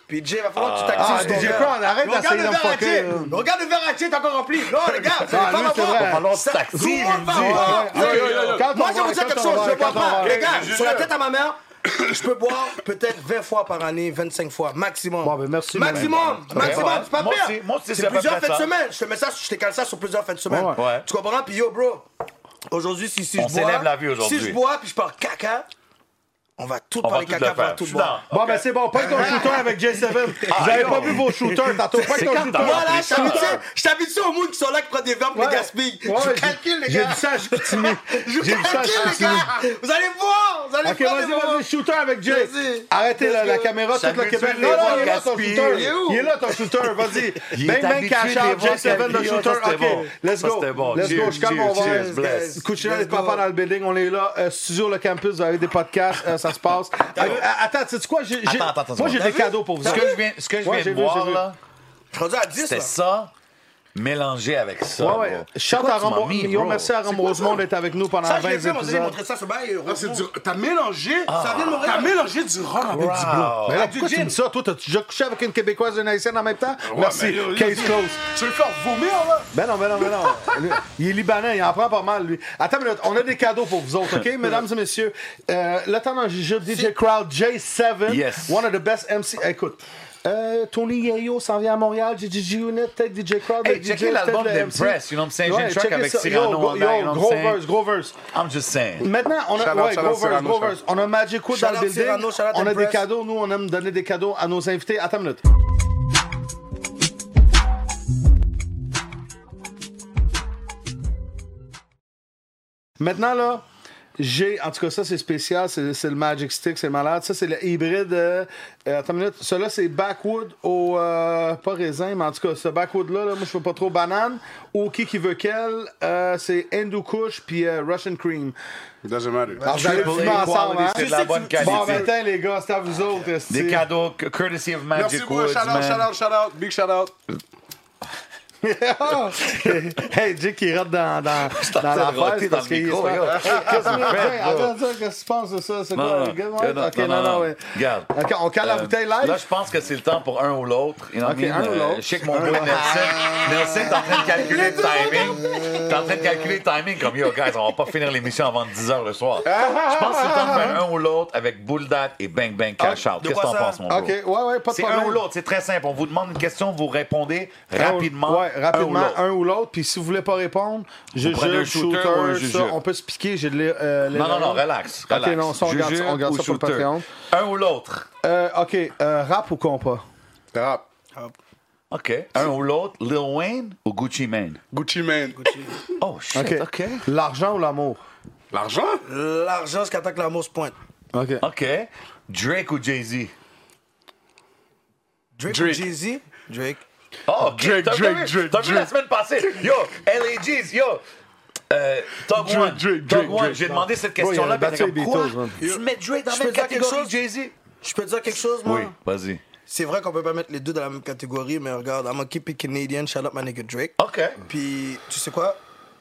S2: Puis Jay, va falloir que tu t'actives.
S3: Ah,
S2: sur ton
S3: DJ
S2: verre.
S3: Crown, arrête
S2: Regarde
S3: d'essayer
S2: le
S3: de me
S2: verre à
S3: fucker,
S2: Jay.
S3: là.
S2: Regarde le verre à Jay, t'es encore rempli. Non, les gars, vous allez
S3: lui,
S2: pas
S3: c'est vrai.
S2: m'avoir.
S4: Falloir que tu
S2: Ça-
S4: t'actives,
S2: tout le monde
S4: il
S2: va
S4: dit.
S2: avoir.
S3: Ouais, ouais,
S6: Yo, yo, yo.
S3: Quand on
S2: Moi, je vais
S3: va,
S2: vous dire
S3: quand
S2: quelque
S3: on
S2: chose,
S3: va,
S2: je bois
S3: quand on
S2: pas.
S3: va.
S2: Les gars,
S6: Junior.
S2: sur la tête à ma mère, je peux boire peut-être 20 fois par année, 25 fois, maximum.
S3: Bon, ben, merci, mon
S2: Maximum,
S3: ami.
S2: maximum,
S4: Ouais, ouais.
S2: c'est pas
S4: Moi
S2: pire.
S4: aussi, moi aussi, c'est
S2: C'est
S4: à peu
S2: plusieurs
S4: près
S2: fins de
S4: ça.
S2: semaine. Je te mets ça, je t'écale ça sur plusieurs fins de semaine.
S3: Ouais,
S4: ouais.
S2: Tu comprends? Puis yo, bro, aujourd'hui, si, si je
S4: On
S2: bois.
S4: célèbre la vie aujourd'hui.
S2: Si je bois, puis je parle caca, on va tout
S4: On va
S2: parler
S4: tout le
S2: caca, on va
S4: faire. Je
S2: tout
S4: suis
S2: boire.
S4: dans.
S3: Bon, ben c'est bon, pas ton shooter avec J7. Vous avez
S4: yo.
S3: pas vu vos shooters, tantôt, pas
S4: C'est
S3: ton
S4: quand
S3: shooter.
S4: t'as-
S2: Voilà,
S4: Après
S2: je
S4: ça,
S2: t'habitue-
S4: euh,
S2: je t'habitue au monde qui sont là, qui prend des verbes, qui les
S3: Ouais.
S2: gaspillent.
S3: Ouais,
S2: je
S3: j'ai-
S2: calcule, les
S3: J'ai
S2: gars.
S3: vu ça à
S4: <laughs>
S3: Chicoutimi.
S2: Je
S3: J'ai vu ça à
S2: calcule, les
S3: Chicoutimi.
S2: gars. Vous allez voir, vous allez
S3: Ok,
S2: voir. les
S3: vas-y, vas-y, shooter avec Jay.
S2: Vas-y.
S3: Arrêtez la,
S2: Let's
S3: la
S2: go.
S3: caméra, tout le
S4: J'habitue
S3: Québec.
S4: les
S3: Non, non,
S4: voix
S3: il est là ton
S4: gaspillées.
S3: shooter.
S4: Il
S2: est où?
S3: Il est là ton shooter, vas-y.
S4: <laughs> Il est
S3: Bang, bang,
S4: habitué
S3: cash
S4: des
S3: out,
S4: voix
S3: J7, le
S4: gaspillées.
S3: shooter.
S4: Ça, c'était
S3: Ok,
S4: bon.
S3: let's
S4: Ça,
S3: go.
S4: c'était bon.
S3: Let's go,
S4: Cheers,
S3: je calme, on va.
S4: cheers, bless.
S3: Coup de chaleur,
S2: Let's
S3: les papas
S2: go.
S3: dans le building, on est là. Euh, Studio Le Campus, vous avez des podcasts, euh, ça se passe. Euh, Attends, sais-tu quoi? J'ai- j'ai-
S4: Attends, attends, attends,
S3: Moi, j'ai
S4: attends.
S3: des cadeaux pour vous.
S4: Ce que je viens, ce que je
S3: Ouais,
S4: viens
S3: j'ai
S4: de
S3: vu, j'ai
S4: voir,
S3: vu.
S4: là,
S2: Je suis rendu à 10,
S4: c'était
S2: là.
S4: ça mélangé avec ça.
S3: Ouais,
S4: bro.
S3: ouais.
S4: C'est
S3: Chante
S4: quoi
S3: à
S4: tu m'as
S3: Rambo.
S4: mis,
S3: Yo,
S4: bro?
S3: merci à Rambo Rosemond d'être avec nous pendant
S2: Ça, je
S3: 20
S2: l'ai fait, on s'est
S3: épisodes.
S2: montré ça, ce bail.
S6: Ah, c'est du- T'as mélangé.
S2: Ça vient de Montréal.
S6: T'as mélangé du rhum avec du
S4: Ah.
S6: blanc.
S3: Mais là,
S2: du
S3: pourquoi tu
S2: gin.
S3: me dis ça? Toi, t'as-tu déjà couché avec une Québécoise et une Haïtienne en même temps?
S6: Ouais, mais
S3: Merci.
S6: là, là,
S3: Case close.
S6: Tu veux le faire vomir, là?
S3: Ben non, ben non,
S4: <laughs>
S3: ben non. Lui, Il est libanais, il en prend pas mal, lui. Attends, une minute, on a des cadeaux pour vous
S4: <laughs>
S3: autres, OK, mesdames et messieurs? Euh, le temps d'un jujube, DJ Crowd, J7,
S4: Yes.
S3: one of the best MC. Écoute. euh, Tony Yayo s'en vient à Montréal, JJ Unit, Tech DJ Crowd,
S4: Hey,
S3: Tech
S4: checkez
S3: DJ,
S4: l'album
S3: Tech
S4: de
S3: MC.
S4: Breast, you know what I'm saying? J'ai une track
S3: checkez
S4: avec
S3: ça.
S4: Cyrano
S3: Yo, yo,
S4: en dedans, you know what I'm
S3: gros
S4: saying?
S3: verse, gros verse.
S4: I'm just saying.
S3: Maintenant, on a,
S6: Shout out,
S3: ouais,
S6: shout
S3: gros
S6: out,
S3: verse,
S6: Cyrano,
S3: gros
S6: shout out.
S3: verse. On a Magic Wood
S2: Shout
S3: dans le
S2: out,
S3: building.
S2: Cyrano, shout out,
S3: on a des
S2: Empress.
S3: cadeaux. Nous, on aime donner des cadeaux à nos invités. Attends une minute. Maintenant, là, j'ai, en tout cas, ça, c'est spécial. C'est c'est le Magic Stick, c'est malade. Ça, c'est le hybride. euh, euh, attends une minute. Celui-là, c'est Backwood au. euh, pas raisin, mais en tout cas, ce Backwood-là, là, moi, je veux pas trop banane. Ou qui qui veut quelle. euh, c'est Hindu Kush puis euh, Russian Cream.
S6: Doesn't matter.
S3: Alors, Ah, vous allez
S4: Triple
S3: fumer
S4: A
S3: ensemble,
S4: quality,
S3: hein?
S4: c'est de la bonne
S3: Bon
S4: qualité.
S3: matin, les gars, c'est à vous autres. esti.
S4: Des cadeaux c- courtesy of
S6: Merci
S4: Magic
S6: beaucoup.
S4: Woods,
S6: Shout out, shout
S4: man.
S6: out, shout out. Big shout out.
S3: <laughs> hey, Jake, il rate dans,
S4: <laughs>
S3: dans, dans
S4: train de
S3: l'affaire
S4: roter
S3: c'est parce
S4: dans le
S3: qu'il est
S4: micro, yo. <laughs>
S3: Qu'est-ce que tu fais?
S4: bro?
S3: Attends, attends, qu'est-ce que tu penses de ça? C'est
S4: Non,
S3: quoi?
S4: non,
S3: le gars,
S4: non,
S3: ouais?
S4: non,
S3: Ok,
S4: non, non, non.
S3: ouais.
S4: Regarde.
S3: Ok, on cale la
S4: Euh,
S3: bouteille live?
S4: Là, je pense que c'est le temps pour un ou l'autre. You know what
S3: Ok,
S4: I mean?
S3: un ou l'autre. Ah.
S4: Euh, Je sais que mon
S3: <laughs>
S4: boy Nelson, Nelson est en train de calculer le timing. T'es en train de calculer le timing comme yo, guys, on va pas finir l'émission avant 10h
S3: <laughs>
S4: le soir.
S3: Ah.
S4: Je pense que c'est le temps de faire un ou l'autre avec Bulldat et Bang Bang Cash Out.
S2: de
S4: Qu'est-ce que
S2: quoi
S4: t'en
S2: ça?
S4: penses, mon bro?
S3: Ok, ouais, ouais, pas de
S4: C'est
S3: problème.
S4: un ou l'autre, c'est très simple. On vous demande une question, vous répondez
S3: Un ou-
S4: rapidement.
S3: Ouais, rapidement,
S4: un ou l'autre.
S3: un ou l'autre. Puis si vous voulez pas répondre, je
S4: prenez un
S3: jure,
S4: shooter
S3: shooter,
S4: ou un
S3: ça,
S4: jujube.
S3: on peut se piquer. J'ai de l'é- euh,
S4: Non, non, non,
S3: l'héroïne.
S4: relax.
S3: Ok,
S4: relax.
S3: non, ça, on garde ça- on garde
S4: ou
S3: ça pour le
S4: shooter.
S3: Patreon.
S4: Un ou l'autre.
S3: Euh, ok, euh, rap ou compas?
S6: Rap.
S4: OK. Un ou l'autre, Lil Wayne ou Gucci Mane?
S6: Gucci Mane.
S4: Oh, shit, OK. OK.
S3: L'argent ou l'amour?
S6: L'argent?
S2: L'argent jusqu'à temps que l'amour se pointe.
S3: Ok.
S4: Drake ou Jay-Z?
S2: Drake,
S6: Drake.
S2: ou Jay-Z? Drake.
S4: Oh, OK.
S6: Drake,
S4: T'as
S6: Drake,
S4: vu-
S6: Drake,
S4: T'as vu la
S6: Drake.
S4: semaine passée? Yo, L.A.G's, yo. Euh, Tog
S6: Drake,
S4: One.
S6: Drake,
S4: Tog
S6: Drake,
S4: One.
S6: Drake.
S4: J'ai demandé
S3: Bro, il
S4: cette
S3: a
S4: question-là. puis
S3: battu
S4: elle était
S3: les
S4: comme, quoi?
S3: Beatles, man.
S4: Tu mets Drake dans la
S2: Je peux
S4: même
S2: dire quelque
S4: catégorie que
S2: chose?
S4: Jay-Z?
S2: Je peux te dire quelque chose, moi?
S4: Oui, vas-y.
S2: c'est vrai qu'on peut pas mettre les deux dans la même catégorie, mais regarde, I'm gonna keep it Canadian, shout out my nigga Drake.
S4: OK.
S2: Puis, tu sais quoi?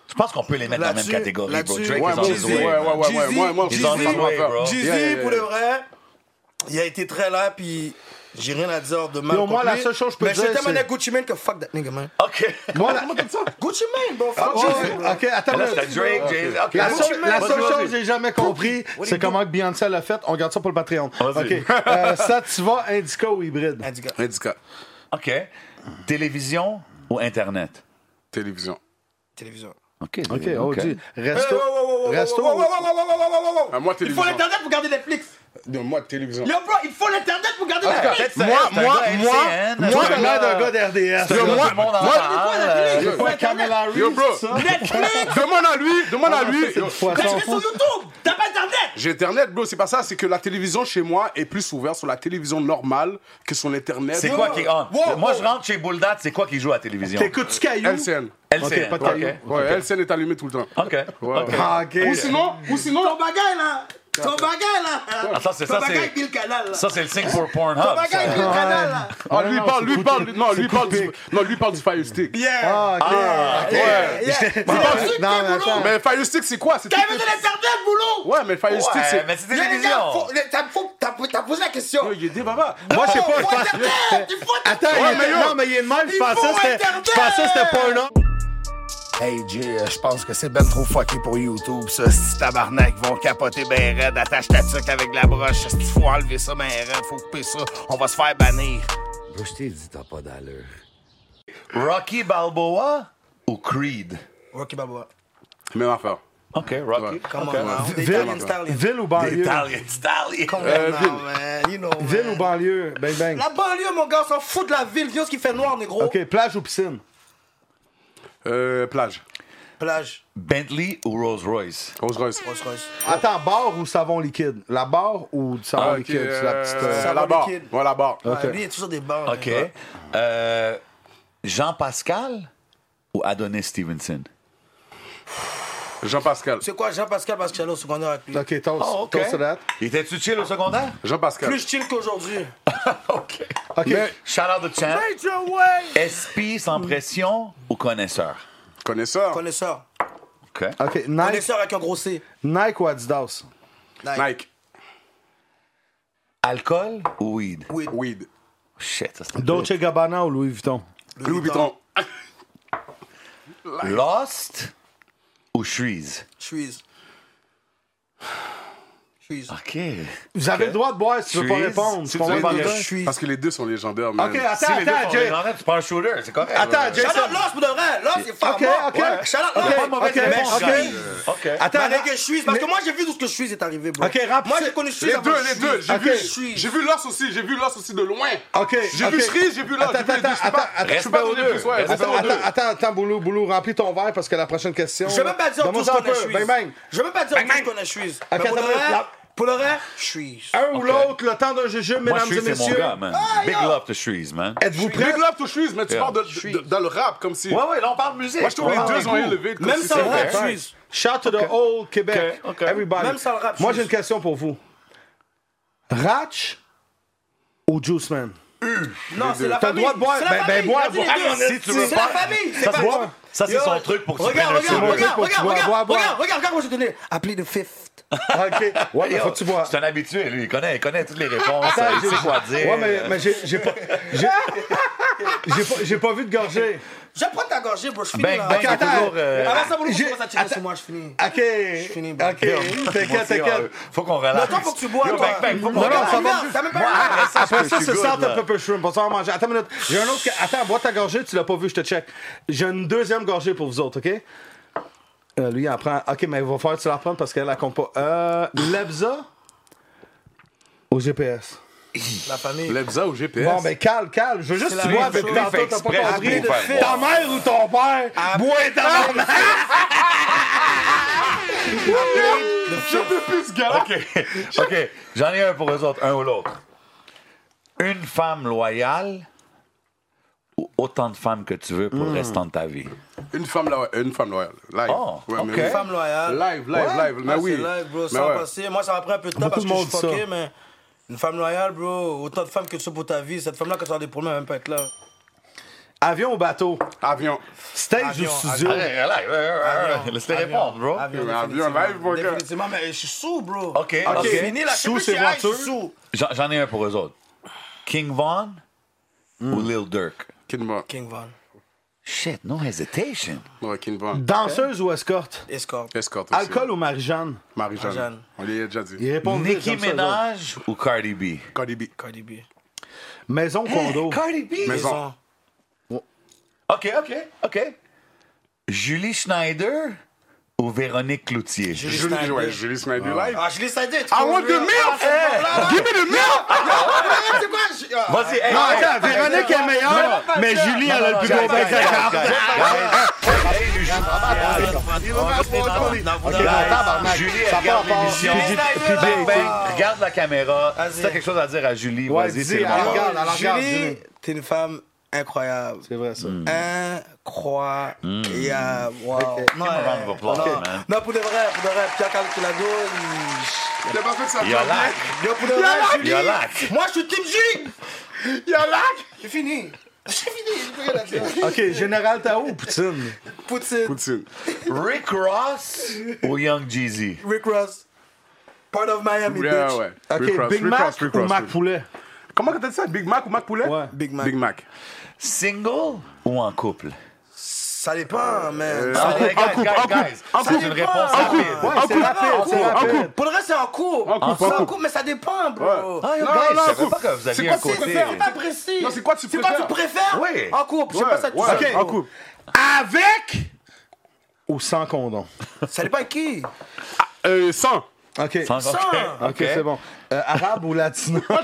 S4: Je pense qu'on peut les mettre dans la même
S2: Là-dessus-
S4: catégorie, bro.
S2: là-dessus,
S4: Drake
S6: Ouais,
S4: is on his
S6: Jeezy,
S4: way,
S6: ouais,
S4: man.
S6: ouais, ouais, ouais,
S2: Jeezy,
S6: moi, moi,
S4: He's
S6: je
S4: on his
S6: pense qu'on va
S4: way,
S6: faire.
S4: bro.
S2: Jeezy,
S6: Yeah, yeah, yeah.
S2: pour le vrai, il a été très là, puis j'ai rien à dire de mal.
S3: Yo,
S2: contre
S3: moi, la
S2: lui.
S3: seule chose que je peux
S2: Mais
S3: dire,
S2: j'étais tellement
S3: c'est-
S2: avec Gucci Mane que fuck that nigga, man.
S4: OK.
S3: Moi, la... Ah,
S2: Gucci Mane, bon, fuck
S3: Ouais,
S2: Jeezy,
S3: ouais,
S2: bro.
S3: ok, attends,
S4: Là,
S3: mais-
S4: c'était Drake, James. OK.
S3: La
S4: Gucci
S3: seule,
S4: Mane,
S3: la
S4: vas-y,
S3: seule
S4: vas-y.
S3: chose que j'ai jamais compris, c'est comment que Beyoncé l'a fait. On garde ça pour le Patreon.
S4: Vas-y.
S3: OK. Euh, ça, tu vas indica ou hybride?
S2: Ah, du gars.
S6: Indica.
S4: OK. Télévision ou Internet?
S6: Télévision.
S2: Télévision.
S4: OK.
S3: OK, oh,
S4: OK.
S3: dis.
S2: Hey,
S3: Resto.
S2: wow, wow, wow, wow,
S3: Resto.
S2: wow, wow, wow, wow, wow, wow, wow, wow.
S6: Ah,
S2: Il
S6: moi,
S2: faut
S6: télévision.
S2: l'internet pour garder Netflix.
S6: Non, moi, télévision.
S2: Yo, bro, il faut l'internet pour garder
S4: Ouais,
S2: Netflix.
S4: peut-être ça, c'est un
S3: moi,
S4: gars
S3: moi,
S4: LCN,
S3: Moi,
S4: c'est un
S3: le maire
S4: gars-
S3: d'un gars d'RDS.
S4: c'est un gars
S6: moi-
S4: tout le monde en
S6: moi, je
S4: parle,
S2: quoi, la
S4: euh,
S2: télé?
S3: C'est
S2: Yo,
S3: pas Kamala Harris,
S6: Yo, bro.
S3: ça?
S2: Netflix,
S6: <laughs> Demande à lui, demande à lui.
S3: Ah, C'est
S6: Yo,
S3: du poisson.
S2: t'es sur YouTube, t'as pas internet.
S6: J'ai Internet, bro, c'est pas ça, c'est que la télévision chez moi est plus ouverte sur la télévision normale que sur l'Internet. Ah,
S4: C'est quoi qui est on?
S2: Wow,
S4: Moi,
S2: wow.
S4: je rentre chez Bouldat, c'est quoi qui joue à la télévision?
S3: T'écoutes-tu Caillou?
S6: LCN.
S4: LCN.
S3: Ok, pas de
S4: OK.
S3: caillou.
S6: Ouais, LCN est allumée tout le temps.
S4: OK.
S6: Ouais.
S4: OK.
S3: Ah, OK.
S6: Ou sinon, ou sinon,
S2: Ton bagage, là. Ton bagage, là.
S3: Ah,
S4: Attends, c'est
S2: Ton
S4: ça,
S2: bagage,
S4: c'est-
S2: Bill Canal, là.
S4: Ça, c'est le signe pour Pornhub.
S2: Ton
S4: ça.
S2: bagage, Bill Canal, là.
S6: ah, lui
S3: non,
S6: parle,
S3: c'est
S6: lui parle, non, lui parle du,
S3: coupe-pic.
S6: non, lui parle du Fire Stick.
S2: Yeah.
S3: Ah, OK.
S6: Ouais.
S2: Yeah. C'est
S3: Bon,
S2: là-dessus que t'es,
S3: non, mais
S2: boulot.
S3: attends.
S6: Mais le Fire Stick, c'est quoi? C'est
S2: T'as
S6: tout-
S2: vu de l'internet, boulot.
S6: Ouais, mais le Fire Stick,
S4: Ouais,
S6: c'est.
S4: mais c'est
S2: Il y a des gars,
S4: télévision.
S2: faut- les- t'as- faut- t'as- T'as posé la question.
S6: Yo, il est des babas.
S3: Moi, je sais
S2: Non,
S3: pas, je
S2: faut
S3: pense...
S2: Internet, il faut
S3: Attends,
S2: Internet.
S3: il était-
S6: mais yo,
S3: non, mais il est de même, je
S2: Oh, il
S3: pensais
S2: faut
S3: que c'était-
S2: Internet!
S3: je pensais que c'était pas un homme.
S7: Hey Jay, euh, je pense que c'est ben trop fucké pour YouTube, ça. Si tabarnak ils vont capoter ben raide, attache ta tuque avec la broche. Si faut enlever ça ben raide, faut couper ça, on va se faire bannir.
S10: Je t'ai dit, t'as pas d'allure.
S4: Rocky Balboa ou Creed?
S2: Rocky Balboa.
S6: Même affaire.
S4: OK, Rocky.
S2: bah, Come on,
S4: OK.
S2: now. The
S3: Ville-
S2: Italian style.
S3: Ville ou banlieue?
S4: Italien, Italien.
S2: Come on
S6: Euh,
S2: now,
S6: ville.
S2: man. You know,
S3: Ville
S2: man.
S3: ou banlieue? Bang, bang.
S2: La banlieue, mon gars, on s'en fout de la ville. Viens, ce qui fait noir, négro.
S3: OK, plage ou piscine?
S6: Euh, plage.
S2: Plage,
S4: Bentley ou Rolls Royce?
S6: Rolls Royce.
S2: Rolls Royce.
S3: Attends, bar ou savon liquide? La barre ou du
S2: Ah,
S3: savon
S6: Ok,
S3: liquide? C'est la petite... Ah, euh,
S6: euh, la barre.
S2: liquide.
S6: Ouais, la barre.
S2: Ouais, lui, il est toujours des bars.
S4: OK.
S2: man.
S4: Euh, Jean Pascal ou Adonis Stevenson?
S6: Jean-Pascal.
S2: C'est quoi, Jean-Pascal, parce que j'allais au secondaire avec lui.
S3: Ah, OK, toast.
S2: Oh,
S3: Toast to that.
S4: Il était-tu chill au secondaire? <laughs>
S6: Jean-Pascal.
S2: Plus chill qu'aujourd'hui.
S4: OK.
S3: OK.
S6: Mais-
S4: Shout out to Champ. SP sans pression ou connaisseur?
S6: Connaisseur.
S2: Connaisseur.
S4: OK.
S3: OK, Nike,
S2: Connaisseur avec un gros C.
S3: Nike ou Adidas?
S6: Nike.
S4: Alcool ou weed?
S2: Weed.
S6: Weed.
S4: Oh, Shit, ça c'est
S3: Dolce Gabbana ou Louis Vuitton?
S6: Louis Vuitton.
S4: Lost ou Shreeze?
S2: Shreeze. Shreeze.
S4: OK.
S3: Vous avez le droit de boire si tu veux pas
S4: Trees.
S3: répondre.
S4: Si
S3: Tu comprends
S6: Les
S3: pas
S6: deux,
S3: bien?
S2: je suis-
S6: Parce que les deux sont légendaires, man.
S3: OK,
S4: Si
S3: attends,
S4: les deux
S3: attends,
S4: sont
S3: Jay.
S4: légendaires, tu prends un shooter, c'est correct.
S3: Attends,
S2: Shout out
S3: Jason.
S2: Lost pour de vrai. Lost, il est fort.
S3: Ok,
S2: mort.
S3: ok.
S2: Ouais.
S4: Il y
S2: Shout out
S4: a pas de
S2: Lost.
S4: mauvaise
S3: Ok,
S4: réponse,
S3: ok.
S4: Gary. OK.
S3: Attends,
S2: Avec que Shreeze, parce
S3: mais-
S2: que moi j'ai vu d'où ce que Shreeze est arrivé, bro.
S3: Ok, rap-
S2: Moi j'ai connu Shreeze.
S6: Les
S2: avant
S6: deux, les
S2: Shreeze.
S6: deux. J'ai
S2: Ok.
S6: vu,
S2: Shreeze.
S6: j'ai vu l'os aussi, j'ai vu l'os aussi de loin.
S3: OK.
S6: J'ai
S3: OK.
S6: vu Shreeze, j'ai vu l'os.
S3: Attends,
S6: j'ai vu les deux,
S3: attends,
S6: je suis
S3: attends,
S6: pas-
S3: attends,
S6: je suis pas
S4: respect aux
S6: aux
S4: deux.
S6: deux. ouais,
S4: Respect
S6: respect
S3: Attends,
S4: aux
S6: aux deux.
S3: attends, attends, attends, Boulou, Boulou, remplis ton verre parce que la prochaine question.
S2: Je vais même pas dire tout
S3: Donne-moi
S2: ce
S3: ça un
S2: qu'on a
S3: peu. Bang,
S2: Shreeze.
S3: bang.
S2: Je vais même pas dire tout ce qu'on a Shreeze. Mais
S3: Ok,
S2: Pour le
S3: attends,
S2: vrai,
S3: la- Ah,
S2: pour le vrai, Shreeze.
S3: Un ou
S4: OK.
S3: l'autre, le temps d'un juge,
S4: Moi,
S3: mesdames et
S4: Shreeze, c'est mon
S3: messieurs. Ah,
S4: gars, man. Big love to Shreeze, man.
S3: Êtes-vous prêts?
S6: Big love to Shreeze, mais tu
S4: Yeah.
S6: parles de- de- dans le rap comme si.
S4: Ouais,
S6: Moi,
S4: ouais, là, on parle musique.
S6: je trouve les deux sont élevés. comme
S2: Même
S6: si
S2: sans
S6: c'est-
S2: le rap,
S4: vrai.
S2: Shreeze.
S3: Shout to the old Québec.
S4: OK, OK.
S3: Everybody.
S2: Même sans le rap,
S3: Moi,
S2: Suisse.
S3: j'ai une question pour vous. Ratch ou Juice
S4: <laughs>
S3: Man?
S2: Non, c'est la
S3: T'as le
S2: famille.
S3: droit de boire.
S2: C'est la
S3: Ben, ben,
S2: famille.
S3: boire,
S2: Il a dit les
S3: boire.
S2: deux.
S3: Ah, mon
S4: esti, tu veux
S2: C'est la
S4: pas.
S2: famille.
S4: Ça,
S2: C'est
S4: c'est
S2: pas
S4: moi. Ça, c'est
S2: Yo,
S4: son truc pour que tu
S2: Regarde,
S4: prennes un
S2: regarde,
S4: shooter.
S2: regarde,
S3: Pour que tu
S2: regarde,
S3: bois, bois,
S2: regarde,
S3: bois.
S2: regarde, regarde, regarde, comment je te donné. Appelez de fifth.
S3: OK. Ouais, mais
S4: Yo,
S3: faut que tu bois.
S4: C'est un habitué, lui. Il connaît, il connaît toutes les réponses.
S3: Attends,
S4: il
S3: j'ai-
S4: sait quoi dire.
S3: Ouais, mais, mais j'ai, j'ai pas. J'ai, j'ai pas, j'ai pas vu de
S4: <laughs>
S3: gorgée.
S2: Je prends ta gorgée, bro. Je finis
S4: Bang,
S2: là.
S4: bang,
S3: Ok, attends. Ah,
S4: toujours, euh,
S2: Avant ça, pour le
S3: J'ai-
S2: coup, ça tirer sur moi, je finis.
S3: OK.
S2: finis,
S3: OK.
S2: bro.
S4: Moi
S3: T'inquiète,
S4: aussi,
S3: t'inquiète.
S4: ouais, hein. Faut qu'on relaxe.
S2: Non, toi, faut que tu bois,
S4: Yo,
S2: toi.
S4: bang, bang, faut qu'on
S3: Non, non,
S4: relaxe.
S3: ça va.
S2: Ça même pas
S4: Moi,
S2: un
S4: après ça,
S3: Après
S4: je
S3: Ah, ça,
S4: suis
S3: c'est
S4: good,
S3: salt
S4: là.
S3: and pepper shrimp. On s'en va manger. Attends une minute. J'ai un autre. que- Attends, bois ta gorgée. Tu l'as pas vu, je te check. J'ai une deuxième gorgée pour vous autres, OK? Euh, lui, il en prend. OK, mais il va falloir que tu la prennes parce qu'elle la compte pas. Euh, Lebza au GPS.
S2: La famille.
S6: Lebza ou GPS.
S3: Bon, ben, calme, calme. Je veux juste que tu
S2: la
S3: bois
S2: même
S3: avec
S2: chose.
S3: tantôt,
S4: Il
S3: t'as
S4: fait
S3: pas
S4: exprès pour
S3: compris.
S4: vous faire
S3: Ta
S4: boire.
S3: mère ou ton père, bois ta mère.
S4: OK. <laughs> OK. J'en ai un pour eux autres, un ou l'autre. Une femme loyale ou autant de femmes que tu veux pour
S2: Hmm.
S4: le restant de ta vie.
S6: Une femme loyale. Une femme loyale. Live.
S4: Oh,
S6: Ouais, mais
S4: ok.
S6: oui.
S2: Femme loyale.
S6: Live, live, live. Mais
S2: Ah,
S6: oui.
S2: C'est live, bro.
S6: Mais
S2: Ça
S6: ouais.
S2: a passé. Moi, ça m'a pris un peu de temps
S3: Beaucoup
S2: parce
S3: de
S2: que je suis
S3: monde dit ça.
S2: fucké, mais. Une femme loyale, bro. Autant de femmes que tu as pour ta vie. Cette femme-là, quand tu as des problèmes, elle va même pas être là.
S3: Avion ou bateau?
S6: Avion.
S3: Stage ou
S2: Avion,
S3: studio?
S2: avion.
S4: Allez, relax, ouais, ouais, ouais. Laisse-les répondre, bro.
S2: Avion,
S6: Avion,
S2: définitivement.
S6: live, mon gars.
S2: Définitivement, mais je suis sous, bro.
S4: OK,
S2: Ok,
S4: OK.
S2: fini là.
S3: Sous,
S2: Je sais
S3: c'est
S2: plus qui aille,
S3: voiture.
S2: je suis sous.
S4: J'en j'en ai un pour eux autres. King Von ou
S2: Hmm.
S4: Lil Durk?
S6: Kinbon.
S2: King Von.
S4: Shit, no hesitation.
S6: Ouais, Kinbon.
S3: Danseuse ou escorte?
S2: Escort.
S6: Escorte aussi.
S3: Alcool ou marie-jeanne?
S6: Marie-Jeanne.
S2: Marie-Jeanne.
S6: On l'a déjà dit.
S3: Ils répondent vite,
S4: Nicki
S3: j'aime ça, les autres.
S4: Minaj ou Cardi B?
S6: Cardi B.
S2: Cardi B.
S3: Maison ou condo?
S4: Cardi B?
S6: Maison.
S4: OK, OK, OK. Julie Schneider ou Véronique Cloutier?
S2: Julie
S6: Julie,
S2: Snyder.
S6: ouais, Julie Snyder live.
S2: Ah, Julie Snyder.
S6: I want the milk! Give me the milk!
S2: C'est quoi? je- ah,
S4: Vas-y, hey,
S3: Non,
S4: hey,
S3: attends,
S4: hey,
S3: Véronique est meilleure, mais Julie, elle a le plus gros bec de la carte.
S4: Julie, elle regarde l'émission.
S3: Puis- puis- puis-
S4: Ben, ben, regarde la caméra.
S2: Vas-y.
S4: Si t'as quelque chose à dire à Julie,
S3: Ouais,
S4: vas-y,
S3: dis,
S4: c'est le
S3: alors,
S4: moment.
S3: regarde, alors, regarde,
S2: Julie,
S3: Julie.
S2: t'es une femme incroyable.
S3: C'est vrai,
S4: Hmm.
S3: ça.
S2: Incroyable. Wow. Non,
S4: Give him a round of applause,
S2: non.
S4: man.
S2: euh, Non, pour de vrai, pour de vrai, Pierre Calculado, il-
S6: J'ai pas fait ça.
S4: Yo,
S6: toi,
S4: là.
S2: Yo, pour de vrai, Julie.
S4: Yo, lac.
S2: Moi, je suis Team Julie.
S6: bien. Y'a là!
S2: C'est fini. C'est fini. j'ai plus rien à dire.
S3: OK, Général Tao ou Poutine?
S2: Poutine,
S6: Poutine.
S4: Rick Ross ou Young Jeezy?
S2: Rick Ross, part of Miami,
S6: Yeah,
S2: bitch.
S6: ouais. Rick
S3: OK,
S6: Ross,
S3: Big
S6: Rick
S3: Mac
S6: Ross, Rick
S3: ou
S6: Ross,
S3: Mac
S6: Rick-
S3: Poulet?
S6: Comment t'as dit ça? Big Mac ou Mac Poulet?
S3: Ouais.
S2: Big Mac.
S6: Big Mac.
S4: Single ou en couple?
S2: Ça dépend, man. Ça
S4: Ah,
S2: dépend.
S4: hey, guys,
S6: couple,
S4: guys,
S6: en couple,
S4: guys,
S6: en
S4: C'est une
S6: couple.
S4: réponse
S2: En
S3: Ouais,
S4: rapide.
S6: En
S3: c'est
S6: couple,
S3: rapide,
S6: en
S3: c'est
S6: couple, en
S3: rapide.
S2: Pour le reste, c'est en cours.
S6: En cours,
S2: C'est
S6: en
S2: en
S6: cours.
S2: cours, mais ça dépend, bro.
S4: Ah, yo,
S6: Non,
S4: guys,
S6: non,
S4: je savais
S6: couple.
S4: pas que vous
S6: C'est
S4: aviez
S6: quoi,
S4: un
S6: c'est-
S4: côté.
S2: C'est pas précis.
S6: Non, c'est quoi tu
S2: C'est quoi tu préfères?
S4: Oui.
S2: En couple, je sais
S6: Ouais,
S2: pas ça. tu
S6: ouais,
S2: sais.
S6: en couple.
S3: Avec ou sans condom?
S2: Ça dépend qui.
S6: Euh, 100.
S3: OK.
S4: Sans-
S2: Sans.
S3: OK, c'est bon. Euh, arabe ou latino?
S2: Ah.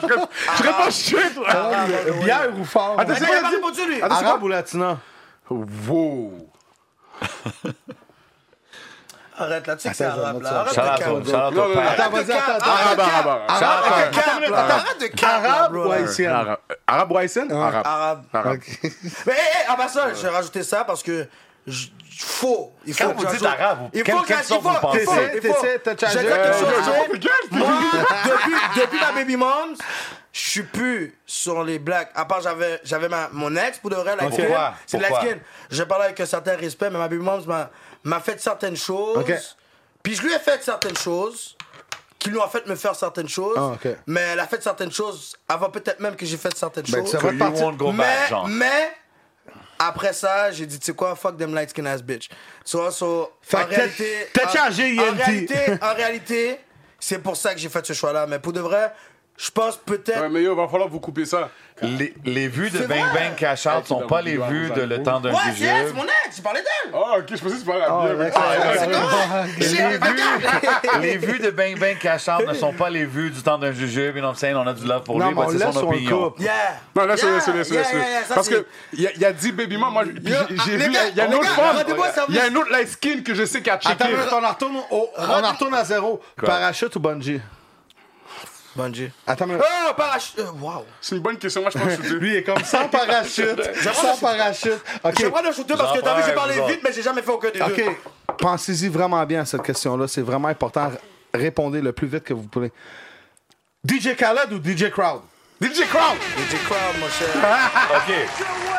S6: Je réponds chez toi.
S3: Euh, Bière ou fort?
S6: Attends,
S2: Il a pas répondu, lui.
S6: Attends, c'est
S3: Arabe ou latino?
S6: Wow.
S2: Arrête là, tu sais que c'est
S3: Attends,
S2: arabe
S3: je vais
S2: là. Arrête
S3: mettre ça.
S2: de
S4: Shout out
S2: cap.
S4: au- shout out au
S6: Non, non,
S4: père.
S3: Attends, vas-y, attends,
S2: Ah,
S3: attends.
S6: Arabe, arabe, arabe.
S3: Arabe,
S2: Cap, là. Arrête de cap. là,
S3: arabe
S2: bro.
S3: ou haïtienne?
S6: Arabe. Arabe ou haïtienne? Arabe.
S2: Arabe.
S6: Arabe.
S3: OK.
S2: Mais hé, hé, ah bah ça, j'ai rajouté ça parce que je- faut. Il faut
S4: Quand
S2: que
S4: vous
S2: je
S4: dites
S2: rajoute-
S4: arabe, vous-
S2: il
S4: quelle-
S2: faut que
S4: quelle
S2: il
S4: sorte
S2: faut-
S4: vous pensez?
S2: il faut- il faut-
S3: T'essaies, t'as changé.
S2: J'ai quelque
S3: Euh,
S2: chose.
S3: je-
S2: hein. Moi, depuis, depuis ma baby mom, je suis plus sur les blacks. À part j'avais j'avais ma mon ex pour de vrai la
S4: Ok.
S2: skin.
S4: Pourquoi?
S2: C'est de la
S4: Pourquoi?
S2: skin. J'ai parlé avec un certain respect, mais ma baby mom m'a m'a fait certaines choses.
S3: Ok.
S2: Puis je lui ai fait certaines choses qui lui ont fait me faire certaines choses.
S3: Ah, ok.
S2: Mais elle a fait certaines choses avant peut-être même que j'ai fait certaines
S3: Ben,
S2: choses.
S3: tu
S4: So
S3: vas
S4: you
S3: partir-
S4: won't go back,
S2: Mais,
S4: genre.
S2: mais après ça, j'ai dit, tu sais quoi, fuck them light skin ass bitch. So, so,
S3: Fait
S2: en
S3: que t'as-
S2: réalité.
S3: t'as
S2: en-
S3: chargé,
S2: en
S3: INT.
S2: réalité, en réalité, c'est pour ça que j'ai fait ce choix-là. Mais pour de vrai, je pense
S6: Ouais,
S2: peut-être.
S6: mais yo, va falloir vous couper ça.
S4: Les, les vues de Bang Bang Cash Out sont pas les vues de Le Temps d'un
S2: Ouais, c'est elle, c'est
S4: Jujube.
S2: mon ex, j'ai parlé d'elle.
S6: Ah, ok, je pensais que tu
S2: Oh,
S6: parlais
S3: Ah,
S6: à bien.
S3: d'accord.
S2: J'ai- regarde.
S4: <laughs> Les vues de Bang Bang Cash Out ne sont pas les vues du Temps d'un Jujube. You know what I'm saying? On a du love pour
S3: Non,
S4: lui,
S3: mais on
S4: parce que c'est
S3: laisse
S4: son
S3: son
S4: opinion.
S3: couple.
S2: <laughs> Yeah.
S6: Non, laisse-le,
S2: Yeah,
S6: laisse-le, laisse-le.
S2: yeah,
S6: laisse-le.
S2: yeah, yeah, ça,
S6: Parce
S2: c'est-
S6: que il y, a- il y a 10 baby mamas, moi, j'ai
S2: Yo, ah,
S6: j'ai
S2: les
S6: vu,
S2: gars,
S6: il y a une
S2: les
S6: autre
S2: gars, rendez-moi
S6: femme. Il
S2: service.
S6: y a une autre light skin que je sais qu'elle a
S3: Attends,
S6: checké.
S3: on en retourne au- on en retourne à zéro. Parachute ou bungee?
S2: Bungie.
S3: Attends, mais-
S2: Oh, parachute. euh, Wow.
S6: C'est une bonne question, moi, je pense que je suis
S3: Lui, il est comme sans parachute. sans parachute.
S2: J'ai
S3: OK.
S2: pas de shooter parce que
S4: J'en
S2: t'as vu, j'ai
S4: parle,
S2: parlé
S4: vous autres.
S2: vite, mais j'ai jamais fait aucun des deux.
S3: OK. Pensez-y vraiment bien à cette question-là. C'est vraiment important. Répondez le plus vite que vous pouvez. DJ Khaled ou DJ Crowd?
S6: <laughs> DJ Crowd!
S2: J'ai crowd, mon cher.
S4: OK.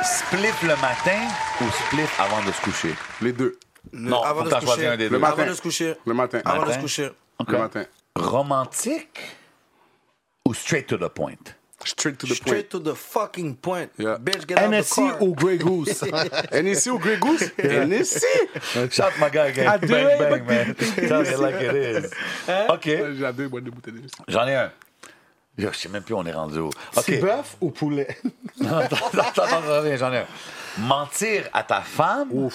S4: Split le matin ou split avant de se coucher?
S6: Les deux.
S4: Non,
S2: avant
S4: faut
S2: de
S4: que t'en
S2: se coucher.
S4: choisisses un des
S6: Le
S4: deux.
S6: matin.
S2: Avant de se coucher.
S6: Le matin.
S2: Avant de se
S4: Matin.
S2: coucher.
S4: OK.
S6: Le matin.
S4: Romantique ou straight to the point?
S6: Straight to the
S2: Straight to the fucking point.
S6: Yeah.
S2: Bitch, get out of the
S3: NSC
S2: car.
S3: ou Grey Goose?
S6: <laughs> point. NSC E ou Grey <laughs> Goose? E NSC!
S4: Shout my guy again.
S3: I do it,
S4: bang, bang,
S3: but-
S4: man. Tell me like it is.
S3: Hein?
S4: OK.
S6: J'ai deux boîtes de bouteilles. de E whisky.
S4: J'en ai un. Yo, je sais même plus où on est rendu où.
S3: C'est
S4: OK.
S3: bœuf ou <laughs> poulet?
S4: <laughs> Attends, attends, attends, j'en ai un, j'en ai un. Mentir à ta femme ou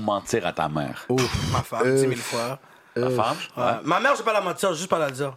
S4: mentir à ta mère?
S2: Ma femme, 10 000 fois.
S4: Ta femme?
S2: Euh, Ouais. Ma mère, je vais pas la mentir, juste pas la dire.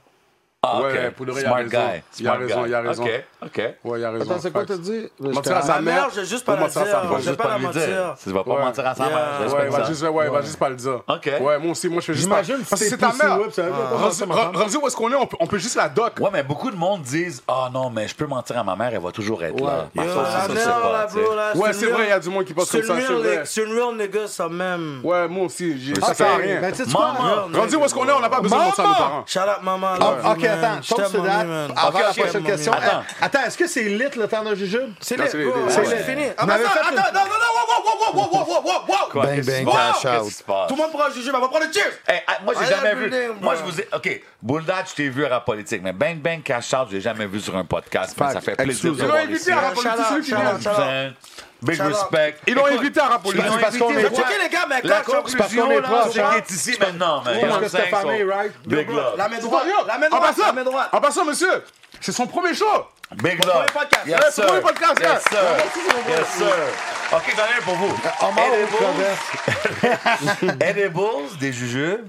S4: Ah,
S6: Ouais,
S4: OK.
S6: pour le vrai, il a
S4: Smart
S6: raison.
S4: guy.
S6: Il a
S4: Smart
S6: raison,
S4: guy.
S6: il a raison.
S4: OK, OK.
S6: Ouais, il a raison.
S3: Attends, c'est quoi
S6: facts.
S3: t'as dit?
S6: Mentir à
S2: Ma
S6: sa
S2: mère,
S6: mère.
S2: je vais juste pas
S6: ou
S2: la
S6: mentir à sa
S2: dire.
S6: femme.
S2: Je vais pas la mentir.
S4: Tu vas pas
S6: Ouais.
S4: mentir à sa mère.
S2: Yeah.
S4: je
S6: Ouais,
S4: respecte
S6: il va
S4: ça.
S6: juste, ouais, il va juste pas le dire.
S4: Ok.
S6: Ouais, moi aussi, moi, je fais juste pas.
S3: J'imagine
S6: Parce que
S3: si c'est
S6: c'est ta mère. Ah.
S3: Web, ça veut dire pas
S6: Rendu
S3: mentir à ma femme.
S6: rendu où est-ce qu'on est, on peut- on peut juste la doc.
S4: Ouais, mais beaucoup de monde disent Ah non, mais je peux mentir à ma mère, elle va toujours être là. Ma
S2: Yo,
S4: soeur,
S2: Ah, la
S4: ça,
S2: mère,
S4: c'est pas,
S2: là,
S4: tu sais.
S2: bro, là,
S6: Ouais,
S2: c'est
S6: c'est
S2: une
S6: vrai,
S2: real-
S6: il y a du monde qui pense comme
S2: c'est une
S6: ça, c'est
S2: real
S6: vrai.
S2: nigga- C'est une real nigga, ça même.
S6: Ouais, moi aussi, j'ai- ça sert à rien.
S3: Ben, tu sais quoi?
S4: Maman.
S3: là?
S6: Rendu où est-ce qu'on est, on n'a pas besoin de mentir à nos
S3: Maman!
S6: parents.
S2: Shout out, maman.
S3: Ah, OK, attends,
S2: Je
S3: toast to
S2: t'aime,
S3: that.
S2: mommy, man.
S3: Avant
S2: Ok,
S3: la
S2: je t'aime,
S3: prochaine
S2: mommy,
S3: question. eh,
S2: man.
S3: Attends, Attends, est-ce que c'est lit le temps d'un jujube?
S2: C'est
S6: Non,
S2: lit.
S6: c'est lit,
S2: bro,
S6: lit,
S2: c'est
S6: ouais.
S2: lit, fini.
S3: On
S2: Ah, mais
S3: avait
S2: attends,
S3: fait
S2: attends, non, non, non, wow, wow, wow, wow, wow, wow, wow, wow.
S4: Quoi?
S7: Bang,
S4: Qu'est-ce qui
S7: bang,
S4: se passe?
S7: cash out.
S4: Qu'est-ce qui se passe?
S2: Tout le monde prend un jujube, on va prendre le chips.
S4: Hey, ah, moi, j'ai
S2: Ah, la
S4: jamais vu.
S2: building,
S4: moi, je
S2: bro.
S4: vous ai. OK, Bulldog, je t'ai vu à la politique, mais Bang Bang Cash Out, je l'ai jamais vu sur un podcast. mais ça fait plaisir de
S6: Ils l'ont
S4: voir
S6: invité à
S2: Shout out,
S6: Rapoliti, celui qui
S2: shout out,
S6: vient.
S2: shout out.
S4: Bang, Big
S2: Shout out.
S4: respect.
S6: Ils l'ont
S4: Écoute,
S6: invité à Rapoliti.
S4: ils l'ont
S3: parce qu'on
S4: invité,
S3: est
S4: mais
S2: Checkez les gars, mais
S4: La
S2: quand je suis
S3: parce qu'on est
S4: conclusion, là,
S3: proches,
S4: c'est
S3: hein.
S4: qui est ici maintenant, man.
S3: Oui,
S4: You know
S3: parce
S4: what
S3: que
S4: I'm
S3: c'est ta
S4: saying? So,
S3: famille, right?
S4: Big love.
S2: La main droite, la main
S6: En
S2: droite, la main
S6: passant,
S2: droite.
S6: en passant, Ah bah monsieur, c'est son premier show.
S4: Big
S2: Mon
S4: love.
S2: premier podcast.
S4: Yes,
S6: Ouais, mon
S4: sir.
S6: premier podcast,
S4: Yes,
S6: hein.
S4: sir.
S2: Merci, c'est mon
S4: Yes,
S2: podcast.
S4: sir. OK, j'en ai un pour vous.
S3: Omar ou
S4: Edibles-
S3: crevettes?
S4: <laughs> Edibles, des jujubes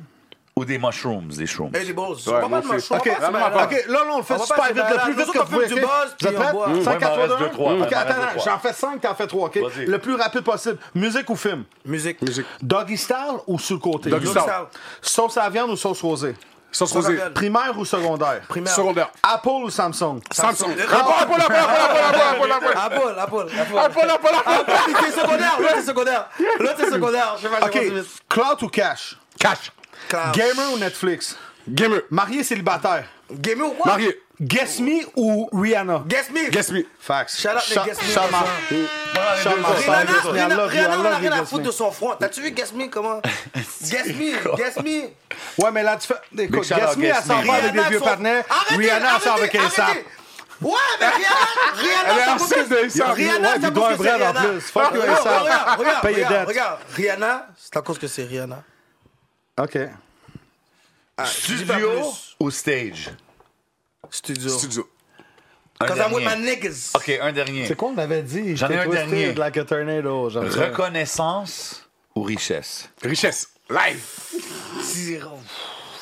S4: ou des mushrooms, des shrooms?
S2: Hey, les boss, on
S6: Ouais,
S2: va
S6: moi
S2: pas de ma
S6: aussi.
S2: chose, on
S3: Ok,
S2: va pas
S6: la
S2: se
S6: même
S2: mêler.
S6: affaire.
S3: Ok, là, là, on le fait
S2: On va
S3: super
S2: pas
S3: vite,
S2: se mêler.
S3: le plus
S2: Nous
S3: vite
S2: autres,
S3: que
S2: on
S3: vous pouvez.
S2: fume du
S3: ok?
S2: buzz,
S3: Vous êtes
S2: puis on
S3: prêts?
S2: boit.
S4: Ouais,
S3: 5,
S4: il
S3: 4,
S4: m'en
S3: 3, 2,
S4: reste deux, trois.
S3: 1.
S4: Ouais,
S3: Ok,
S4: il m'en
S3: attends,
S4: reste
S3: attends,
S4: deux,
S3: j'en fais 5, t'en fais 3, ok?
S4: Vas-y.
S3: Le plus rapide possible. Musique ou film?
S2: Musique.
S6: Musique.
S3: Doggy style ou sur le côté?
S6: Doggy
S2: Doggy
S6: style.
S2: style.
S3: Sauce à la viande ou sauce rosée?
S6: Sans se poser.
S2: Secondaire.
S3: Primaire ou secondaire?
S2: Primaire.
S6: Secondaire.
S3: Apple ou Samsung?
S6: Samsung.
S2: Samsung.
S6: Rapport, rapport, rapport, rapport, rapport, rapport, rapport.
S2: Apple, Apple,
S6: Rapport,
S2: Apple.
S6: rapport, rapport.
S2: Apple, c'est secondaire, l'autre c'est secondaire. L'autre c'est secondaire, je sais pas,
S3: Ok,
S2: j'ai pas suivi.
S3: clout ou cash?
S6: Cash.
S2: Clash.
S3: Gamer ou Netflix?
S6: Gamer.
S3: Marié, célibataire?
S2: Gamer ou quoi?
S6: Marié.
S3: Guess Me ou Rihanna?
S2: Guess me.
S6: Guess me.
S3: Facts.
S2: Shout out,
S3: Sha-
S2: les Guess
S3: Sha-
S2: Me, les gens.
S3: Sha-
S4: Moi, j'en ai
S3: Sha-
S4: deux, j'en ai
S2: Rihanna,
S4: deux.
S3: Sha- I love you, I
S2: Rihanna, Rihanna, on a
S3: love you,
S2: rien à
S3: Guess
S2: foutre
S3: Me.
S2: de son front. T'as-tu vu Guess Me
S3: <laughs>
S2: comment? Guess me, Guess me.
S3: Ouais, mais là, tu fais. Écoute,
S4: shout out
S3: Guess Me, elle
S4: Guess
S3: s'en
S4: Me.
S3: va avec des
S2: Rihanna,
S3: vieux
S2: son-
S3: partenaires.
S2: Arrêtez,
S3: Rihanna, elle s'en va avec
S2: arrêtez,
S3: ASAP.
S2: arrêtez. Ouais, mais Rihanna,
S6: Elle est
S2: Rihanna,
S6: enceinte de
S2: Rihanna,
S6: A$AP.
S3: Ouais,
S2: c'est à
S3: il
S2: cause
S3: doit
S2: que
S3: un
S2: c'est
S3: bread en
S2: Rihanna.
S3: plus. Fuck
S2: Regarde,
S3: yourself.
S2: regarde, regarde,
S3: Pay your
S2: regarde,
S3: debts.
S2: regarde. Rihanna, c'est à cause que c'est Rihanna.
S3: OK.
S2: Ah, dis pas
S4: Studio
S2: plus.
S4: ou stage?
S2: Studio.
S6: Studio.
S4: Un
S2: Cause I'm with my
S4: dernier.
S2: niggas.
S4: OK, un dernier.
S3: C'est quoi, on avait dit?
S4: J'en ai
S3: J'étais
S4: un
S3: twisted
S4: dernier.
S3: Like a tornado. j'aime ça.
S4: Reconnaissance ou richesse?
S6: Richesse. Life.
S2: Tire-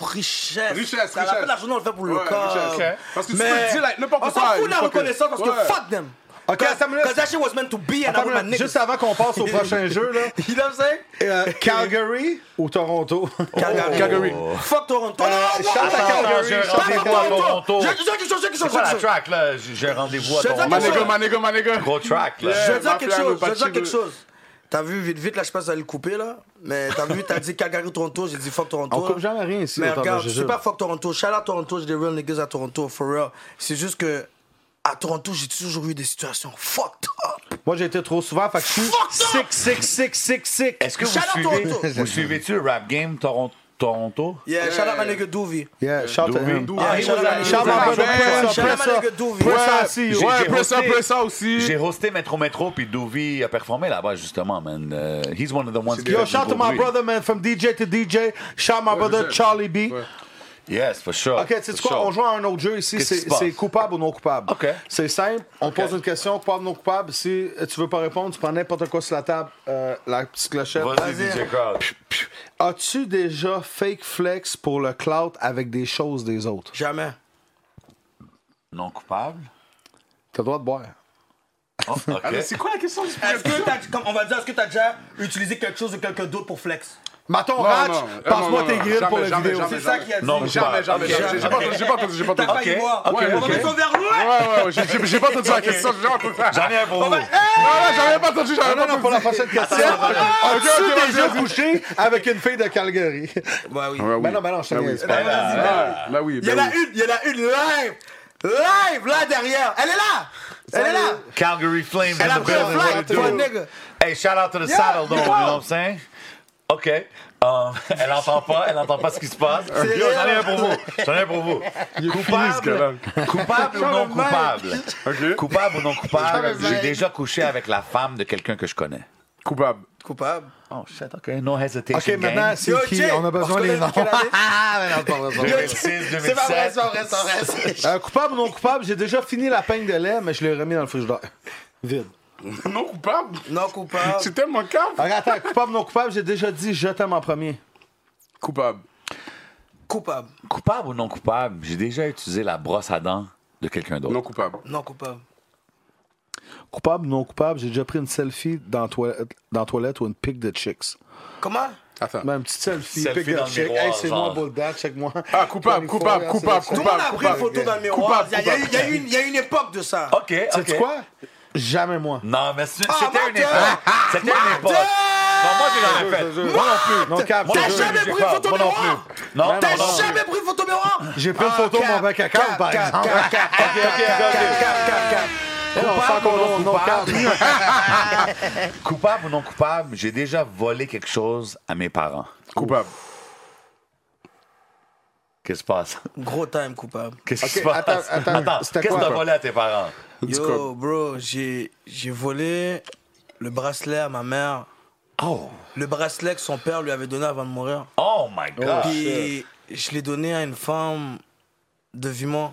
S2: Richesse.
S6: Richesse,
S2: Ça
S6: richesse.
S2: rappelle la journée, on le fait pour le
S6: Ouais,
S2: corps.
S6: richesse. Ok. Parce que tu peux le dire, like, n'importe
S2: on
S6: quoi,
S2: s'en fout de la
S6: une fois que-
S2: reconnaissance parce
S6: Ouais.
S2: que fuck them.
S3: Ok,
S2: Cause-
S3: attends une minute.
S2: Cause that shit was meant to be and
S3: Attends
S2: I'm
S3: une
S2: with my
S3: minute,
S2: niggas.
S3: Juste avant qu'on passe au prochain jeu,
S2: <laughs>
S3: là.
S2: You know what I'm saying?
S3: euh, Calgary ou Toronto? Oh.
S2: Calgary.
S6: Oh. Calgary. Eh,
S2: Fuck Toronto. Ah, Non, non, non,
S3: shout out
S2: non,
S3: à
S2: non,
S3: Calgary.
S2: non,
S4: j'ai un
S2: non,
S4: rendez-vous
S2: non,
S4: à
S2: non, non.
S4: Toronto.
S2: Je- je- je- je- je- je- je-
S4: C'est quoi la
S2: je-
S4: track, là? J'ai j'ai un rendez-vous à
S2: Je- je-
S4: Toronto.
S6: Ma
S2: je-
S6: nigga, ma nigga, ma nigga.
S4: Gros track,
S2: Je
S4: là.
S2: veux dire
S6: Ma
S2: quelque
S6: flamme,
S2: chose,
S6: pas
S2: je veux
S6: de
S2: dire quelque
S6: cheveux.
S2: chose. T'as vu vite vite là, je pense à le couper là. Mais t'as vu, t'as dit Calgary Toronto, j'ai dit fuck Toronto.
S3: On coupe jamais rien ici,
S2: Mais
S3: autant de
S2: regarde,
S3: jujubes.
S2: c'est pas fuck Toronto. Shout out Toronto, j'ai des real niggas à Toronto, for real. C'est juste que à Toronto, j'ai toujours eu des situations fucked up.
S3: Moi, j'ai été trop souvent, fait que je suis
S2: Fuck ça!
S3: sick, sick, sick, sick, sick.
S4: Est-ce que vous
S2: Shout out
S4: suivez...
S2: Toronto.
S4: <laughs> Vous suivez-tu le rap game Toron- Toronto?
S2: Yeah, shout out ma nigga Doovy.
S3: Yeah, shout out to him.
S6: Douvy.
S2: Yeah,
S4: he
S2: shout
S4: was
S2: out
S4: a-
S2: my
S4: he
S3: Shout
S2: nigga
S3: out my brother,
S2: Douvy.
S3: press
S2: Shout out
S3: ça,
S2: my
S3: press
S2: nigga
S3: ça.
S2: Doovy.
S3: Press ça,
S6: Ouais,
S3: si,
S4: J'ai-
S6: ouais,
S4: j'ai
S6: press ça,
S4: hosté-
S6: press ça aussi.
S4: J'ai hosté Metro Metro, puis Doovy a performé là-bas, justement, man. Euh, he's one of the ones qui
S3: Yo,
S4: l'a
S3: shout out
S4: dit
S3: to my
S4: pour lui.
S3: brother, man, from DJ to DJ. Shout out my brother,
S6: je sais.
S3: Charlie B.
S6: Ouais.
S4: Yes, for sure.
S3: OK, tu sais
S4: For
S3: quoi,
S4: sure.
S3: on joue à un autre jeu ici,
S4: Qu'est-ce qui
S3: c'est
S4: se passe?
S3: c'est coupable ou non coupable.
S4: OK.
S3: C'est simple, on
S4: OK.
S3: pose une question, coupable ou non coupable. Si tu veux pas répondre, tu prends n'importe quoi sur la table, euh, la petite clochette.
S4: Vas-y, DJ Crowd.
S3: As-tu déjà fake flex pour le clout avec des choses des autres?
S2: Jamais.
S4: Non coupable?
S3: T'as le droit de boire.
S4: Oh, OK.
S6: Ah, mais C'est quoi la question du
S2: Est-ce que <laughs> t'as, comme on va dire, est-ce que t'as déjà utilisé quelque chose de quelqu'un d'autre pour flex?
S3: Maton
S6: Non,
S3: Ratch,
S6: non, non,
S3: passe-moi
S6: non,
S3: tes
S6: non,
S3: grilles pour
S6: jamais,
S3: la
S6: jamais,
S3: vidéo.
S6: jamais.
S2: C'est ça qu'il a dit.
S4: Non,
S6: Jamais, jamais,
S4: Ok,
S6: jamais. J'ai pas
S4: ok.
S6: entendu, j'ai pas entendu, j'ai pas
S2: T'as
S6: entendu.
S2: pas y voir.
S4: ok,
S2: Ouais,
S4: ok.
S2: On est vers
S6: Ouais,
S2: loin.
S6: ouais, ouais, j'ai- j'ai- j'ai pas entendu la question, j'ai jamais entendu ça.
S4: J'en ai un pour
S2: On
S4: vous.
S2: va-
S6: Non, non, j'en ai pas entendu, j'en ai pas
S3: Non, non, pour la
S6: entendu.
S3: prochaine question.
S6: Ah, ok, ok,
S3: As-tu
S6: vas-y,
S3: déjà
S6: vas-y.
S3: couché avec une fille de Calgary?
S2: Bah oui. Bah
S6: Ouais,
S3: Ben
S6: oui.
S3: non, ben non, je te
S6: Ben oui.
S3: niaise
S6: Ben
S3: pas.
S6: oui. Ben oui,
S2: Il y en
S6: ben
S2: a
S6: oui.
S2: une, il y en a une live! Live, là derrière! Elle est là! Elle est là!
S4: Calgary Flames
S2: Elle a
S4: in the
S2: pris un
S4: building. What
S2: flight,
S4: it do?
S2: pour un nigga!
S4: Hey, shout out to the saddle, though. You know what I'm saying? OK. Um, <laughs> elle entend pas, elle entend pas ce qui se passe. Yo, j'en ai un pour vous. J'en ai un pour vous. Coupable, coupable ou non coupable? Coupable ou non coupable? J'ai déjà couché avec la femme de quelqu'un que je connais.
S6: Coupable.
S2: Coupable.
S4: Oh shit, OK. No hesitation.
S3: Ok, maintenant,
S4: gang.
S2: Yo,
S3: c'est qui?
S2: Jay,
S3: On a besoin
S2: on se
S3: des noms.
S2: connaît depuis quelle année?
S3: <laughs> Ah, mais non, c'est pas vrai, c'est pas vrai.
S4: 2006,
S2: <laughs>
S4: 2007.
S2: vrai, c'est vrai.
S3: Euh, coupable ou non coupable, j'ai déjà fini la peigne de lait, mais je l'ai remis dans le frigidaire. Vide.
S6: Non coupable.
S2: Non, coupable.
S6: C'est tellement calme.
S3: Alors, attends, coupable ou non coupable, j'ai déjà dit je t'aime en premier.
S6: Coupable.
S2: Coupable.
S4: Coupable ou non coupable? J'ai déjà utilisé la brosse à dents de quelqu'un d'autre.
S6: Non coupable.
S2: Non, coupable.
S3: Coupable ou non coupable, j'ai déjà pris une selfie dans la toilette, dans la toilette ou une pic de chicks.
S2: Comment?
S6: Attends.
S3: Ben, une petite selfie,
S4: Selfie
S3: pic de
S4: dans le
S3: chicks.
S4: miroir,
S3: Hey, c'est moi,
S4: genre.
S3: Bulldog, check-moi.
S6: Ah,
S3: 24,
S6: coupable, coupable,
S3: ah, c'est
S6: coupable,
S3: ça.
S2: Tout le monde a pris une
S6: coupable.
S2: photo dans le miroir.
S6: Coupable,
S2: Il y a- il y a eu- il y a eu une- il y a eu une époque de ça.
S4: OK, OK.
S3: Sais-tu quoi? Jamais moi.
S4: Non, mais c'est-
S2: Ah,
S4: c'était une
S2: menteur!
S4: époque. C'était une époque. Non, moi, j'ai jamais fait.
S3: Moi non plus. Non, cap,
S4: Moi
S3: je
S2: T'as
S3: te jure,
S2: jamais
S3: j'ai
S2: pris
S3: pas.
S2: une photo
S4: Moi non
S2: miroir
S4: plus. Non, non,
S2: T'as
S4: non.
S2: jamais pris une photo miroir
S3: J'ai pris une photo de mon bac à cave, par exemple. On sent qu'on a- on a
S4: coupable.
S3: quatre.
S4: Coupable ou non coupable, j'ai déjà volé quelque chose à mes parents.
S6: Coupable.
S2: Oh,
S4: Qu'est-ce qui se passe?
S2: Gros time coupable.
S4: Qu'est-ce qui
S3: Ok,
S4: se passe?
S3: attends, attends, c'était
S4: qu'est-ce que
S3: quoi?
S4: t'as volé à tes parents?
S2: Yo, bro, j'ai j'ai volé le bracelet à ma mère.
S4: Oh!
S2: Le bracelet que son père lui avait donné avant de mourir.
S4: Oh my God!
S2: Puis je l'ai donné à une femme de Vimont.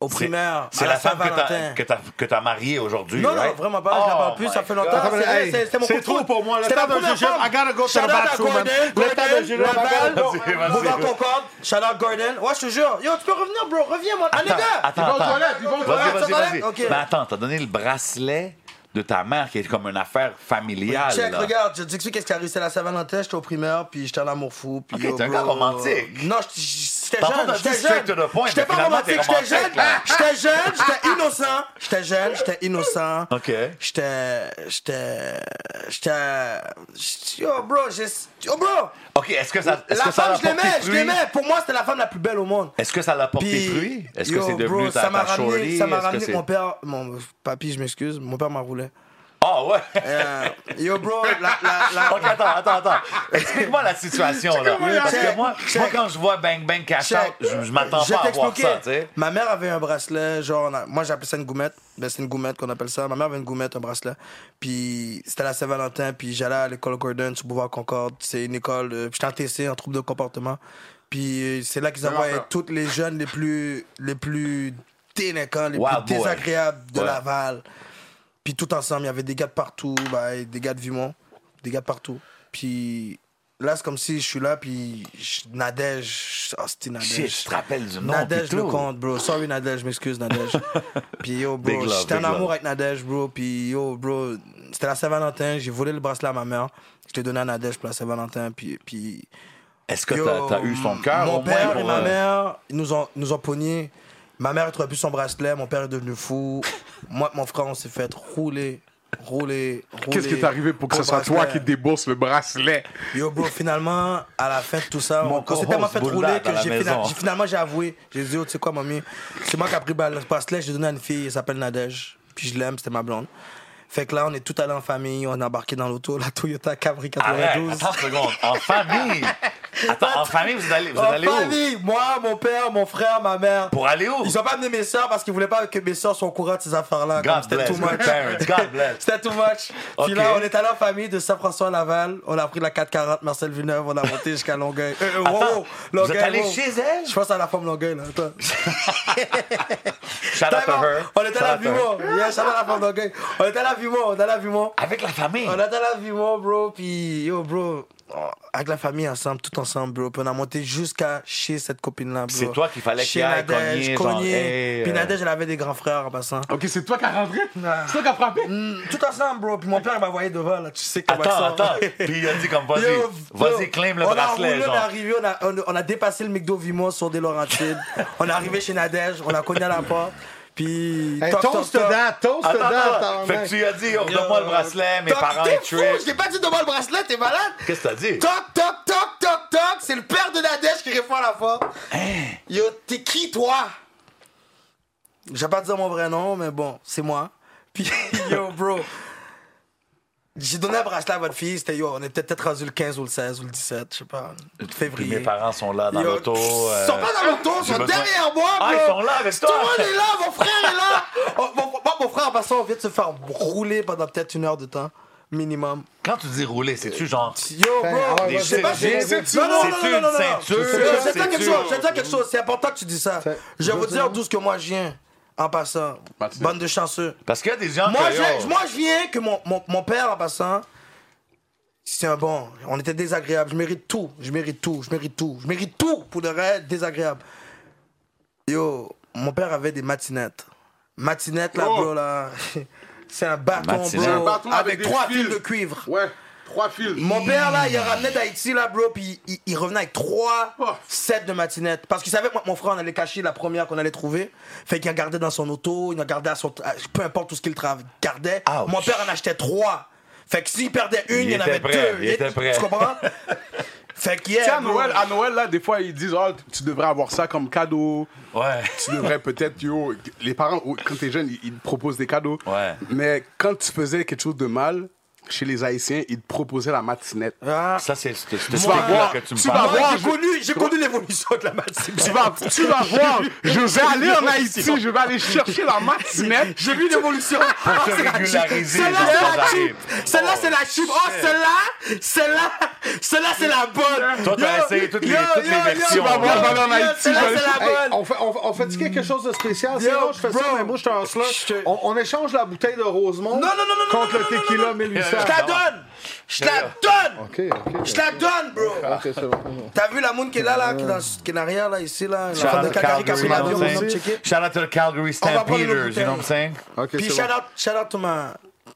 S2: Au
S4: C'est-
S2: primaire.
S4: C'est
S2: à
S4: la,
S2: la
S4: femme que t'as,
S2: Saint-Valentin.
S4: que, t'as, que t'as mariée aujourd'hui.
S2: Non, non,
S4: right?
S2: vraiment pas. je la parle
S4: Oh
S2: plus. Ça
S4: my
S2: fait longtemps.
S3: Attends,
S2: C'est
S3: mais,
S2: vrai,
S3: hey,
S2: c'est- c'était mon
S3: c'est
S2: coup de
S3: trop
S2: foot.
S3: pour moi, là.
S2: C'était
S3: T'as
S2: ma
S3: de
S2: première
S3: Jujube,
S2: femme.
S3: I gotta go to the
S2: Shout out à
S3: bathroom, man.
S2: Gordon,
S3: Le tas de
S2: Gordon,
S3: Jujube, I gotta
S4: go.
S2: Laval,
S4: Vas-y, vas-y.
S2: Boulevard Concorde. Shout out Gordon. Ouais, je te jure. Yo, tu peux revenir, bro. Reviens, mon. Allez,
S4: Attends,
S2: gars.
S4: attends,
S3: aux
S4: attends.
S3: toilettes, ils vont aux
S4: Vas-y,
S2: toilettes,
S4: vas-y,
S2: aux
S4: vas-y.
S2: toilettes, ok.
S4: Mais attends, t'as donné le bracelet de ta mère qui est comme une affaire familiale.
S2: Check,
S4: là.
S2: regarde, je t'explique qu'est-ce qui arrive. C'est la Saint-Valentin, j'étais au primaire, puis j'étais un amour fou. Puis
S4: Ok,
S2: yo,
S4: t'es un
S2: bro.
S4: gars romantique.
S2: Non, j'étais- j'étais
S4: T'as pas
S2: jeune.
S4: dit
S2: J'étais
S4: straight to
S2: jeune.
S4: the point,
S2: J'étais
S4: mais
S2: pas
S4: finalement,
S2: romantique,
S4: t'es
S2: j'étais jeune.
S4: romantique, là.
S2: J'étais jeune, j'étais innocent. J'étais jeune, j'étais innocent.
S4: Ok.
S2: J'étais. J'étais. J'étais. j'étais- Yo, bro, j'ai. Yo, bro!
S4: OK, est-ce que ça est-ce
S2: La
S4: que ça
S2: femme,
S4: l'a
S2: je l'aimais,
S4: porté
S2: je
S4: fruit?
S2: l'aimais. Pour moi, c'était la femme la plus belle au monde.
S4: Est-ce que ça l'a porté
S2: Puis,
S4: fruit? Est-ce que
S2: yo,
S4: c'est devenu
S2: bro,
S4: ta,
S2: ça m'a
S4: ta shorty?
S2: ramené, ça m'a
S4: Est-ce que
S2: ramené
S4: c'est-
S2: mon père, mon papy, je m'excuse, mon père m'a roulé.
S4: Ah ouais!
S2: Euh, yo, bro, la, la, la,
S4: <laughs> OK, attends, attends, attends. Explique-moi la situation, là.
S2: comment il
S4: Parce que
S2: check,
S4: moi,
S2: check.
S4: moi, quand je vois Bang Bang Cash
S2: Check.
S4: Out, je, je m'attends
S2: Je
S4: pas à voir
S2: t'expliquais.
S4: ça, tu sais.
S2: Ma mère avait un bracelet, genre, on a- moi j'appelais ça une goumette. Ben, c'est une goumette qu'on appelle ça. Ma mère avait une goumette, un bracelet. Puis c'était la Saint-Valentin, puis j'allais à l'école Gordon sur Boulevard Concorde. C'est une école, euh, puis j'étais en TC, en trouble de comportement. Puis euh, c'est là qu'ils envoyaient
S6: affaire.
S2: toutes les jeunes les plus, les plus délinquants, les
S4: Wild
S2: plus
S4: boy.
S2: désagréables de
S4: Ouais.
S2: Laval. Puis tout ensemble, il y avait des gars de partout, bah, et des gars de Vimont, des gars de partout. Puis là, c'est comme si je suis là, puis je, Nadège, oh, c'était Nadège.
S4: Shit, je te rappelle du nom,
S2: Nadège
S4: puis tout.
S2: le compte, bro. Sorry, Nadège, je m'excuse, Nadège.
S4: <laughs>
S2: puis yo,
S4: Big
S2: bro,
S4: love,
S2: j'étais en
S4: big love.
S2: amour avec Nadège, bro. Puis yo, bro, c'était la Saint-Valentin, j'ai volé le bracelet à ma mère. Je l'ai donné à Nadège pour la Saint-Valentin, puis. puis
S4: Est-ce que
S2: Yo,
S4: t'as, t'as eu son cœur
S2: Mon
S4: au moins
S2: père et
S4: pour,
S2: ma
S4: euh,
S2: mère, ils nous ont, nous ont pogné. Ma mère, elle trouvait plus son bracelet. Mon père est devenu fou. Moi, et mon frère, on s'est fait rouler, rouler, rouler.
S6: Qu'est-ce qui est arrivé pour que
S2: au
S6: ce soit toi
S2: bracelet.
S6: qui débourse le bracelet?
S2: Yo, bro, finalement, à la fin de tout ça,
S4: Mon
S2: on- on s'est
S4: co-host
S2: tellement fait
S4: Boulda
S2: rouler que
S4: dans la
S2: j'ai
S4: maison.
S2: fina- j'ai- finalement, j'ai avoué. J'ai dit, oh, tu sais quoi, mamie, c'est moi qui a pris le bracelet, j'ai donné à une fille, elle s'appelle Nadège. Puis je l'aime, c'était ma blonde. Fait que là, on est tout allé en famille, on a embarqué dans l'auto, la Toyota Camry
S4: Arrête,
S2: 92.
S4: attends une seconde.
S2: <laughs>
S4: En famille. Attends, en famille, vous allez, vous
S2: En
S4: allez où?
S2: famille, moi, mon père, mon frère, ma mère.
S4: Pour aller où?
S2: Ils ont pas amené mes soeurs parce qu'ils voulaient pas que mes soeurs soient au courant de ces affaires-là.
S4: God
S2: Comme C'était
S4: bless,
S2: too
S4: good parents,
S2: much.
S4: God bless.
S2: <laughs> C'était too much.
S4: Ok.
S2: Puis là, on est allé en famille de Saint-François-Laval. On a pris la 440 Marcel Villeneuve. On a monté jusqu'à Longueuil. Euh, euh, wow,
S4: Attends,
S2: wow,
S4: vous êtes allé chez elle?
S2: Je pense à la femme Longueuil, là. Attends.
S4: Shout out to her.
S2: On était
S4: Shout
S2: à la
S4: out to her.
S2: Vimont. Yeah, shout out à la femme Longueuil. On était à la Vimont. On était à la Vimont.
S4: Avec la famille.
S2: On attend la vie, moi, bro. Puis, yo, bro, on- avec la famille ensemble, tout ensemble, bro. Puis on a monté jusqu'à chez cette copine-là, bro.
S4: C'est toi qu'il fallait
S2: Chez
S4: qu'il aille
S2: Nadège,
S4: cogner, genre, hey,
S2: Puis
S4: euh.
S2: Nadège, elle avait des grands frères en passant.
S6: Ok, c'est toi qui as rentré? C'est toi qui as frappé?
S2: Mm, tout ensemble, bro. Puis mon père, il m'a voyé devant, là. Tu sais comment
S4: Attends,
S2: ça.
S4: attends. Puis il a dit comme, vas-y,
S2: <laughs> Yo,
S4: vas-y,
S2: yo,
S4: claim le
S2: on a
S4: bracelet,
S2: roulé, On est
S4: genre.
S2: arrivé, on a, on, on a dépassé le McDo Vimont sur
S4: <laughs>
S2: des Laurentides. on est arrivé chez Nadège, on a cogné à la porte. Puis.
S3: Hey,
S2: toc, toc,
S3: Toast
S2: toc.
S3: that, toast
S4: Attends,
S3: that,
S4: attends. Fait que
S3: tabarnak.
S4: tu lui as dit, oh, donne-moi le bracelet, mes
S2: Toc,
S4: parents
S2: t'es
S4: ils
S2: fou,
S4: trip.
S2: Je t'ai pas dit de moi le bracelet, t'es malade?
S4: Qu'est-ce que t'as dit?
S2: Toc, toc, toc, toc, toc. C'est le père de Nadège qui répond à la porte.
S4: Hein?
S2: Yo, t'es qui, toi? Je vais pas dire mon vrai nom, mais bon, c'est moi. <laughs> Puis, yo, bro. J'ai donné un bracelet à votre fille. C'était, yo, on était peut-être rendu le 15 ou le 16 ou le 17, je sais pas.
S4: Puis
S2: Février.
S4: mes parents sont là dans
S2: Yo,
S4: l'auto. euh,
S2: Ils sont pas dans l'auto, ils
S4: j'ai
S2: sont
S4: besoin-
S2: derrière moi,
S4: Ah,
S2: bro.
S4: ils sont là avec toi.
S2: Tout le monde est là,
S4: <laughs>
S2: mon frère est là. Oh, mon, mon- mon frère, en passant, on vient de se faire rouler pendant peut-être une heure de temps, minimum.
S4: Quand tu dis rouler, c'est-tu genre.
S2: Yo,
S3: ah
S2: bro,
S3: ouais,
S2: je
S4: vas-y,
S2: sais pas
S4: vas-y,
S2: si
S4: vas-y.
S2: Non, non, non,
S4: C'est-tu
S2: non, non, non,
S4: une
S2: non.
S4: ceinture?
S2: Je vais te dire quelque
S4: C'est-tu-
S2: chose, je vais te dire quelque chose. C'est important que tu dis ça. Je vais vous dire d'où ce que moi je viens, en passant.
S6: Mathieu.
S2: Bande de chanceux.
S4: Parce qu'il y a des gens
S2: Moi,
S4: que,
S2: je,
S4: yo,
S2: moi, je viens que mon, mon, mon père, en passant, c'est un bon. On était désagréable. Je mérite tout. Je mérite tout. Je mérite tout. Je mérite tout pour le reste désagréable. Yo, mon père avait des matinettes. Matinettes, là,
S6: Oh.
S2: bro, là. <laughs> C'est un bâton,
S4: Matinette.
S2: bro,
S4: Un
S6: bâton avec
S2: avec
S6: des
S2: trois
S6: fils.
S2: fils de cuivre.
S6: Ouais, trois fils.
S2: Mon père, là, il ramenait d'Haïti, là, bro, puis il, il revenait avec trois
S6: Oh.
S2: sets de matinettes. Parce qu'il savait que moi, mon frère, on allait cacher la première qu'on allait trouver. Fait qu'il en gardait dans son auto, il en gardait à son. à- peu importe tout ce qu'il tra- gardait.
S4: Ouch.
S2: Mon père en achetait trois. Fait que s'il perdait une, il,
S4: Il
S2: y en avait
S4: était prêt,
S2: deux.
S4: il était prêt.
S2: Tu
S4: <laughs>
S2: comprends? fait que
S6: Tu sais,
S2: yeah,
S6: à
S2: bro.
S6: Noël, à Noël, là, des fois, ils disent Ah, tu devrais avoir ça comme cadeau.
S4: Ouais.
S6: Tu devrais peut-être, yo. Les parents, ou- quand t'es jeune, ils, ils te proposent des cadeaux.
S4: Ouais.
S6: Mais quand tu faisais quelque chose de mal, chez les Haïtiens, ils te proposaient la matinette.
S2: Ah.
S4: Ça, c'est ce que tu
S6: vas voir-
S4: que tu me
S6: tu
S4: parles.
S6: vas voir-
S2: J'ai connu, j'ai connu l'évolution de la matinée.
S6: Tu vas, tu vas voir, je vais aller en Haïti, je vais aller chercher la matinette.
S2: J'ai vu l'évolution. Ah,
S4: se
S2: c'est la chip.
S4: régulariser
S2: Celle-là,
S4: dans
S2: c'est
S4: ce
S2: la
S4: qu'on
S2: chip.
S4: arrive.
S2: <laughs> Celle-là, c'est la chip. Oh, celle-là, celle-là, celle-là, c'est la bonne.
S4: Toi, t'as
S2: Yo,
S4: essayé toutes les-
S2: yo,
S4: toutes les
S2: yo, yo,
S4: versions.
S2: yo,
S4: On va voir,
S2: yo,
S6: je vais aller en
S2: yo,
S6: Haïti,
S2: Celle-là,
S6: je vais-
S2: c'est la
S3: Hey,
S2: bonne.
S3: on fait, on, on fait quelque chose de spécial?
S2: Yo,
S3: Sinon, je fais ça,
S2: bro.
S3: mais moi, je suis un slot.
S2: Je te-
S3: On, on échange la bouteille de Rosemont
S2: Non, non, non, non,
S3: contre
S2: non,
S3: le
S2: non, non,
S3: tequila
S2: non, non.
S3: 1800.
S2: Je te la donne. Je te la donne.
S3: Ok, ok.
S2: Je te la donne, bro.
S3: Ok, c'est bon.
S2: T'as vu la moune qui est là, là, qui est, dans, qui est en arrière, là, ici, là. La femme de
S4: Shout-out
S2: caca qui a pris
S4: Calgary, you know what
S2: l'avion, on a
S4: I'm saying?
S2: checké.
S4: Shout-out to Calgary
S2: va prendre le
S4: Stampeders, you know what I'm saying?
S3: Ok,
S2: Puis
S3: c'est
S2: shout
S3: bon.
S2: out, shout out to my,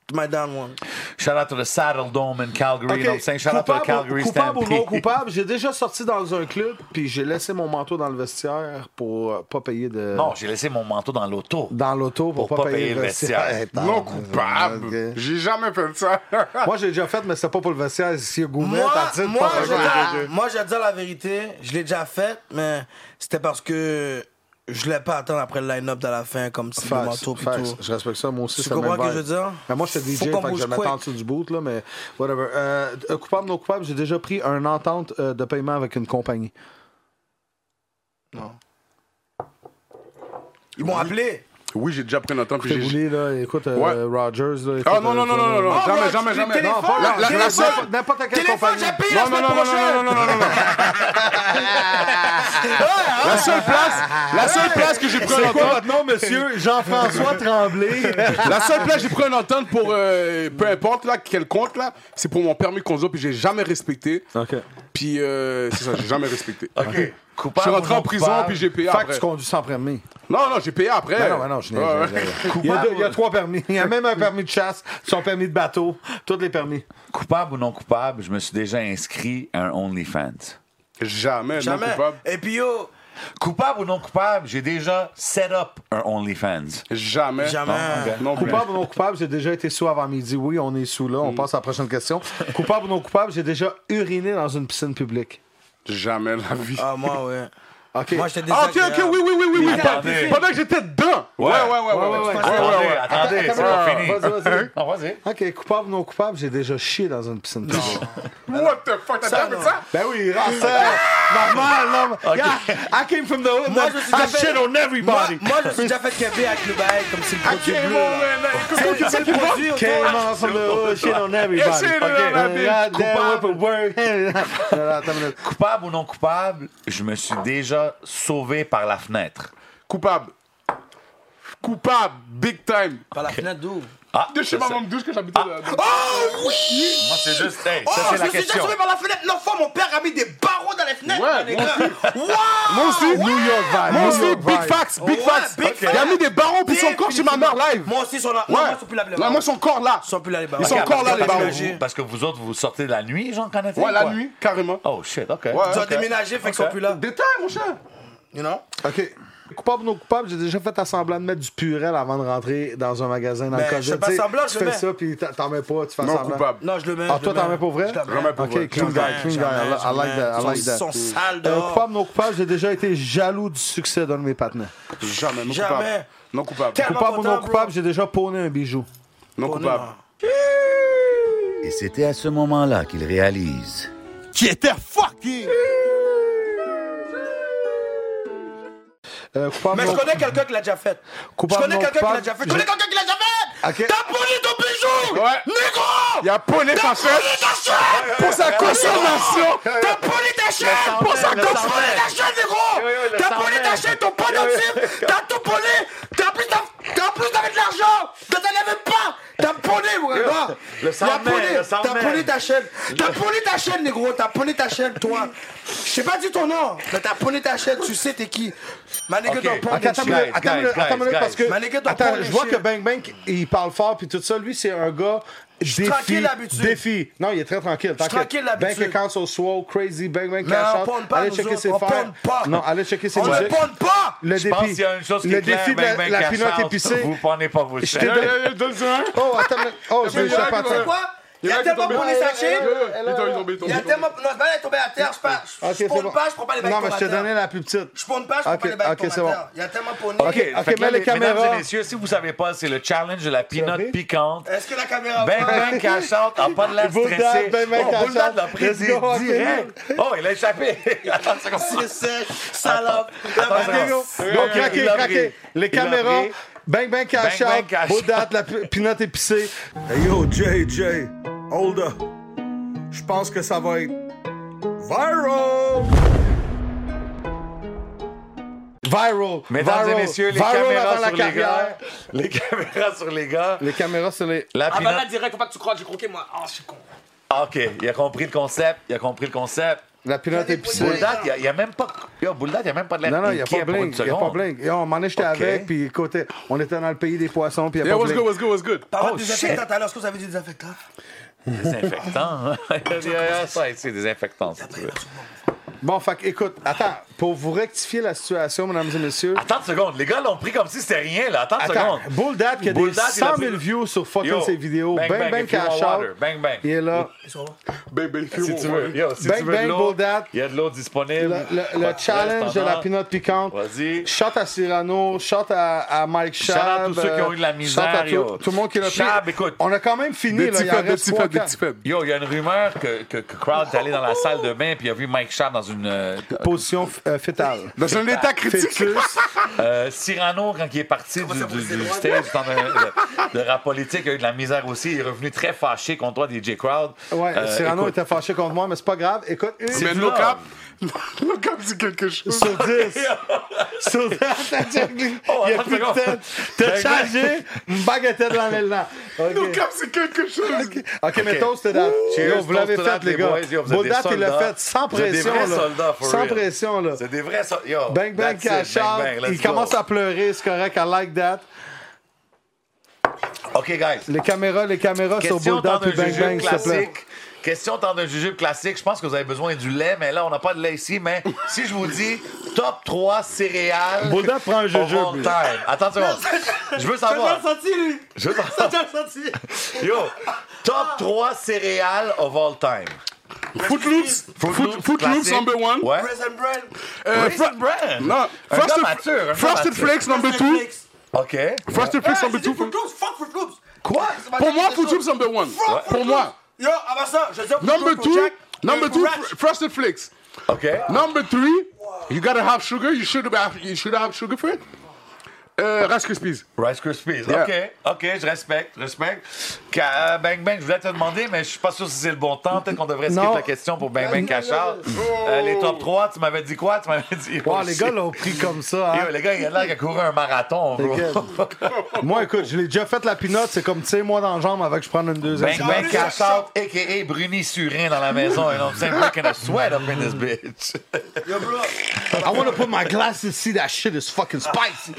S2: to my down one.
S4: Shout out to the Saddle Dome in Calgary. You know what I'm saying? Shout out to the
S3: coupable,
S4: Calgary
S3: coupable ou non
S4: Stampede.
S3: coupable, j'ai déjà sorti dans un club, puis j'ai laissé mon manteau dans le vestiaire pour euh, pas payer de...
S4: Non, j'ai laissé mon manteau dans l'auto.
S3: dans l'auto pour, pas, payer le vestiaire. Eh, pardon.
S6: Non coupable.
S3: Ok.
S6: J'ai jamais fait ça.
S3: Moi, j'ai déjà fait, mais c'était pas pour le vestiaire. Si Goumet,
S2: Moi,
S3: t'as dit de
S2: moi,
S3: pas
S2: je,
S3: faire
S2: ah,
S3: le jeu.
S2: moi, je vais te dire la vérité, je l'ai déjà faite, mais c'était parce que je voulais pas attendre après le line-up de la fin, comme si le
S3: Facts,
S2: manteau pis
S3: facts.
S2: tout.
S3: Je respecte ça, moi aussi.
S2: Tu
S3: c'est le
S2: comprends
S3: même
S2: ce que
S3: vibe.
S2: je veux dire?
S3: Mais moi, je suis DJ,
S2: Faut
S3: fait
S2: qu'on
S3: que je
S2: bouge
S3: m'attends en
S2: quick.
S3: dessous du boot, là, mais whatever. Euh, euh, coupable, non coupable, j'ai déjà pris un entente euh, de paiement avec une compagnie.
S2: Ils m'ont appelé.
S6: Oui, j'ai déjà pris notre temps. puis
S3: T'es
S6: j'ai-
S3: voulu, là, écoute, euh,
S6: Ouais.
S3: Rogers, là. écoute,
S6: Ah non,
S3: euh,
S6: non, non, non, non, non,
S2: Oh,
S6: jamais,
S2: moi,
S6: jamais,
S2: le
S6: jamais.
S2: téléphone,
S6: Non, pas- la- la- la
S2: téléphone.
S6: seule-
S3: N'importe quelle
S2: Téléphone,
S3: compagnie.
S2: j'ai payé la
S6: Non, non,
S2: semaine
S6: non, non,
S2: prochaine.
S6: non, non, non, non, non, non. La seule place, la seule place que j'ai pris un entente,
S3: nom, monsieur?
S6: <laughs>
S3: Jean-François Tremblay.
S6: la seule place que j'ai pris un entente pour euh, peu importe là, quel compte là, c'est pour mon permis de conduire puis j'ai jamais respecté.
S3: OK.
S6: Puis euh, c'est ça, j'ai jamais respecté.
S4: OK.
S6: Je suis
S4: Coupable.
S6: rentré
S4: ou
S6: en
S4: non
S6: prison
S4: coupable?
S6: puis j'ai payé
S3: Fait que
S6: après.
S3: tu conduis sans permis.
S6: Non, non, j'ai payé après.
S3: Ben non, ben non, je n'ai
S6: Ouais,
S3: je-
S6: ouais. <laughs>
S3: je- il, y a deux- il y a trois permis. Il y a même un permis de chasse, son permis de bateau, tous les permis.
S4: Coupable ou non coupable, je me suis déjà inscrit à un OnlyFans.
S6: Jamais, non
S2: Jamais.
S6: coupable.
S2: Et puis yo,
S4: Coupable ou non coupable, j'ai déjà set up un OnlyFans.
S6: Jamais.
S2: Jamais.
S6: Non, coupable.
S3: Coupable ou non coupable, j'ai déjà été sous avant midi. Oui, on est sous
S6: Mm.
S3: là. On passe à la prochaine question. Coupable ou non coupable, j'ai déjà uriné dans une piscine publique.
S6: Jamais la vie.
S2: ah moi
S3: <laughs>
S2: ouais.
S3: OK.
S2: Moi j'étais
S6: Ah, ok, ok, oui, oui, oui, oui, oui.
S4: Attendez.
S6: Pendant que j'étais dedans. Ouais, ouais, ouais, ouais. ouais, ouais, ouais,
S4: Attendez, attendez,
S6: ouais.
S4: c'est pas
S3: Attends,
S4: fini. Hein?
S3: Vas-y, vas-y.
S4: Non, vas-y.
S3: OK, coupable ou non coupable, j'ai déjà chié dans une piscine publique.
S6: What the fuck, t'as déjà fait ça?
S3: ben oui, ranceur. Normal, là. Yeah, I came from the hood.
S2: Moi,
S3: man.
S2: je me suis déjà
S3: I shit
S2: fait-
S3: on
S2: Moi,
S3: everybody.
S2: moi, je me suis déjà fait kebber avec le bail comme si le produit
S6: Came
S2: bleu.
S6: on,
S2: là.
S6: man, like,
S2: C'est- C'est le produit autour.
S3: Came on from the hood, shit on everybody. Euh,
S6: Yeah, shit on
S3: Okay.
S6: everybody.
S3: God damn,
S4: Coupable.
S3: whip a word. Attends une minute.
S4: Coupable ou non coupable, je me suis déjà sauvé par la fenêtre.
S6: Coupable. Coupable, big time.
S2: Par la fenêtre d'où
S4: Ah,
S6: De chez
S4: ça,
S6: ma
S4: ça-
S6: maman douche que j'habitais. là.
S2: Oh oui!
S4: Moi, c'est juste, hey,
S2: Oh,
S4: ça, c'est
S2: je
S4: la
S2: me suis déjà
S4: question.
S2: sauvé par la fenêtre. L'enfant, mon père a mis des barreaux dans les fenêtres. mon
S6: Ouais, moi
S2: nigga. Wow!
S6: Moi aussi,
S3: New York vibe.
S6: Moi
S3: New
S6: aussi,
S3: York
S6: big
S3: vibe.
S6: facts, big
S2: Ouais,
S6: facts.
S2: big
S6: Il a
S2: facts.
S6: mis des barons puis son corps chez ma mère live.
S2: Moi aussi, ils sont là. Non,
S6: Ouais.
S2: moi, ils sont plus là, les
S6: Non,
S2: barreaux.
S6: moi, son corps là.
S2: Ils sont plus là, les barreaux.
S6: Ils sont
S4: Regarde,
S6: encore là, les
S4: parce que
S6: barons.
S4: vous- Parce que vous autres, vous sortez de la nuit, j'en connais
S6: Ouais, la nuit, carrément.
S4: Oh shit, ok.
S2: Ils ont
S6: Ok.
S2: déménagé, fait qu'ils sont
S4: Ok.
S2: plus là.
S6: Détail, mon cher.
S2: You know?
S3: OK. Coupable ou non coupable, j'ai déjà fait à semblant de mettre du purel avant de rentrer dans un magasin dans le
S2: Ben, je fais
S3: Cosette.
S2: pas
S3: Tu sais,
S2: semblant,
S3: tu
S2: je
S3: fais
S2: mets.
S3: ça, puis t'a- t'en mets pas, tu fais
S6: Non,
S3: semblant.
S6: coupable.
S2: Non, je le mets.
S3: Ah,
S2: je
S3: toi,
S2: le
S3: t'en
S2: mets.
S3: mets pour vrai?
S2: Je le mets.
S6: Jamais pour
S3: OK,
S6: vrai.
S3: clean guy,
S2: Jamais,
S3: clean guy.
S2: jamais,
S3: I li- I like
S2: jamais.
S3: that, I
S2: Ils
S3: like
S2: sont-
S3: that.
S2: sont sales
S3: Euh,
S2: dehors.
S3: coupable ou non coupable, j'ai déjà été jaloux du succès d'un de mes partenaires.
S6: Jamais, non
S2: Jamais.
S6: coupable. Non coupable.
S2: Tellement
S3: Coupable ou non
S2: content, bro.
S3: coupable, j'ai déjà pawné un bijou.
S6: Non coupable.
S8: Et c'était à ce moment-là qu'il réalise.
S3: Euh, coupable
S2: Mais
S3: ou
S2: je
S3: non
S2: connais quelqu'un qui l'a déjà fait.
S3: Coupable,
S2: je connais
S3: non
S2: quelqu'un qui l'a
S3: coupable.
S2: déjà fait. Je
S3: Je-
S2: connais quelqu'un qui l'a déjà fait.
S3: Ok.
S2: T'as poli ton bijou.
S6: Ouais.
S2: Négro.
S6: Il a poney sa chaîne
S2: Ta chaîne.
S6: pour sa consommation.
S2: T'as poli ta chaîne. Pour sa
S3: le
S2: consommation. T'as
S3: sang
S2: poli ta chaîne,
S3: Oui, oui,
S2: négro.
S3: le
S2: T'as
S3: sang
S2: poli ta
S3: vert.
S2: chaîne, ton prototype. T'as tout poli. T'as plus ta- t'as plus avec de l'argent. T'en avais même pas. T'as poli, mon gars.
S3: Le sang
S2: T'as
S3: vert,
S2: poli.
S3: le sang
S2: T'as
S3: vert.
S2: poli ta chaîne. T'as poli ta chaîne, négro. T'as poli ta chaîne, toi. Je sais pas dit ton nom, mais t'as poli ta chaîne. Tu sais t'es qui. Ma nigga,
S4: Ok.
S2: t'en prends
S3: Ok,
S2: des
S3: attends une
S2: chiens.
S3: minute, attends une minute,
S4: guys,
S3: attends une minute,
S4: guys.
S3: parce que.
S2: Ma nigga, t'as pas
S3: Attends, je vois
S2: léché.
S3: que Bang Bang, il parle fort, puis tout ça. Lui, c'est un gars. Défi,
S2: tranquille d'habitude.
S3: défi. Non, il est très tranquille. t'inquiète.
S2: tranquille d'habitude.
S3: Bank accounts au Swole, crazy, bang bang
S2: Mais
S3: cash
S2: on
S3: out.
S2: ponde pas,
S3: allez
S2: nous
S3: checker
S2: autres,
S3: ses
S2: on
S3: fers.
S2: ponde pas.
S3: Non, allez checker ses
S2: On ne
S3: musiques.
S2: ponde pas.
S3: Le
S4: Je
S3: défi.
S4: pense qu'il y a une chose qui
S3: le
S4: est claire,
S3: défi de
S4: ben,
S3: la,
S4: ben,
S3: la
S4: cash
S3: pinotte
S4: out,
S3: épicée.
S4: Vous prenez pas vos
S3: Je
S4: chèques.
S3: te donne-
S6: Donne-le un.
S3: Oh, attends, mais- oh, je vais
S6: Mais
S3: échapper à
S6: voilà,
S3: toi.
S2: Quoi Il y a
S6: un qui est
S2: tellement
S6: tombé.
S2: pour les
S6: Ah,
S2: sachets.
S6: elle, elle, elle, elle, elle, elle, elle, elle,
S2: Il y a
S6: elle,
S2: tellement. Non, c'est pas là, elle est tombée à terre. Je pas- je-
S3: Ok,
S2: Je
S3: c'est
S2: prends
S3: bon.
S2: pas, je prends pas les bails
S3: Non, mais je te
S2: tomber à terre.
S3: donnais la plus petite.
S2: Je prends pas, je prends
S3: Ok,
S2: pas les bails
S3: ok,
S2: tomber à
S3: c'est bon.
S2: terre. Il y a tellement pour nous.
S4: OK, fait que là,
S3: mets les
S4: Mesdames
S3: caméras.
S4: et messieurs, si vous savez pas, c'est le challenge de la peanut piquante.
S2: Est-ce que la caméra.
S4: Ben,
S3: Ah,
S4: ben, cachante, en pas de l'air
S3: Boule
S4: stressé.
S3: d'âne, ben, ben,
S4: oh, boule
S3: cachante.
S4: d'âne l'a prise
S3: Let's go,
S4: direct. Oh, il
S3: <laughs>
S4: a échappé. Attends, c'est comme
S2: C'est sec, salope. la
S4: Attends,
S2: banane.
S4: attends.
S3: Donc, craquez,
S4: Il l'a
S3: craquez.
S4: pris.
S3: Les
S4: Il l'a
S3: caméras.
S4: pris.
S3: Bang, bang, cash
S4: Bang, bang,
S3: out.
S4: cash
S3: Beau
S4: out.
S3: date, la pi- pinotte épicée.
S9: Hey yo, JJ, hold up. Je pense que ça va être viral.
S3: Viral.
S4: Mesdames
S3: viral,
S4: et messieurs, les
S3: viral
S4: caméras
S3: avant la
S4: sur les
S3: carrière.
S4: gars. Les caméras sur les gars.
S3: Les caméras, c'est les.
S4: La
S2: Ah, ben là,
S4: peanut.
S2: direct, faut pas que tu crois, j'ai croqué moi. Ah, je suis con.
S4: Ah, OK, il a compris le concept. Il a compris le concept.
S3: La pinotte épicée.
S4: Boule d'âne, il n'y a, même pas... Yo, boule d'âne, il n'y a même pas de l'air
S3: Non, non, il n'y a
S4: inquiet
S3: pas
S4: pour une
S3: bling. Il n'y a pas
S4: seconde.
S3: bling. Et on m'en est, j'étais
S4: Ok.
S3: avec, puis écoute, on était dans le pays des poissons, puis il n'y a
S6: Yeah,
S3: pas
S6: what's good,
S3: bling.
S6: what's good, what's good?
S2: Parlant
S4: Oh,
S2: de désinfectant, alors, est-ce que vous avez du désinfectant
S3: <laughs>
S4: Désinfectant. Il y a ça ici, désinfectant, si tu veux.
S3: Bon, fait que, écoute, attends, pour vous rectifier la situation, mesdames et messieurs.
S4: Attends une seconde. Les gars l'ont pris comme si c'était rien, là. Attends une
S3: Attends,
S4: seconde.
S3: Bull Dad qui a
S4: Bull
S3: des
S4: Dad, il a
S3: 100 000
S4: pris-
S3: views sur fucking
S4: Yo,
S3: ses vidéos.
S4: bang,
S3: Bang,
S4: bang,
S3: bang,
S4: if you
S3: cash
S4: want
S3: out.
S4: water. Bang, bang.
S3: Il est là.
S6: Bang, bang,
S4: Si tu veux. Yo, si
S3: Bang,
S4: tu veux
S3: bang,
S4: de l'eau,
S3: Bull Dad.
S4: il y a de l'eau disponible.
S3: Le, le- le
S4: Pas de
S3: challenge
S4: stress,
S3: de la
S4: t'en as.
S3: pinotte piquante.
S4: Vas-y.
S3: Shot à Cyrano, shot à, à Mike
S4: Shout out à
S3: Chab.
S4: tous ceux qui ont eu de la
S3: euh,
S4: misère,
S3: shout à tout-
S4: yo.
S3: Tout le monde qui l'a pris.
S4: Chab, écoute.
S3: On a quand même fini,
S6: Des
S3: là.
S6: petits
S3: Il en
S6: faibles, des
S3: reste
S6: petits
S3: trois,
S6: faibles, des
S3: quatre.
S6: petits faibles.
S4: Yo, il y a une rumeur que, que, que Crowd est allé dans la salle de bain puis il a vu Mike Sharp dans une. euh,
S3: Position f- euh,
S4: <laughs>
S3: fétale.
S6: Dans un état critique.
S3: Fœtus.
S4: euh, Cyrano, quand il est parti du, du, du stage du temps de, de, de rap politique, il a eu de la misère aussi. Il est revenu très fâché contre toi, DJ Crowd.
S3: Ouais,
S4: Euh,
S3: Cyrano
S4: écoute,
S3: était fâché contre moi, mais c'est pas grave. Écoute, une
S6: Mais
S4: du
S6: no
S4: love.
S6: cap, no cap dit quelque
S3: <laughs>
S6: chose.
S3: sur 10. sur 10, <laughs> t'as checké.
S4: Oh,
S3: Il y a
S4: attends
S3: plus
S4: une
S3: de
S4: seconde.
S3: tête. T'as
S4: Ben,
S3: chargé une baguette dans les là.
S6: No
S3: OK,
S6: cap c'est quelque chose.
S3: OK, mais toast to that.
S4: Cheers,
S3: Yo, vous l'avez
S4: toast to that,
S3: fait, les
S4: les
S3: gars.
S4: boys. Yo, vous êtes des
S3: Bodat, il l'a
S4: soldats.
S3: fait sans
S4: Vous êtes des
S3: pression.
S4: vrais
S3: là.
S4: soldats, for
S3: Sans
S4: real.
S3: pression, là.
S4: C'est des vrais. so- Yo,
S3: Bang, bang,
S4: that's it. Bang,
S3: cash out.
S4: bang, let's
S3: Il commence
S4: go.
S3: à pleurer, c'est correct. I like that.
S4: OK, guys.
S3: Les caméras, les caméras sur
S4: Question temps
S3: Bodat,
S4: d'un
S3: puis bang,
S4: jujube
S3: bang, s'il te plaît.
S4: classique. Question temps d'un jujube classique. Je pense que vous avez besoin du lait, mais là, on n'a pas de lait ici. Mais si je vous dis top 3 céréales.
S3: Bodat prend un
S4: of
S3: jujube,
S4: all
S3: lui.
S4: time. Attends une seconde. Je veux savoir.
S2: senti, lui.
S4: Je veux savoir.
S2: J'ai senti.
S4: Yo, top 3 céréales of all time.
S6: Footloops. Foot- Footloops
S4: classique.
S6: number one.
S4: Ouais.
S2: Press and bread.
S6: Euh,
S4: Raisin
S6: Fra-
S4: Bran.
S6: Non,
S4: Un gars
S6: Frosted,
S4: mature, un gars
S6: Frosted
S4: mature.
S6: Flakes number two.
S4: OK.
S6: Frosted Flakes number two.
S2: Footloops, fuck Footloops.
S4: Quoi?
S6: Pour moi, Footloops number one.
S2: Fuck
S6: Pour moi.
S2: Yo, avant ça, je veux dire
S6: Number
S2: Footloops pour
S6: two.
S2: Jack,
S6: Number
S2: euh,
S6: two.
S2: pour Ratch.
S6: Fr- Frosted Flakes.
S4: OK.
S6: Number three. You gotta have sugar. You should have. You should have sugar for it. Euh, Rice Krispies.
S4: Rice Krispies.
S6: Yeah.
S4: OK, OK, je respecte, je respecte. Ca- euh, bang Bang, je voulais te demander, mais je suis pas sûr si c'est le bon temps. Peut-être qu'on devrait skip
S3: Non.
S4: la question pour Bang Bang Cash Out. Euh, les top 3, tu m'avais dit quoi? Tu m'avais dit...
S3: Wow,
S4: Oh,
S3: les
S4: shit.
S3: gars l'ont pris comme ça. hein.
S4: Yo, les gars, il y a l'air qui a couru un marathon, bro. <laughs>
S3: Les gars. moi, écoute, je l'ai déjà fait la pinotte. C'est comme, tu sais, moi dans le jambe avec je prends une deuxième.
S4: Bang Bang Cash Out, a.k.a. Bruni Surin dans la maison. And I'm saying, breaking a sweat up in this bitch.
S2: Yo, bro.
S3: I wanna put my glass to see that shit is fucking spicy.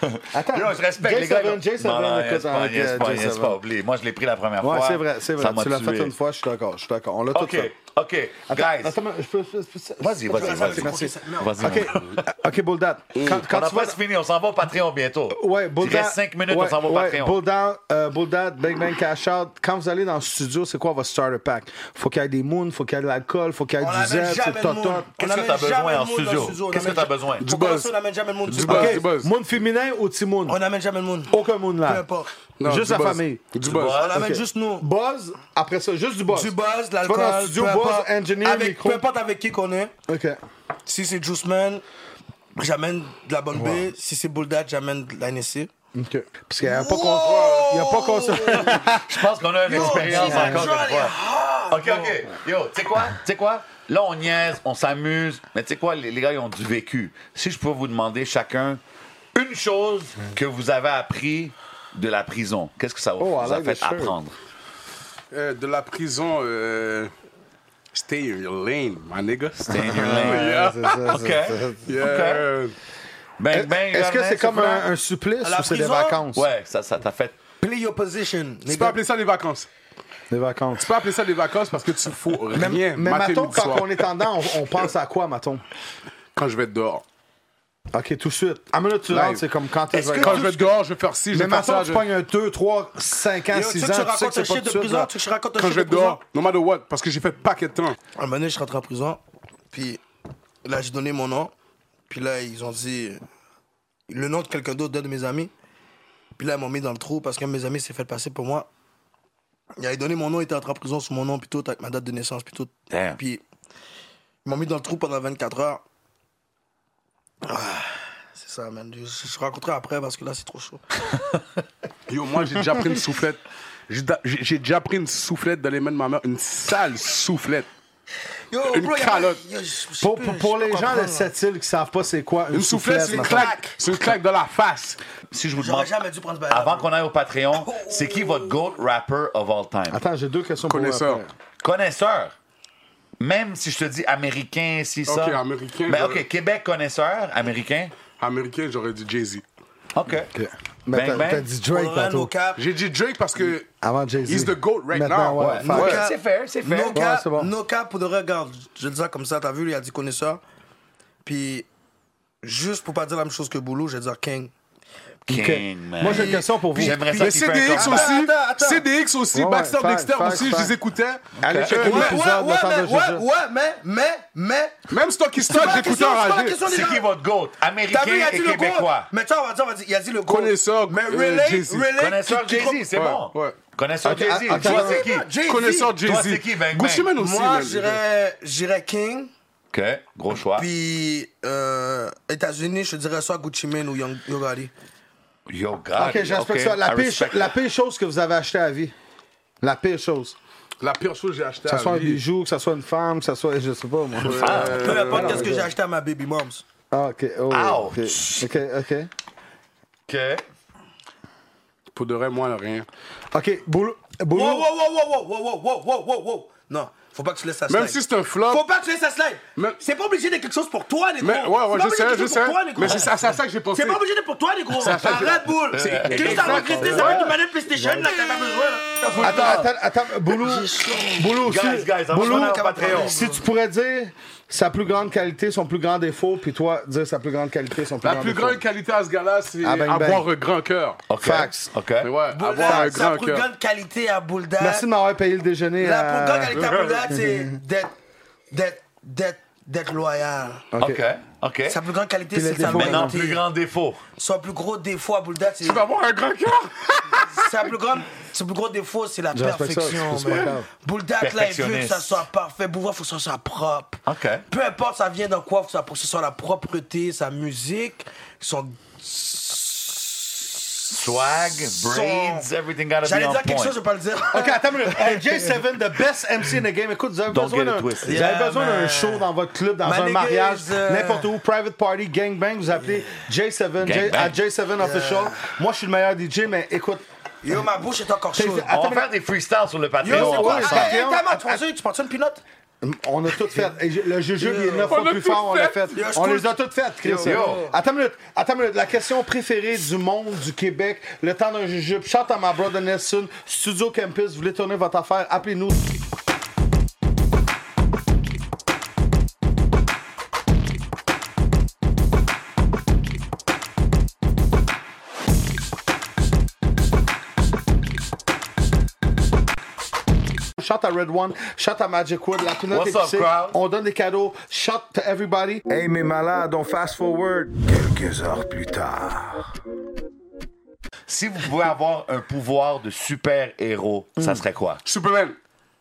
S3: <laughs> Attends,
S4: Yo, je respecte
S3: Jay
S4: les gars.
S3: Seven, Jay Seven,
S4: non, non,
S3: écoute,
S4: yes, pas,
S3: avec,
S4: yes,
S3: euh,
S4: pas,
S3: Jay
S4: yes,
S3: Seven.
S4: pas oublié. Moi, je l'ai pris la première
S3: Ouais,
S4: fois.
S3: c'est vrai, c'est
S4: Ça
S3: vrai.
S4: m'a
S3: Tu l'as
S4: tué.
S3: fait une fois, je suis d'accord, je suis d'accord. On l'a tout
S4: OK,
S3: fait.
S4: OK, guys.
S3: Attends, je peux- je peux- je peux-
S4: Vas-y, vas-y, vas-y.
S3: Merci.
S4: Vas-y,
S3: OK, euh,
S4: mon-
S3: OK, Bull Dad. Quand,
S4: Quand
S3: quand
S4: on n'a
S3: tu vas...
S4: pas fini, on s'en va au Patreon bientôt.
S3: Ouais, Bull
S4: Il
S3: Dad.
S4: reste 5 minutes,
S3: ouais,
S4: on s'en va au
S3: ouais,
S4: Patreon.
S3: Bull Dad, euh, Bull Dad, Bang Bang Cash Out. Quand vous allez dans le studio, c'est quoi votre starter pack? Faut qu'il y ait des moons, faut qu'il y ait de l'alcool, faut qu'il y ait
S2: On
S3: du
S2: n'amène
S3: zèbre,
S2: jamais
S3: c'est
S2: le monde.
S3: totot.
S2: On
S4: Qu'est-ce que
S2: n'amène
S4: t'as besoin en
S2: jamais le monde dans le
S4: studio?
S2: studio? On
S4: Qu'est-ce que
S2: n'amène
S4: t'as
S2: jamais-
S4: besoin?
S2: Pour
S6: buzz.
S2: commencer, On n'amène jamais le monde du
S6: buzz.
S2: buzz.
S3: OK,
S6: buzz.
S3: Moon féminin ou petit moon?
S2: On n'amène jamais le monde.
S3: Aucun moon
S2: Peu
S3: là.
S2: importe.
S6: Non,
S3: Juste
S6: du
S3: la
S6: buzz.
S3: famille.
S6: Du buzz.
S2: On amène
S3: Ok.
S2: juste nous.
S3: Buzz, après ça, juste du buzz.
S2: Du buzz, de
S3: Tu vas
S2: l'alcool.
S3: dans le studio,
S2: peu
S3: buzz,
S2: importe.
S3: engineer,
S2: Avec-
S3: micro.
S2: Peu importe avec qui qu'on est.
S3: OK.
S2: Si c'est Juice Man, j'amène de la bonne baie. Si c'est Bulldad, j'amène de la NSC.
S3: OK. Parce qu'il n'y a pas qu'on... Il y a pas qu'on...
S4: Je pense qu'on a une expérience
S2: G.I.
S4: encore
S2: Joe,
S4: une
S2: elle est
S4: fois. OK, OK. Yo, tu sais quoi? Tu sais quoi? Là, on niaise, on s'amuse, mais tu sais quoi? Les, les gars, ils ont du vécu. Si je pouvais vous demander chacun une chose que vous avez appris de la prison, qu'est-ce que ça vous,
S3: Oh, I
S4: vous a
S3: like the
S4: fait
S3: shirt.
S4: apprendre?
S6: Euh, de la prison. euh, Stay in your lane, my nigga.
S4: Stay
S6: <laughs>
S4: in your lane.
S6: Yeah.
S3: C'est ça, c'est ça.
S4: OK.
S6: Yeah. Eh,
S4: Bang,
S6: ben,
S4: bang,
S3: Est-ce que
S4: Ben, Ernest,
S3: c'est comme
S4: soufflant?
S3: un, un supplice
S2: À la
S3: ou c'est des
S2: prison?
S3: vacances?
S4: Ouais, ça ça t'a fait...
S2: Play your position.
S6: Tu peux appeler ça des vacances.
S3: Des vacances.
S6: Tu peux appeler ça des vacances parce que tu fous
S3: Mais,
S6: rien.
S3: mais
S6: matin,
S3: Maton,
S6: midi,
S3: quand
S6: soir.
S3: on est en dedans, on, on pense à quoi, Maton?
S6: Quand je vais être dehors.
S3: Ok, tout de suite. À minute, Ah, tu rentres, c'est comme quand t'es
S6: Est-ce que Quand tu- je vais te gorge, je vais faire ci, je vais
S3: Mais
S6: faire ça,
S3: maintenant, tu
S6: je-
S3: pognes un 2, 3, 5 ans,
S6: Yo, tu
S3: 6
S6: sais
S3: ans. Tu sais que
S6: que tu racontes
S3: c'est
S6: un
S3: pas
S6: shit
S3: tout
S6: de
S3: de suite,
S6: prison,
S3: là.
S6: tu sais que
S2: je raconte un
S6: Quand
S2: shit
S6: je vais
S2: de prison.
S6: dehors, no matter what, parce que j'ai fait paquet de temps.
S2: Un moment donné, je rentre en prison, puis là, j'ai donné mon nom, puis là, ils ont dit euh, le nom de quelqu'un d'autre, d'un de mes amis. Puis là, ils m'ont mis dans le trou parce qu'un de mes amis s'est fait passer pour moi. Il avait donné mon nom, il était rentré en prison sous mon nom, puis tout, avec ma date de naissance, puis tout.
S8: Damn.
S2: Puis, ils m'ont mis dans le trou pendant 24 heures. Ah, c'est ça, man. Je, je, je raconterai après parce que là, c'est
S3: <laughs>
S2: trop chaud.
S6: Yo, moi, j'ai déjà pris une soufflette. J'ai da- J'ai j'ai déjà pris une soufflette dans les mains de ma mère, une sale soufflette.
S2: Yo,
S6: Une
S2: bro, y a-
S6: calotte.
S2: yo, je- je-
S3: Pour,
S2: je-
S3: pour,
S2: je
S3: pour les
S2: comprends
S3: gens
S2: pas,
S3: de
S2: là.
S3: cette île qui savent pas c'est quoi une,
S6: Une soufflette, c'est une
S3: maintenant.
S6: claque. C'est une claque dans la face.
S4: Si je vous demande,
S2: J'aurais jamais dû prendre ce bail-là,
S4: avant
S2: bro.
S4: qu'on aille au Patreon, c'est qui votre GOAT rapper of all time?
S3: Attends, j'ai deux questions pour
S6: Connaisseur.
S3: vous. après.
S4: Connaisseur. Même si je te dis américain, si ça.
S6: Ok, américain,
S4: Mais
S6: j'aurais-
S4: ok, Québec connaisseur, américain.
S6: Américain, j'aurais dit Jay-Z.
S4: Ok. Ben,
S3: Mais Ben,
S4: Bang,
S3: t'as-
S4: bang.
S3: t'as dit
S2: On
S3: Drake
S2: aurait un no
S3: tantôt.
S2: cap.
S6: J'ai dit Drake parce que.
S3: Avant Jay-Z.
S6: He's the GOAT right
S3: Maintenant,
S6: now.
S3: ouais,
S6: Ouais.
S3: fuck.
S2: No
S4: Ouais,
S2: cap.
S4: c'est fair, c'est fair.
S2: No cap,
S3: c'est bon.
S2: no cap pour de vrai, regarde. Je dis ça comme ça, t'as vu, il a dit connaisseur. Puis, juste pour pas dire la même chose que Boulou, je vais dire King.
S4: King,
S3: Ok.
S4: man.
S3: Moi, j'ai une question pour vous.
S4: J'aimerais ça
S6: Mais
S4: qu'il fasse un
S6: CDX
S4: comeback.
S6: aussi,
S2: Attends, attends, attends.
S6: CDX aussi,
S3: Ouais,
S6: Baxter
S3: ouais,
S6: Dexter
S3: facts,
S6: aussi,
S3: facts,
S6: je les écoutais.
S3: Allez,
S6: Euh,
S3: checker
S6: ouais,
S3: l'épisode. Épisode de Temps de
S2: ouais,
S3: Jujube.
S2: ouais, mais, mais, mais.
S6: Même Stock is Stock,
S2: pas la
S6: j'écoutais
S2: question, c'est pas la
S6: enragé.
S2: question des
S4: C'est
S2: gens.
S4: qui votre GOAT?
S2: T'as vu, il
S4: Américain
S2: a
S4: et
S2: dit le
S4: québécois.
S2: goal. Mais tu vois, on va dire, on va dire, il a dit le goal.
S6: Connaisseur,
S2: Mais
S6: euh,
S2: relay,
S6: Jay-Z.
S2: relay.
S4: Connaisseur
S2: qui- qui-
S4: Jay-Z, c'est
S6: Ouais,
S4: bon.
S6: ouais. ah,
S4: Connaisseur
S3: Ok,
S4: Jay-Z.
S3: attends,
S4: Toi,
S3: attends.
S4: c'est qui?
S2: Jay-Z.
S6: Connaisseur
S4: Toi, c'est
S6: Jay-Z.
S4: qui, Bang Bang?
S6: Gucci Mane aussi.
S2: Moi,
S6: man.
S2: j'irais, j'irais King.
S4: OK, gros choix.
S2: Puis, euh, États-Unis, je dirais soit Gucci Mane ou Young Yogari.
S4: Yo, God.
S3: Ok, je respecte
S4: Ah, OK,
S3: ça. La
S4: I
S3: pire,
S4: respect
S3: la
S4: that.
S3: pire chose que vous avez acheté à vie. La pire chose.
S6: La pire chose que j'ai acheté
S3: Que ce soit
S6: à
S3: un
S6: vie.
S3: bijou, que ce soit une femme, que ce soit. Je sais pas, moi.
S6: Euh,
S2: Peu importe qu'est-ce que j'ai acheté à ma baby moms.
S3: Ah, ok. Oh, ok.
S4: Ouch.
S3: Ok, ok.
S4: OK.
S6: Pour de vrai, moi, rien.
S3: Ok, boulot.
S2: Wow, wow,
S3: Boulot.
S2: wow, wow, wow, wow, wow, wow, wow, wow. Non, faut pas que tu laisses ça slide.
S6: Même si c'est un flop.
S2: Faut pas que tu laisses ça slide.
S6: Même-
S2: C'est pas obligé d'être quelque chose pour toi, les gros.
S6: Mais ouais, ouais,
S2: C'est pas
S6: je sais,
S2: obligé
S6: je
S2: d'être quelque chose
S6: sais.
S2: pour toi, les gros.
S6: Mais c'est à c'est à ça que j'ai pensé.
S2: C'est pas obligé d'être pour toi, les gros.
S6: ça que-
S2: Arrête, boule. Qu'est-ce que t'as regretté? Ça va être une manette PlayStation, là, t'as pas besoin, là.
S3: Attends, attends, attends. Boulot. Boulot, si,
S4: Guys, guys, on va
S3: Boulou,
S4: se rendre au Patreon.
S3: si tu pourrais dire sa plus grande qualité, son plus grand défaut, puis toi, dire sa plus grande qualité, son plus
S6: La
S3: grand
S6: plus
S3: défaut.
S6: grande qualité à ce gars-là, c'est
S3: Ah, bang, bang.
S6: avoir un grand cœur.
S4: OK.
S3: Fax.
S4: OK.
S6: Mais Ouais,
S2: Boulda,
S6: avoir
S2: sa
S6: un grand
S2: plus
S6: cœur.
S2: grande qualité à Boulda.
S3: Merci de m'avoir payé le déjeuner. euh,
S2: La
S3: à-
S2: plus grande qualité à Boulda,
S6: <laughs>
S2: c'est d'être, d'être, d'être, d'être loyal.
S4: OK. OK.
S2: Sa plus grande qualité,
S3: Puis le
S2: c'est sa
S3: défaut,
S4: Maintenant,
S2: loyauté.
S4: plus grand défaut.
S2: Son plus gros défaut à Boulda, c'est
S6: Tu vas avoir un grand cœur.
S2: Sa plus grande, son plus gros défaut, c'est la
S3: Je respecte ça,
S2: perfection.
S3: c'est pas
S2: man.
S3: grave.
S2: Bouldak, là, il veut que ça
S4: Perfectionniste.
S2: soit parfait. Bouldak, faut que ça soit propre.
S4: OK.
S2: Peu importe, ça vient dans quoi, faut que ça- pour que ce soit la propreté, sa musique, son.
S4: Swag, braids, everything gotta be
S2: J'allais
S4: on
S2: dire quelque
S4: point.
S2: chose, je vais pas le dire.
S3: Ok, attends une minute. Hey, J7, the best MC in the game. Écoute, vous avez
S4: Don't
S3: besoin
S4: get it
S3: d'un
S4: twisted.
S3: vous avez
S2: Yeah,
S3: besoin d'un
S2: man.
S3: show dans votre club, dans
S2: My
S3: un
S2: niggas,
S3: mariage,
S2: euh,
S3: n'importe où, private party, gangbang, vous appelez J7, J-
S4: Gangbang.
S3: à J7 official. Moi, je suis le meilleur DJ, mais écoute,
S2: <laughs> Yo, ma bouche est encore
S3: T'es-
S2: chaude.
S3: attends,
S4: On
S3: mais-
S4: va faire des freestyles sur le
S2: Yo,
S4: Patreon.
S2: c'est
S4: on
S2: quoi?
S4: va
S3: Ah, ouais, hein.
S2: Hey,
S3: ouais.
S4: ensemble.
S2: hey, Thomas, tu
S3: Ah.
S2: penses- tu penses une pinotte?
S3: on a tout fait. Et je- le jujube, il est neuf
S6: On
S3: fois
S6: a
S3: plus
S6: tout
S3: fort, on l'a
S6: fait.
S3: fait.
S2: Yo, je
S3: On
S2: trouve-
S3: les a toutes faites, Chris.
S4: Yo. Yo.
S3: Attends une minute, attends une minute. La question préférée du monde, du Québec, le temps d'un jujube. Chante à ma brother Nelson, Studio Campus, vous voulez tourner votre affaire, appelez-nous. Shout à Red One, shout à Magic Wood, la pinotte
S4: What's up,
S3: épicée.
S4: crowd?
S3: On donne des cadeaux. Shout to everybody.
S9: Hey, mes malades, on fast forward. Quelques heures plus tard.
S4: Si vous pouvez avoir un pouvoir de super-héros,
S6: Hmm.
S4: ça serait quoi?
S6: Superman.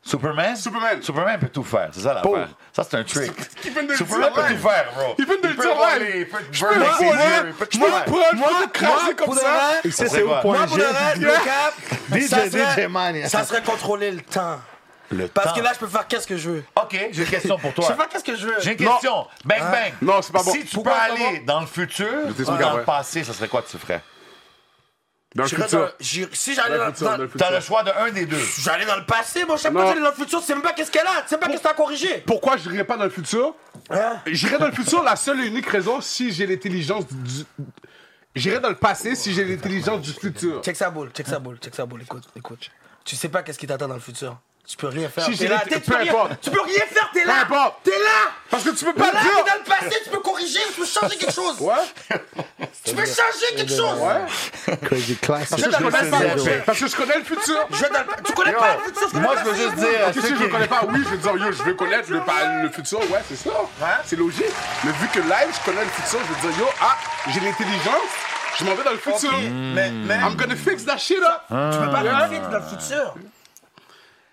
S4: Superman?
S6: Superman.
S4: Superman peut tout faire, c'est ça l'affaire. Ça, c'est un trick.
S6: <laughs> Il vient de le
S4: Superman
S6: dire,
S4: peut
S6: ouais.
S4: tout faire, bro.
S6: Il vient de le
S4: peut
S6: dire,
S4: voler,
S6: ouais.
S4: Il peut
S6: Je
S4: burn
S6: peux
S4: avec ses
S6: voler,
S4: yeux, il peut tout
S6: je peux
S4: faire.
S6: prendre, je peux
S2: moi,
S6: crasser comme
S2: pour de
S6: ça.
S2: vrai,
S3: Ici,
S4: Ça
S3: c'est
S4: serait
S3: au
S4: quoi?
S3: point
S2: Moi, pour le
S3: G.
S2: reste, le
S3: <laughs>
S2: cap,
S3: DJ,
S2: ça serait-
S3: DJ Mania.
S2: Ça serait contrôler le temps.
S4: Le
S2: Parce
S4: temps.
S2: que là, je peux faire qu'est-ce que je veux.
S4: OK, j'ai une question
S6: <laughs>
S4: pour toi.
S2: Je peux faire qu'est-ce que je veux.
S4: J'ai une question. Bang, bang.
S6: Non, c'est pas bon.
S4: Si tu peux
S6: Pourquoi c'est pas
S4: aller dans le futur ou
S6: t'explique
S4: dans
S6: après.
S4: le passé, ça serait quoi que tu ferais?
S6: Dans le
S2: J'irais
S6: futur.
S2: dans- j'irais- Si j'allais
S6: Dans
S2: dans
S6: le futur, dans
S2: dans-
S6: le
S4: T'as le
S6: futur.
S4: choix de un des deux.
S2: j'allais dans le passé, mon chaque fois
S6: Non.
S2: j'allais dans le futur, tu sais même pas qu'est-ce qu'elle a, tu sais pas qu'est-ce que t'as corrigé.
S6: Pourquoi je n'irais pas dans le futur
S2: Hein?
S6: J'irai dans le futur, la seule et unique raison, si j'ai l'intelligence du... J'irai dans le passé si j'ai l'intelligence du futur.
S2: Check sa boule, check sa boule, check sa boule, écoute, écoute. Tu sais pas qu'est-ce qui t'attend dans le futur. Tu peux rien faire.
S3: Si
S2: T'es
S3: j'ai
S2: là,
S3: été-
S2: t'es- tu
S3: peu
S2: peux rien-
S3: importe.
S2: Tu peux rien faire, t'es
S3: Peu
S2: là.
S3: importe.
S2: T'es là.
S3: Parce que tu peux pas
S2: là,
S3: dire.
S2: t'es dans le passé, tu peux corriger, tu peux changer quelque chose.
S6: Ouais.
S2: <laughs> Tu peux changer quelque chose.
S3: Crazy class.
S2: Je te connais pas, mon cher.
S6: Parce que je connais le futur.
S2: Je te- Tu connais pas le futur, je connais
S6: Moi,
S2: pas
S6: je veux
S2: le
S6: juste
S2: passé,
S6: dire.
S2: moi.
S6: si je le connais pas, oui, je vais dire, yo, je veux connaître le, pa- le futur, ouais, c'est ça. C'est logique. Mais vu que live, je connais le futur, je vais dire, yo, ah, j'ai l'intelligence, je m'en vais dans le futur.
S2: Mais, mais
S6: I'm gonna fix that shit up.
S2: tu peux pas
S6: Ouais.
S2: rien faire dans le futur.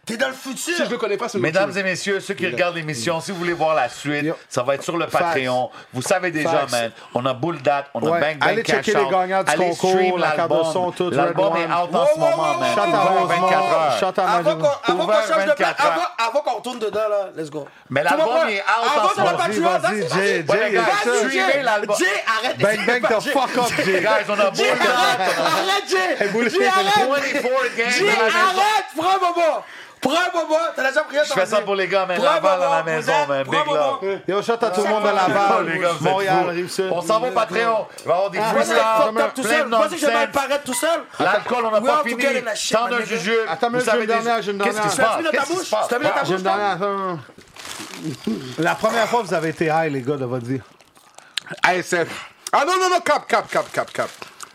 S2: T'es dans le futur.
S6: Hmm. Si je le connais pas, c'est autre
S4: Mesdames
S6: chose.
S4: et messieurs, ceux qui regardent l'émission, si vous voulez voir la suite, ça va être sur le
S3: Facts.
S4: Patreon. Vous savez déjà,
S3: Facts.
S4: man, on a Bull Date, on a
S3: Ouais,
S4: Bang Bang
S3: allez
S4: Cash
S3: checker les
S4: Out.
S3: gagnants du
S4: allez
S3: concours,
S4: stream
S3: la carte de
S4: l'album.
S3: son, tout,
S4: L'album
S3: Red
S4: est
S3: One.
S4: out en ce moment, man.
S3: Shout
S4: Ouvert
S3: à Rosemont,
S4: 24 heures.
S3: shout à Mario.
S2: Avant qu'on avant qu'on
S4: Ouvert
S2: change de
S4: 24
S2: avant-
S4: heures.
S2: avant qu'on retourne dedans, là, let's go.
S4: Mais
S2: Tu vas
S4: l'album
S2: voir,
S4: est out
S2: avant
S4: en ce
S2: sur le
S4: moment.
S3: Vas-y,
S2: Patreon, ça,
S3: vas-y,
S2: c'est
S3: Jay,
S2: parti.
S4: Ouais,
S3: Jay,
S4: les gars,
S3: arrête ça.
S2: Vas-y, Jay,
S4: streamez l'album.
S2: Jay, arrête.
S3: Bang, bang, the fuck up,
S4: Les
S3: Jay.
S4: gars, on a
S2: Jay,
S4: Bull Date.
S2: arrête, arrête, Jay.
S3: boule-
S2: Jay, arrête.
S4: 24 games dans
S2: Jay,
S4: la maison.
S2: arrête. Prends un moment. Prends un moment. T'as la jambe rien.
S4: Je fais ça pour les gars, man. Laval dans la maison, man. Big love.
S3: Yo, shout à tout le monde à
S4: Oh,
S3: Laval,
S4: les gars, vous êtes
S3: Montréal, Ah,
S4: fous.
S3: Rive-Sud. <laughs>
S4: On s'en va au Patreon. Il va y avoir des
S2: Moi, c'est fucked
S4: freestyles,
S2: up tout
S4: plein
S2: seul.
S4: de
S2: Vous pensez que je vais mal
S4: nonsense.
S2: paraître tout seul?
S4: L'alcool, on n'a
S2: We
S4: pas
S2: all
S4: fini.
S2: together in that shit,
S4: Tant
S2: my
S4: d'un
S2: nigga.
S4: jujube.
S3: Attends, mais j'ai
S4: Vous
S3: une
S4: savez des-
S3: dernière, j'ai une
S4: Qu'est-ce qui se
S3: dernière.
S4: passe?
S2: Ferme-le ta
S4: Qu'est-ce qui
S2: bouche.
S4: se passe?
S2: Ferme-le ta
S4: Ah,
S2: bouche.
S3: J'ai une dernière. attends. La première fois, vous avez été high, les gars, de votre vie.
S6: ASF. Ah non, non, non, cap, cap, cap, cap, cap.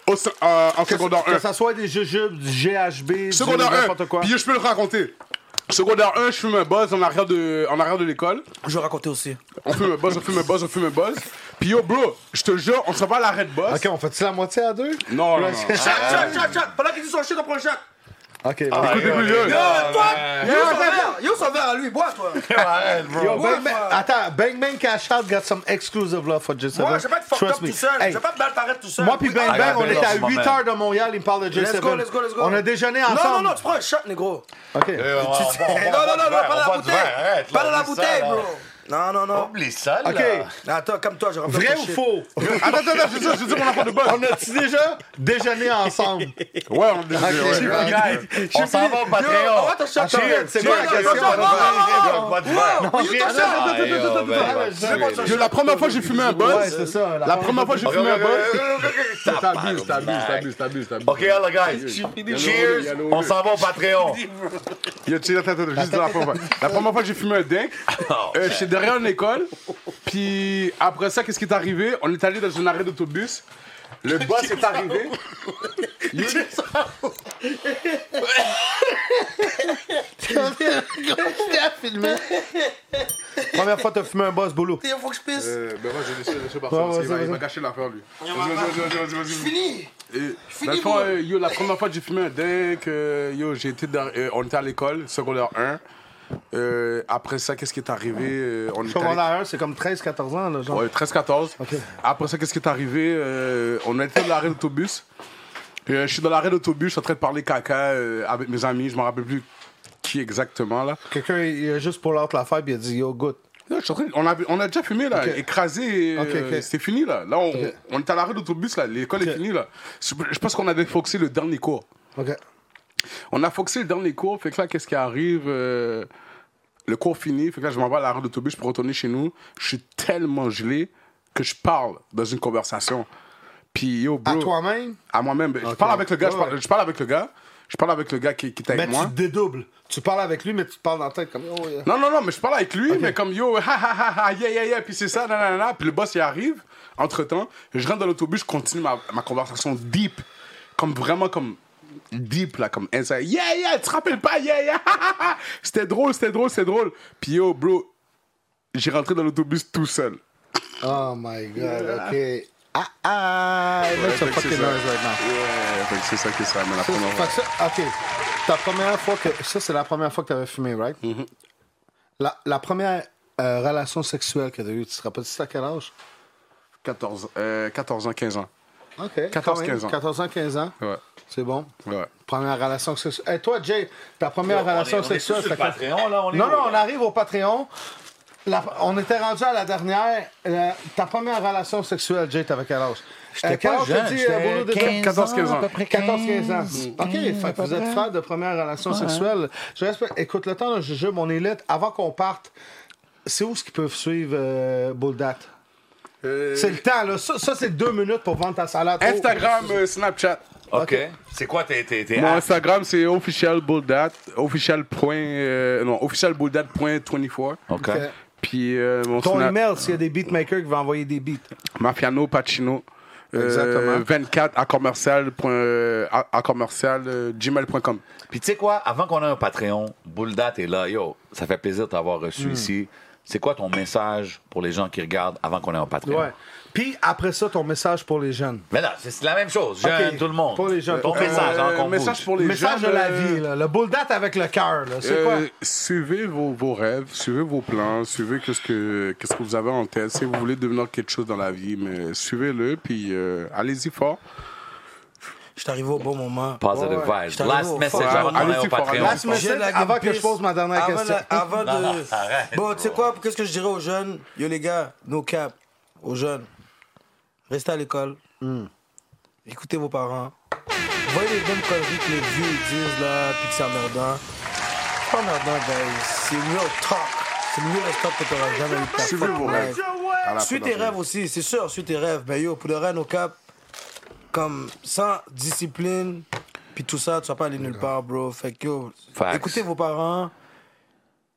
S6: Au se- euh, en secondaire
S3: Que
S6: 1.
S3: ça soit des jujubes, du GHB,
S6: Secondaire
S3: du
S6: 1.
S3: n'importe quoi.
S6: Puis je peux le raconter. Secondaire 1, je fume un buzz en arrière de, en arrière de l'école.
S2: Je vais raconter aussi.
S6: On fume un buzz, on fume un buzz, on fume un buzz. Puis yo, bro, je te jure, on se va à l'arrêt de buzz.
S3: Ok, on fait-tu la moitié à deux?
S6: Non, non, non.
S2: Shot, shot, shot, shot. Pendant qu'il dit son shit, on prend le shot.
S3: <laughs> Ok,
S6: Écoute, écoute, yo.
S2: Yo, toi, yo, son verre. Yo, son verre à lui. Bois, toi.
S3: Yo,
S2: Ouais,
S3: Bang Bang-
S2: ouais.
S3: attends, Bang Bang Cash Out got some exclusive love for J7.
S2: Moi, je vais pas être fucked
S3: Trust
S2: up tout
S3: me.
S2: seul.
S3: Hey,
S2: Je vais pas mal paraître tout seul.
S3: Moi puis
S2: Oui,
S3: Bang
S2: ah,
S3: Bang, on
S4: regardez
S3: était à
S4: leur
S3: 8
S4: moment.
S3: heures de Montréal, il me parle de J7.
S2: Let's go, let's go, let's go.
S3: On a déjeuné ensemble.
S2: Non, non, non, tu prends un shot, négro.
S3: Ok.
S4: Euh, on- on- on-
S2: Non,
S4: on-
S2: non, non,
S4: on-
S2: non,
S4: on-
S2: pas
S4: on-
S2: dans la
S4: on-
S2: bouteille.
S4: arrête,
S2: Pas
S4: là,
S2: dans la
S4: oublie ça,
S2: bouteille,
S4: là.
S2: bro. Non, non, non.
S4: Oublie ça, là.
S3: Ok.
S2: Attends, comme toi, je rappelle
S3: Vrai
S2: ton
S3: ou
S2: shit.
S3: faux?
S6: Attends, attends, attends, je dis, je dis mon enfant de buzz.
S3: On a-tu déjà déjeuné <laughs> ensemble?
S6: Ouais, on a
S3: Ok,
S6: ouais,
S3: j'ai
S6: ouais.
S4: Guys, On s'en va au Patreon.
S2: arrête ton shot,
S4: Cheers.
S2: arrête.
S4: C'est
S3: Non,
S4: pas la
S3: non,
S4: question.
S3: non,
S4: pas
S3: non,
S4: de verre,
S2: non,
S4: pas de
S2: non,
S4: verre.
S2: non,
S4: Pas de verre.
S2: non,
S3: non,
S4: Ah, yo,
S2: non, non, non,
S3: non,
S4: ben,
S3: non,
S4: ben,
S3: non,
S4: ben,
S3: non,
S4: ben,
S6: Yo, la première fois que j'ai fumé un buzz.
S3: Ouais, c'est ça.
S6: La première fois que j'ai
S4: ben,
S6: fumé un
S4: ben,
S6: buzz.
S4: ben, ben, ben, ben,
S6: T'abuses, t'abuses, t'abuses, t'abuses, t'abuses.
S4: OK, alors, guys. Cheers. On s'en va au Patreon.
S6: Yo, tu sais, attends, attends, juste dire la première fois. La première fois que j'ai fumé un dingue, euh, j'étais derrière une école. Puis après ça, qu'est-ce qui est arrivé On est allé dans un arrêt d'autobus. Le boss est arrivé. Il-
S3: <laughs> Première fois, t'as fumé un boss, boulot.
S2: Il faut que je pisse.
S6: Euh, ben moi, je laisse laisse
S3: Ouais,
S6: le parfum.
S3: vas-y,
S6: Il va- il
S3: vas-y.
S6: va gâcher l'affaire, lui. Vas-y, vas-y, vas-y, vas-y, vas-y, vas-y.
S2: Fini.
S6: Et,
S2: Fini,
S6: dans le fond,
S2: bro.
S6: euh, yo, la première fois que j'ai fumé un deck, euh, yo, j'ai été dans- euh, on était à l'école, secondaire 1. Euh, après ça, qu'est-ce qui est arrivé Euh, On est allé-
S3: Secondaire 1, c'est comme 13-14 ans, là, genre.
S6: Ouais, 13-14.
S3: Ah. Ok.
S6: Après ça, qu'est-ce qui est arrivé Euh, On a été dans l'arrêt d'autobus. Euh, je suis dans l'arrêt d'autobus, je suis en train de parler caca euh, avec mes amis, je me rappelle plus qui exactement là.
S3: Quelqu'un, il a juste pour l'autre l'affaire, puis il a dit, yo, goûte.
S6: Yo, je suis en train- on, a, on a déjà fumé là,
S3: Ok.
S6: écrasé, euh,
S3: Ok, ok.
S6: c'est fini là. Là, on, on est à l'arrêt d'autobus là, l'école
S3: Ok.
S6: est finie là. Je, je pense qu'on avait foxé le dernier cours.
S3: Ok.
S6: On a foxé dans les cours, fait que là, qu'est-ce qui arrive euh, Le cours fini, fait que là, je m'en vais à l'arrêt d'autobus pour retourner chez nous. Je suis tellement gelé que je parle dans une conversation. Puis, yo,
S3: À
S6: bro.
S3: toi-même,
S6: À moi-même. ben, Je
S3: Ok.
S6: parle avec le gars, je
S3: Ouais,
S6: parle, je parle avec le gars. Je parle avec le gars qui, qui est avec
S3: ben, tu
S6: moi.
S3: te dédoubles. Tu parles avec lui, mais tu te parles dans la tête comme, oh, yeah.
S6: Non, non, non, mais je parle avec lui, mais comme yo, <laughs> ha ha ha ha, yeah, yeah, yeah, puis c'est ça, nanana. Puis le boss, il arrive, entre temps, je rentre dans l'autobus, je continue ma, ma conversation deep, comme vraiment comme deep, là, comme inside. Yeah, yeah, tu te rappelles pas, yeah, yeah, <laughs> ha, ha, ha. C'était drôle, c'était drôle, c'était drôle. Puis yo, bro, j'ai rentré dans l'autobus tout seul.
S3: Oh my god, ok. Ah ah, it makes a
S6: fait que c'est
S3: fucking
S6: ça.
S3: noise right now.
S6: Yeah, fait que c'est ça qui est ça, mais la première
S3: Fait
S6: fois.
S3: que ça, ok. Ta première fois que. Ça, c'est la première fois que t'avais fumé, right?
S6: Mm-hmm.
S3: la, la première euh, relation sexuelle que t'as eue, tu te rappelles, c'est à quel âge?
S6: 14, euh, 14 ans, 15 ans.
S3: Ok.
S6: 14,
S3: quand même.
S6: 15 ans.
S3: 14 ans, 15 ans.
S6: Ouais.
S3: C'est bon.
S6: Ouais.
S3: Première relation sexuelle. Et toi, Jay, ta première
S4: On est-
S3: relation
S4: on est
S3: sexuelle,
S4: tous
S3: c'était
S4: sur le
S3: quand?
S4: Patreon, là, on est
S3: Non,
S4: où,
S3: non, on
S4: là?
S3: arrive au Patreon. La- on était rendu à la dernière. La- ta première relation sexuelle, Jay, t'avais quel âge? Euh, J'étais
S4: pas jeune, j'étais 15
S6: 14, 15 ans.
S3: 14-15 ans. OK, fait que vous êtes frère de première relation sexuelle. Je respecte. Écoute, le temps d'un jujube, on est lit. Avant qu'on parte, c'est où ce qu'ils peuvent suivre euh, Buldat?
S6: Euh,
S3: C'est le temps, là. Ça, ça, c'est deux minutes pour vendre ta salade. Oh.
S6: Instagram, euh, Snapchat.
S4: OK. C'est quoi tes. tes, tes
S6: Mon
S4: hacks?
S6: Instagram, c'est officialbulldat, official. point, euh, non, officialbulldat.24.
S4: OK.
S6: Puis euh, mon
S3: Oh, Ton
S6: Snap-
S3: email, s'il y a des beatmakers qui vont envoyer des beats.
S6: Mafiano Pacino. euh,
S3: Exactement.
S6: 24 à commercial, point, euh, à, à commercial euh, gmail.com.
S4: Puis tu sais quoi, avant qu'on ait un Patreon, Boulda, t'es là. Yo, ça fait plaisir de t'avoir reçu
S3: Mm.
S4: ici. C'est quoi ton message pour les gens qui regardent avant qu'on ait un Patreon?
S3: Ouais. Puis après ça, ton message pour les jeunes.
S4: Mais là, c'est la même chose. Jeune,
S3: Ok.
S4: tout le monde.
S3: Pour les jeunes.
S4: Ton
S3: Euh,
S4: message, hein, qu'on
S6: message
S4: bouge.
S6: pour les
S3: Message
S6: jeunes,
S3: de la
S6: euh,
S3: vie, là. Le bull date avec le cœur, là. C'est quoi?
S6: Euh, Suivez vos, vos rêves, suivez vos plans, suivez qu'est-ce que, qu'est-ce que vous avez en tête. Si vous voulez devenir quelque chose dans la vie, mais suivez-le, puis euh, allez-y fort.
S2: Je suis arrivé au bon moment.
S4: Positive
S2: Ouais, ouais.
S4: vibes.
S2: Je suis arrivé
S4: Last
S2: au
S4: message
S2: fort
S4: avant
S2: moment.
S4: qu'on aille au Allez-y, Patreon. fort,
S3: Last message
S2: J'ai de la
S3: avant
S2: game
S3: que je pose ma dernière
S2: avant
S3: question.
S2: la- avant de...
S4: Non, non, arrête,
S2: bon, tu sais quoi, qu'est-ce que je dirais aux jeunes Yo les gars, nos cap, aux jeunes, restez à l'école, Hmm. écoutez vos parents, voyez les bonnes conneries que les vieux ils disent là, puis que c'est emmerdant. C'est pas emmerdant, guys, c'est real talk. C'est le real talk que t'auras jamais eu de ta
S6: Suivez
S2: fucking
S6: vos
S2: life.
S6: rêves. À la
S2: Suis
S6: fin
S2: tes
S6: d'entrée.
S2: rêves aussi, c'est sûr, suis tes rêves. Mais yo, pour le rêve, nos cap, comme sans discipline, puis tout ça, tu vas pas aller nulle part, bro. Fait que yo,
S4: Facts.
S2: écoutez vos parents,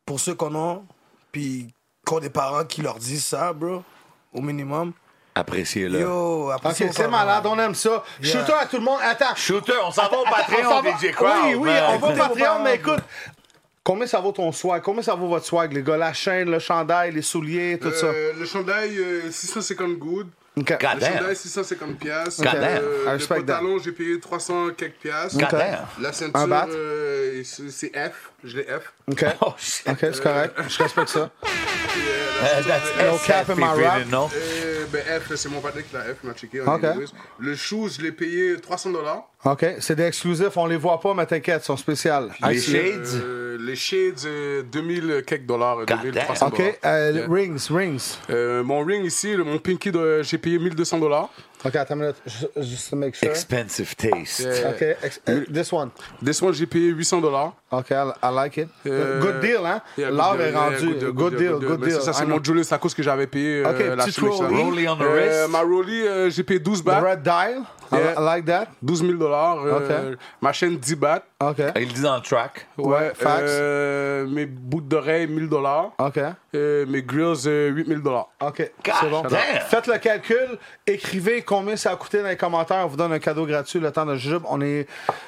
S2: pour ceux qu'on a, puis qu'on a des parents qui leur disent ça, bro, au minimum.
S4: Appréciez-le.
S2: Yo,
S3: Ok,
S2: appréciez vos
S3: c'est
S2: parents.
S3: malade, on aime ça.
S2: Yeah.
S3: Shooter à tout le monde. Attends.
S4: Shooter, on s'en va au Patreon,
S3: <laughs> On s'en va-
S4: DJ Crowd.
S3: Oui, oui,
S4: Ben,
S3: on va au
S4: écoutez.
S3: Patreon, mais écoute. Combien ça vaut ton swag? Combien ça vaut votre swag, les gars? La chaîne, le chandail, les souliers, tout ça.
S6: Euh, le chandail, euh, 650 gouttes.
S3: OK.
S4: God
S6: Le
S4: damn.
S6: chandail, 650 piastres.
S4: God damn.
S3: I
S6: Euh, le
S3: respect that.
S6: pantalon, j'ai payé 300 quelques piastres.
S4: God damn.
S6: La ceinture,
S3: Un bat.
S6: euh, c'est c'est F. Je l'ai F.
S3: OK.
S4: Oh, shit.
S3: OK,
S6: Euh.
S3: c'est correct. Je respecte ça.
S4: Uh, that's
S3: No cap in my
S4: SFP,
S3: rap.
S4: really, no?
S6: Euh, ben F, c'est mon patron qui l'a F, il m'a checké. hein,
S3: Ok.
S6: Le shoe, je l'ai payé 300 dollars.
S3: OK, c'est des exclusifs, on les voit pas, mais t'inquiète, ils sont spéciaux.
S4: Les
S3: Ici.
S4: shades.
S6: les shades, euh, 2000 quelques dollars, euh,
S4: God
S6: 2300
S3: OK, euh, le- rings, rings.
S6: Euh, mon ring ici, le- mon pinky, de- j'ai payé 1200 dollars.
S3: OK, attends une minute, ju- juste to make sure.
S4: Expensive taste.
S3: OK, ex- euh, this one.
S6: Des soins, j'ai payé 800 dollars.
S3: OK, I, I like it.
S6: Euh,
S3: good deal, hein?
S6: Yeah, good
S3: L'or
S6: deal,
S3: est
S6: yeah,
S3: rendu.
S6: good deal, good deal, good deal. Mais Ça, c'est
S3: I know.
S6: mon Julius Tacos que j'avais payé.
S3: Ok,
S6: euh, la
S3: petite
S6: semaine que ça.
S3: rollie.
S4: Rollie on the
S6: Euh,
S4: wrist.
S6: Ma rollie, euh, j'ai payé 12
S3: The
S6: bahts,
S3: red dial, I-
S6: Yeah.
S3: I, like that.
S6: 12 000 dollars. euh,
S3: Ok.
S6: Ma chaîne 10 bahts.
S3: OK,
S4: Il le dit dans le track.
S3: Ouais, facts.
S6: euh, mes bouts d'oreilles, 1000 dollars.
S3: OK,
S6: mes grills, euh, 8000 dollars.
S3: OK,
S4: God
S3: c'est bon.
S4: damn.
S3: Faites le calcul, écrivez combien ça a coûté dans les commentaires, on vous donne un cadeau gratuit le temps de jujube. On est...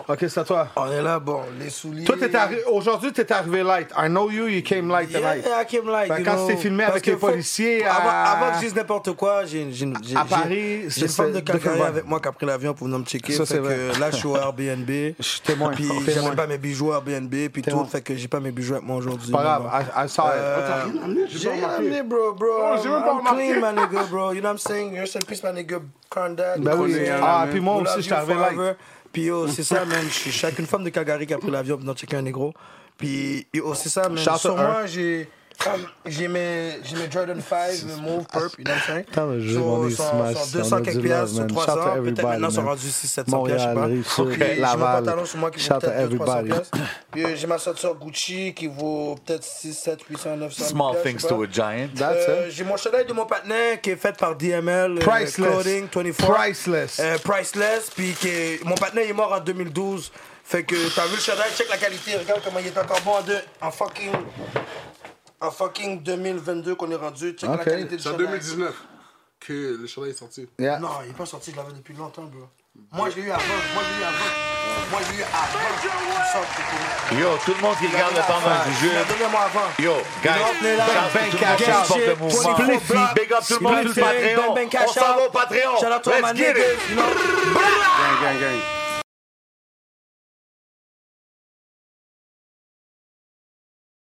S3: OK, c'est à toi.
S2: On est là, bon, les souliers.
S3: Toi, t'es arri- aujourd'hui, t'es arrivé light. I know you, you came light
S2: Yeah,
S3: tonight.
S2: yeah, I came light,
S3: Fait
S2: you
S3: Bah, quand
S2: know.
S3: c'était filmé
S2: Parce
S3: avec
S2: que
S3: les
S2: faut-
S3: policiers
S2: avant,
S3: à-
S2: avant que je dise n'importe quoi, j'ai j'ai- j'ai-
S3: À
S2: j'ai-
S3: Paris,
S2: j'ai une
S3: c'est-
S2: femme de
S3: c'est- de
S2: Calgary
S3: Kilburn.
S2: avec moi qui a pris l'avion pour venir me checker.
S3: Ça,
S2: fait
S3: c'est vrai.
S2: que là, je suis
S3: <laughs>
S2: au Airbnb. Je
S3: suis témoin,
S2: Puis
S3: témoin.
S2: j'avais pas mes bijoux au Airbnb, puis
S3: Témoin.
S2: tout. Fait que j'ai pas mes bijoux avec moi aujourd'hui.
S3: Pas
S2: mais bon.
S3: grave, I, I saw it.
S2: J'ai Euh, amené, bro, bro.
S6: j'ai
S2: I'm,
S6: même pas
S2: I'm
S6: remarqué.
S2: clean, my nigga, bro. You know what I'm saying? You're so peace, my nigga. Grandad.
S3: Ben oui.
S2: Grandad.
S3: Ah, puis moi
S2: We
S3: aussi,
S2: love
S3: je suis
S2: you
S3: arrivé
S2: forever.
S3: light.
S2: Puis yo, c'est ça, man. Je suis chacune femme de Calgary qui a pris l'avion pour checker un négro. Puis yo, c'est ça, man.
S3: Shout out
S2: Sur
S3: to her.
S2: moi, j'ai. comme, J'ai mes, j'ai mes Jordan 5, mes Move, Purp, you know what I'm saying?
S3: Putain, mais je vais demander
S2: sont,
S3: smash,
S2: sont
S3: on
S2: 200
S3: a du
S2: quelques
S3: love,
S2: piastres, sur
S3: man.
S2: 300.
S3: Shout to
S2: Peut-être
S3: everybody,
S2: maintenant, ils sont
S3: man.
S2: rendus 600-700
S3: Montréal,
S2: piastres, je sais pas.
S3: Rive-Sud,
S2: Puis J'ai mon
S3: Laval.
S2: pantalon sur moi qui
S3: Shout
S2: vaut
S3: out to
S2: peut-être 200-300
S3: everybody.
S2: piastres. Puis euh, j'ai ma ceinture Gucci qui vaut peut-être 6, 7, 800, 900
S4: Small
S2: piastres, je
S4: things
S2: sais
S4: to
S2: pas.
S4: a giant.
S3: That's
S2: Euh,
S3: it.
S2: J'ai mon chandail de mon partenaire qui est fait par DML. euh,
S3: Priceless.
S2: Clothing 24.
S3: Priceless.
S2: Euh, priceless. Puis qui est- mon partenaire est mort en 2012. Fait que t'as vu le chandail, check la qualité. Regarde comment il est encore bon en, deux- en fucking. En fucking 2022 qu'on est rendu. Check
S3: Ok.
S2: la qualité du
S6: C'est en
S2: chandail.
S6: 2019 que le chandail est sorti.
S3: Yeah.
S2: Non, il est pas sorti, je l'avais depuis longtemps, bro. Moi, je l'ai eu avant. Moi, je l'ai eu avant. Moi, je l'ai eu avant. qu'il sorte, c'est
S4: Yo, tout le monde qui regarde le temps d'un
S2: pour- Il
S4: jujube.
S2: l'a donné à moi avant.
S4: Yo, guys,
S2: Venez là,
S4: shout
S3: bang,
S4: out to tout
S3: cash
S4: le monde
S3: out.
S4: qui supporte le
S2: Shit,
S4: mouvement. Spliffy,
S2: 24 block.
S4: Big up tout le monde sur le
S2: Spliffy,
S4: Patreon.
S2: bang, bang,
S4: On
S2: cash
S4: s'en va au
S2: Ben out.
S4: Patreon.
S2: Shout out to all
S4: Let's
S2: my
S4: get it.
S2: niggas, you know.
S6: Gang, gang, gang.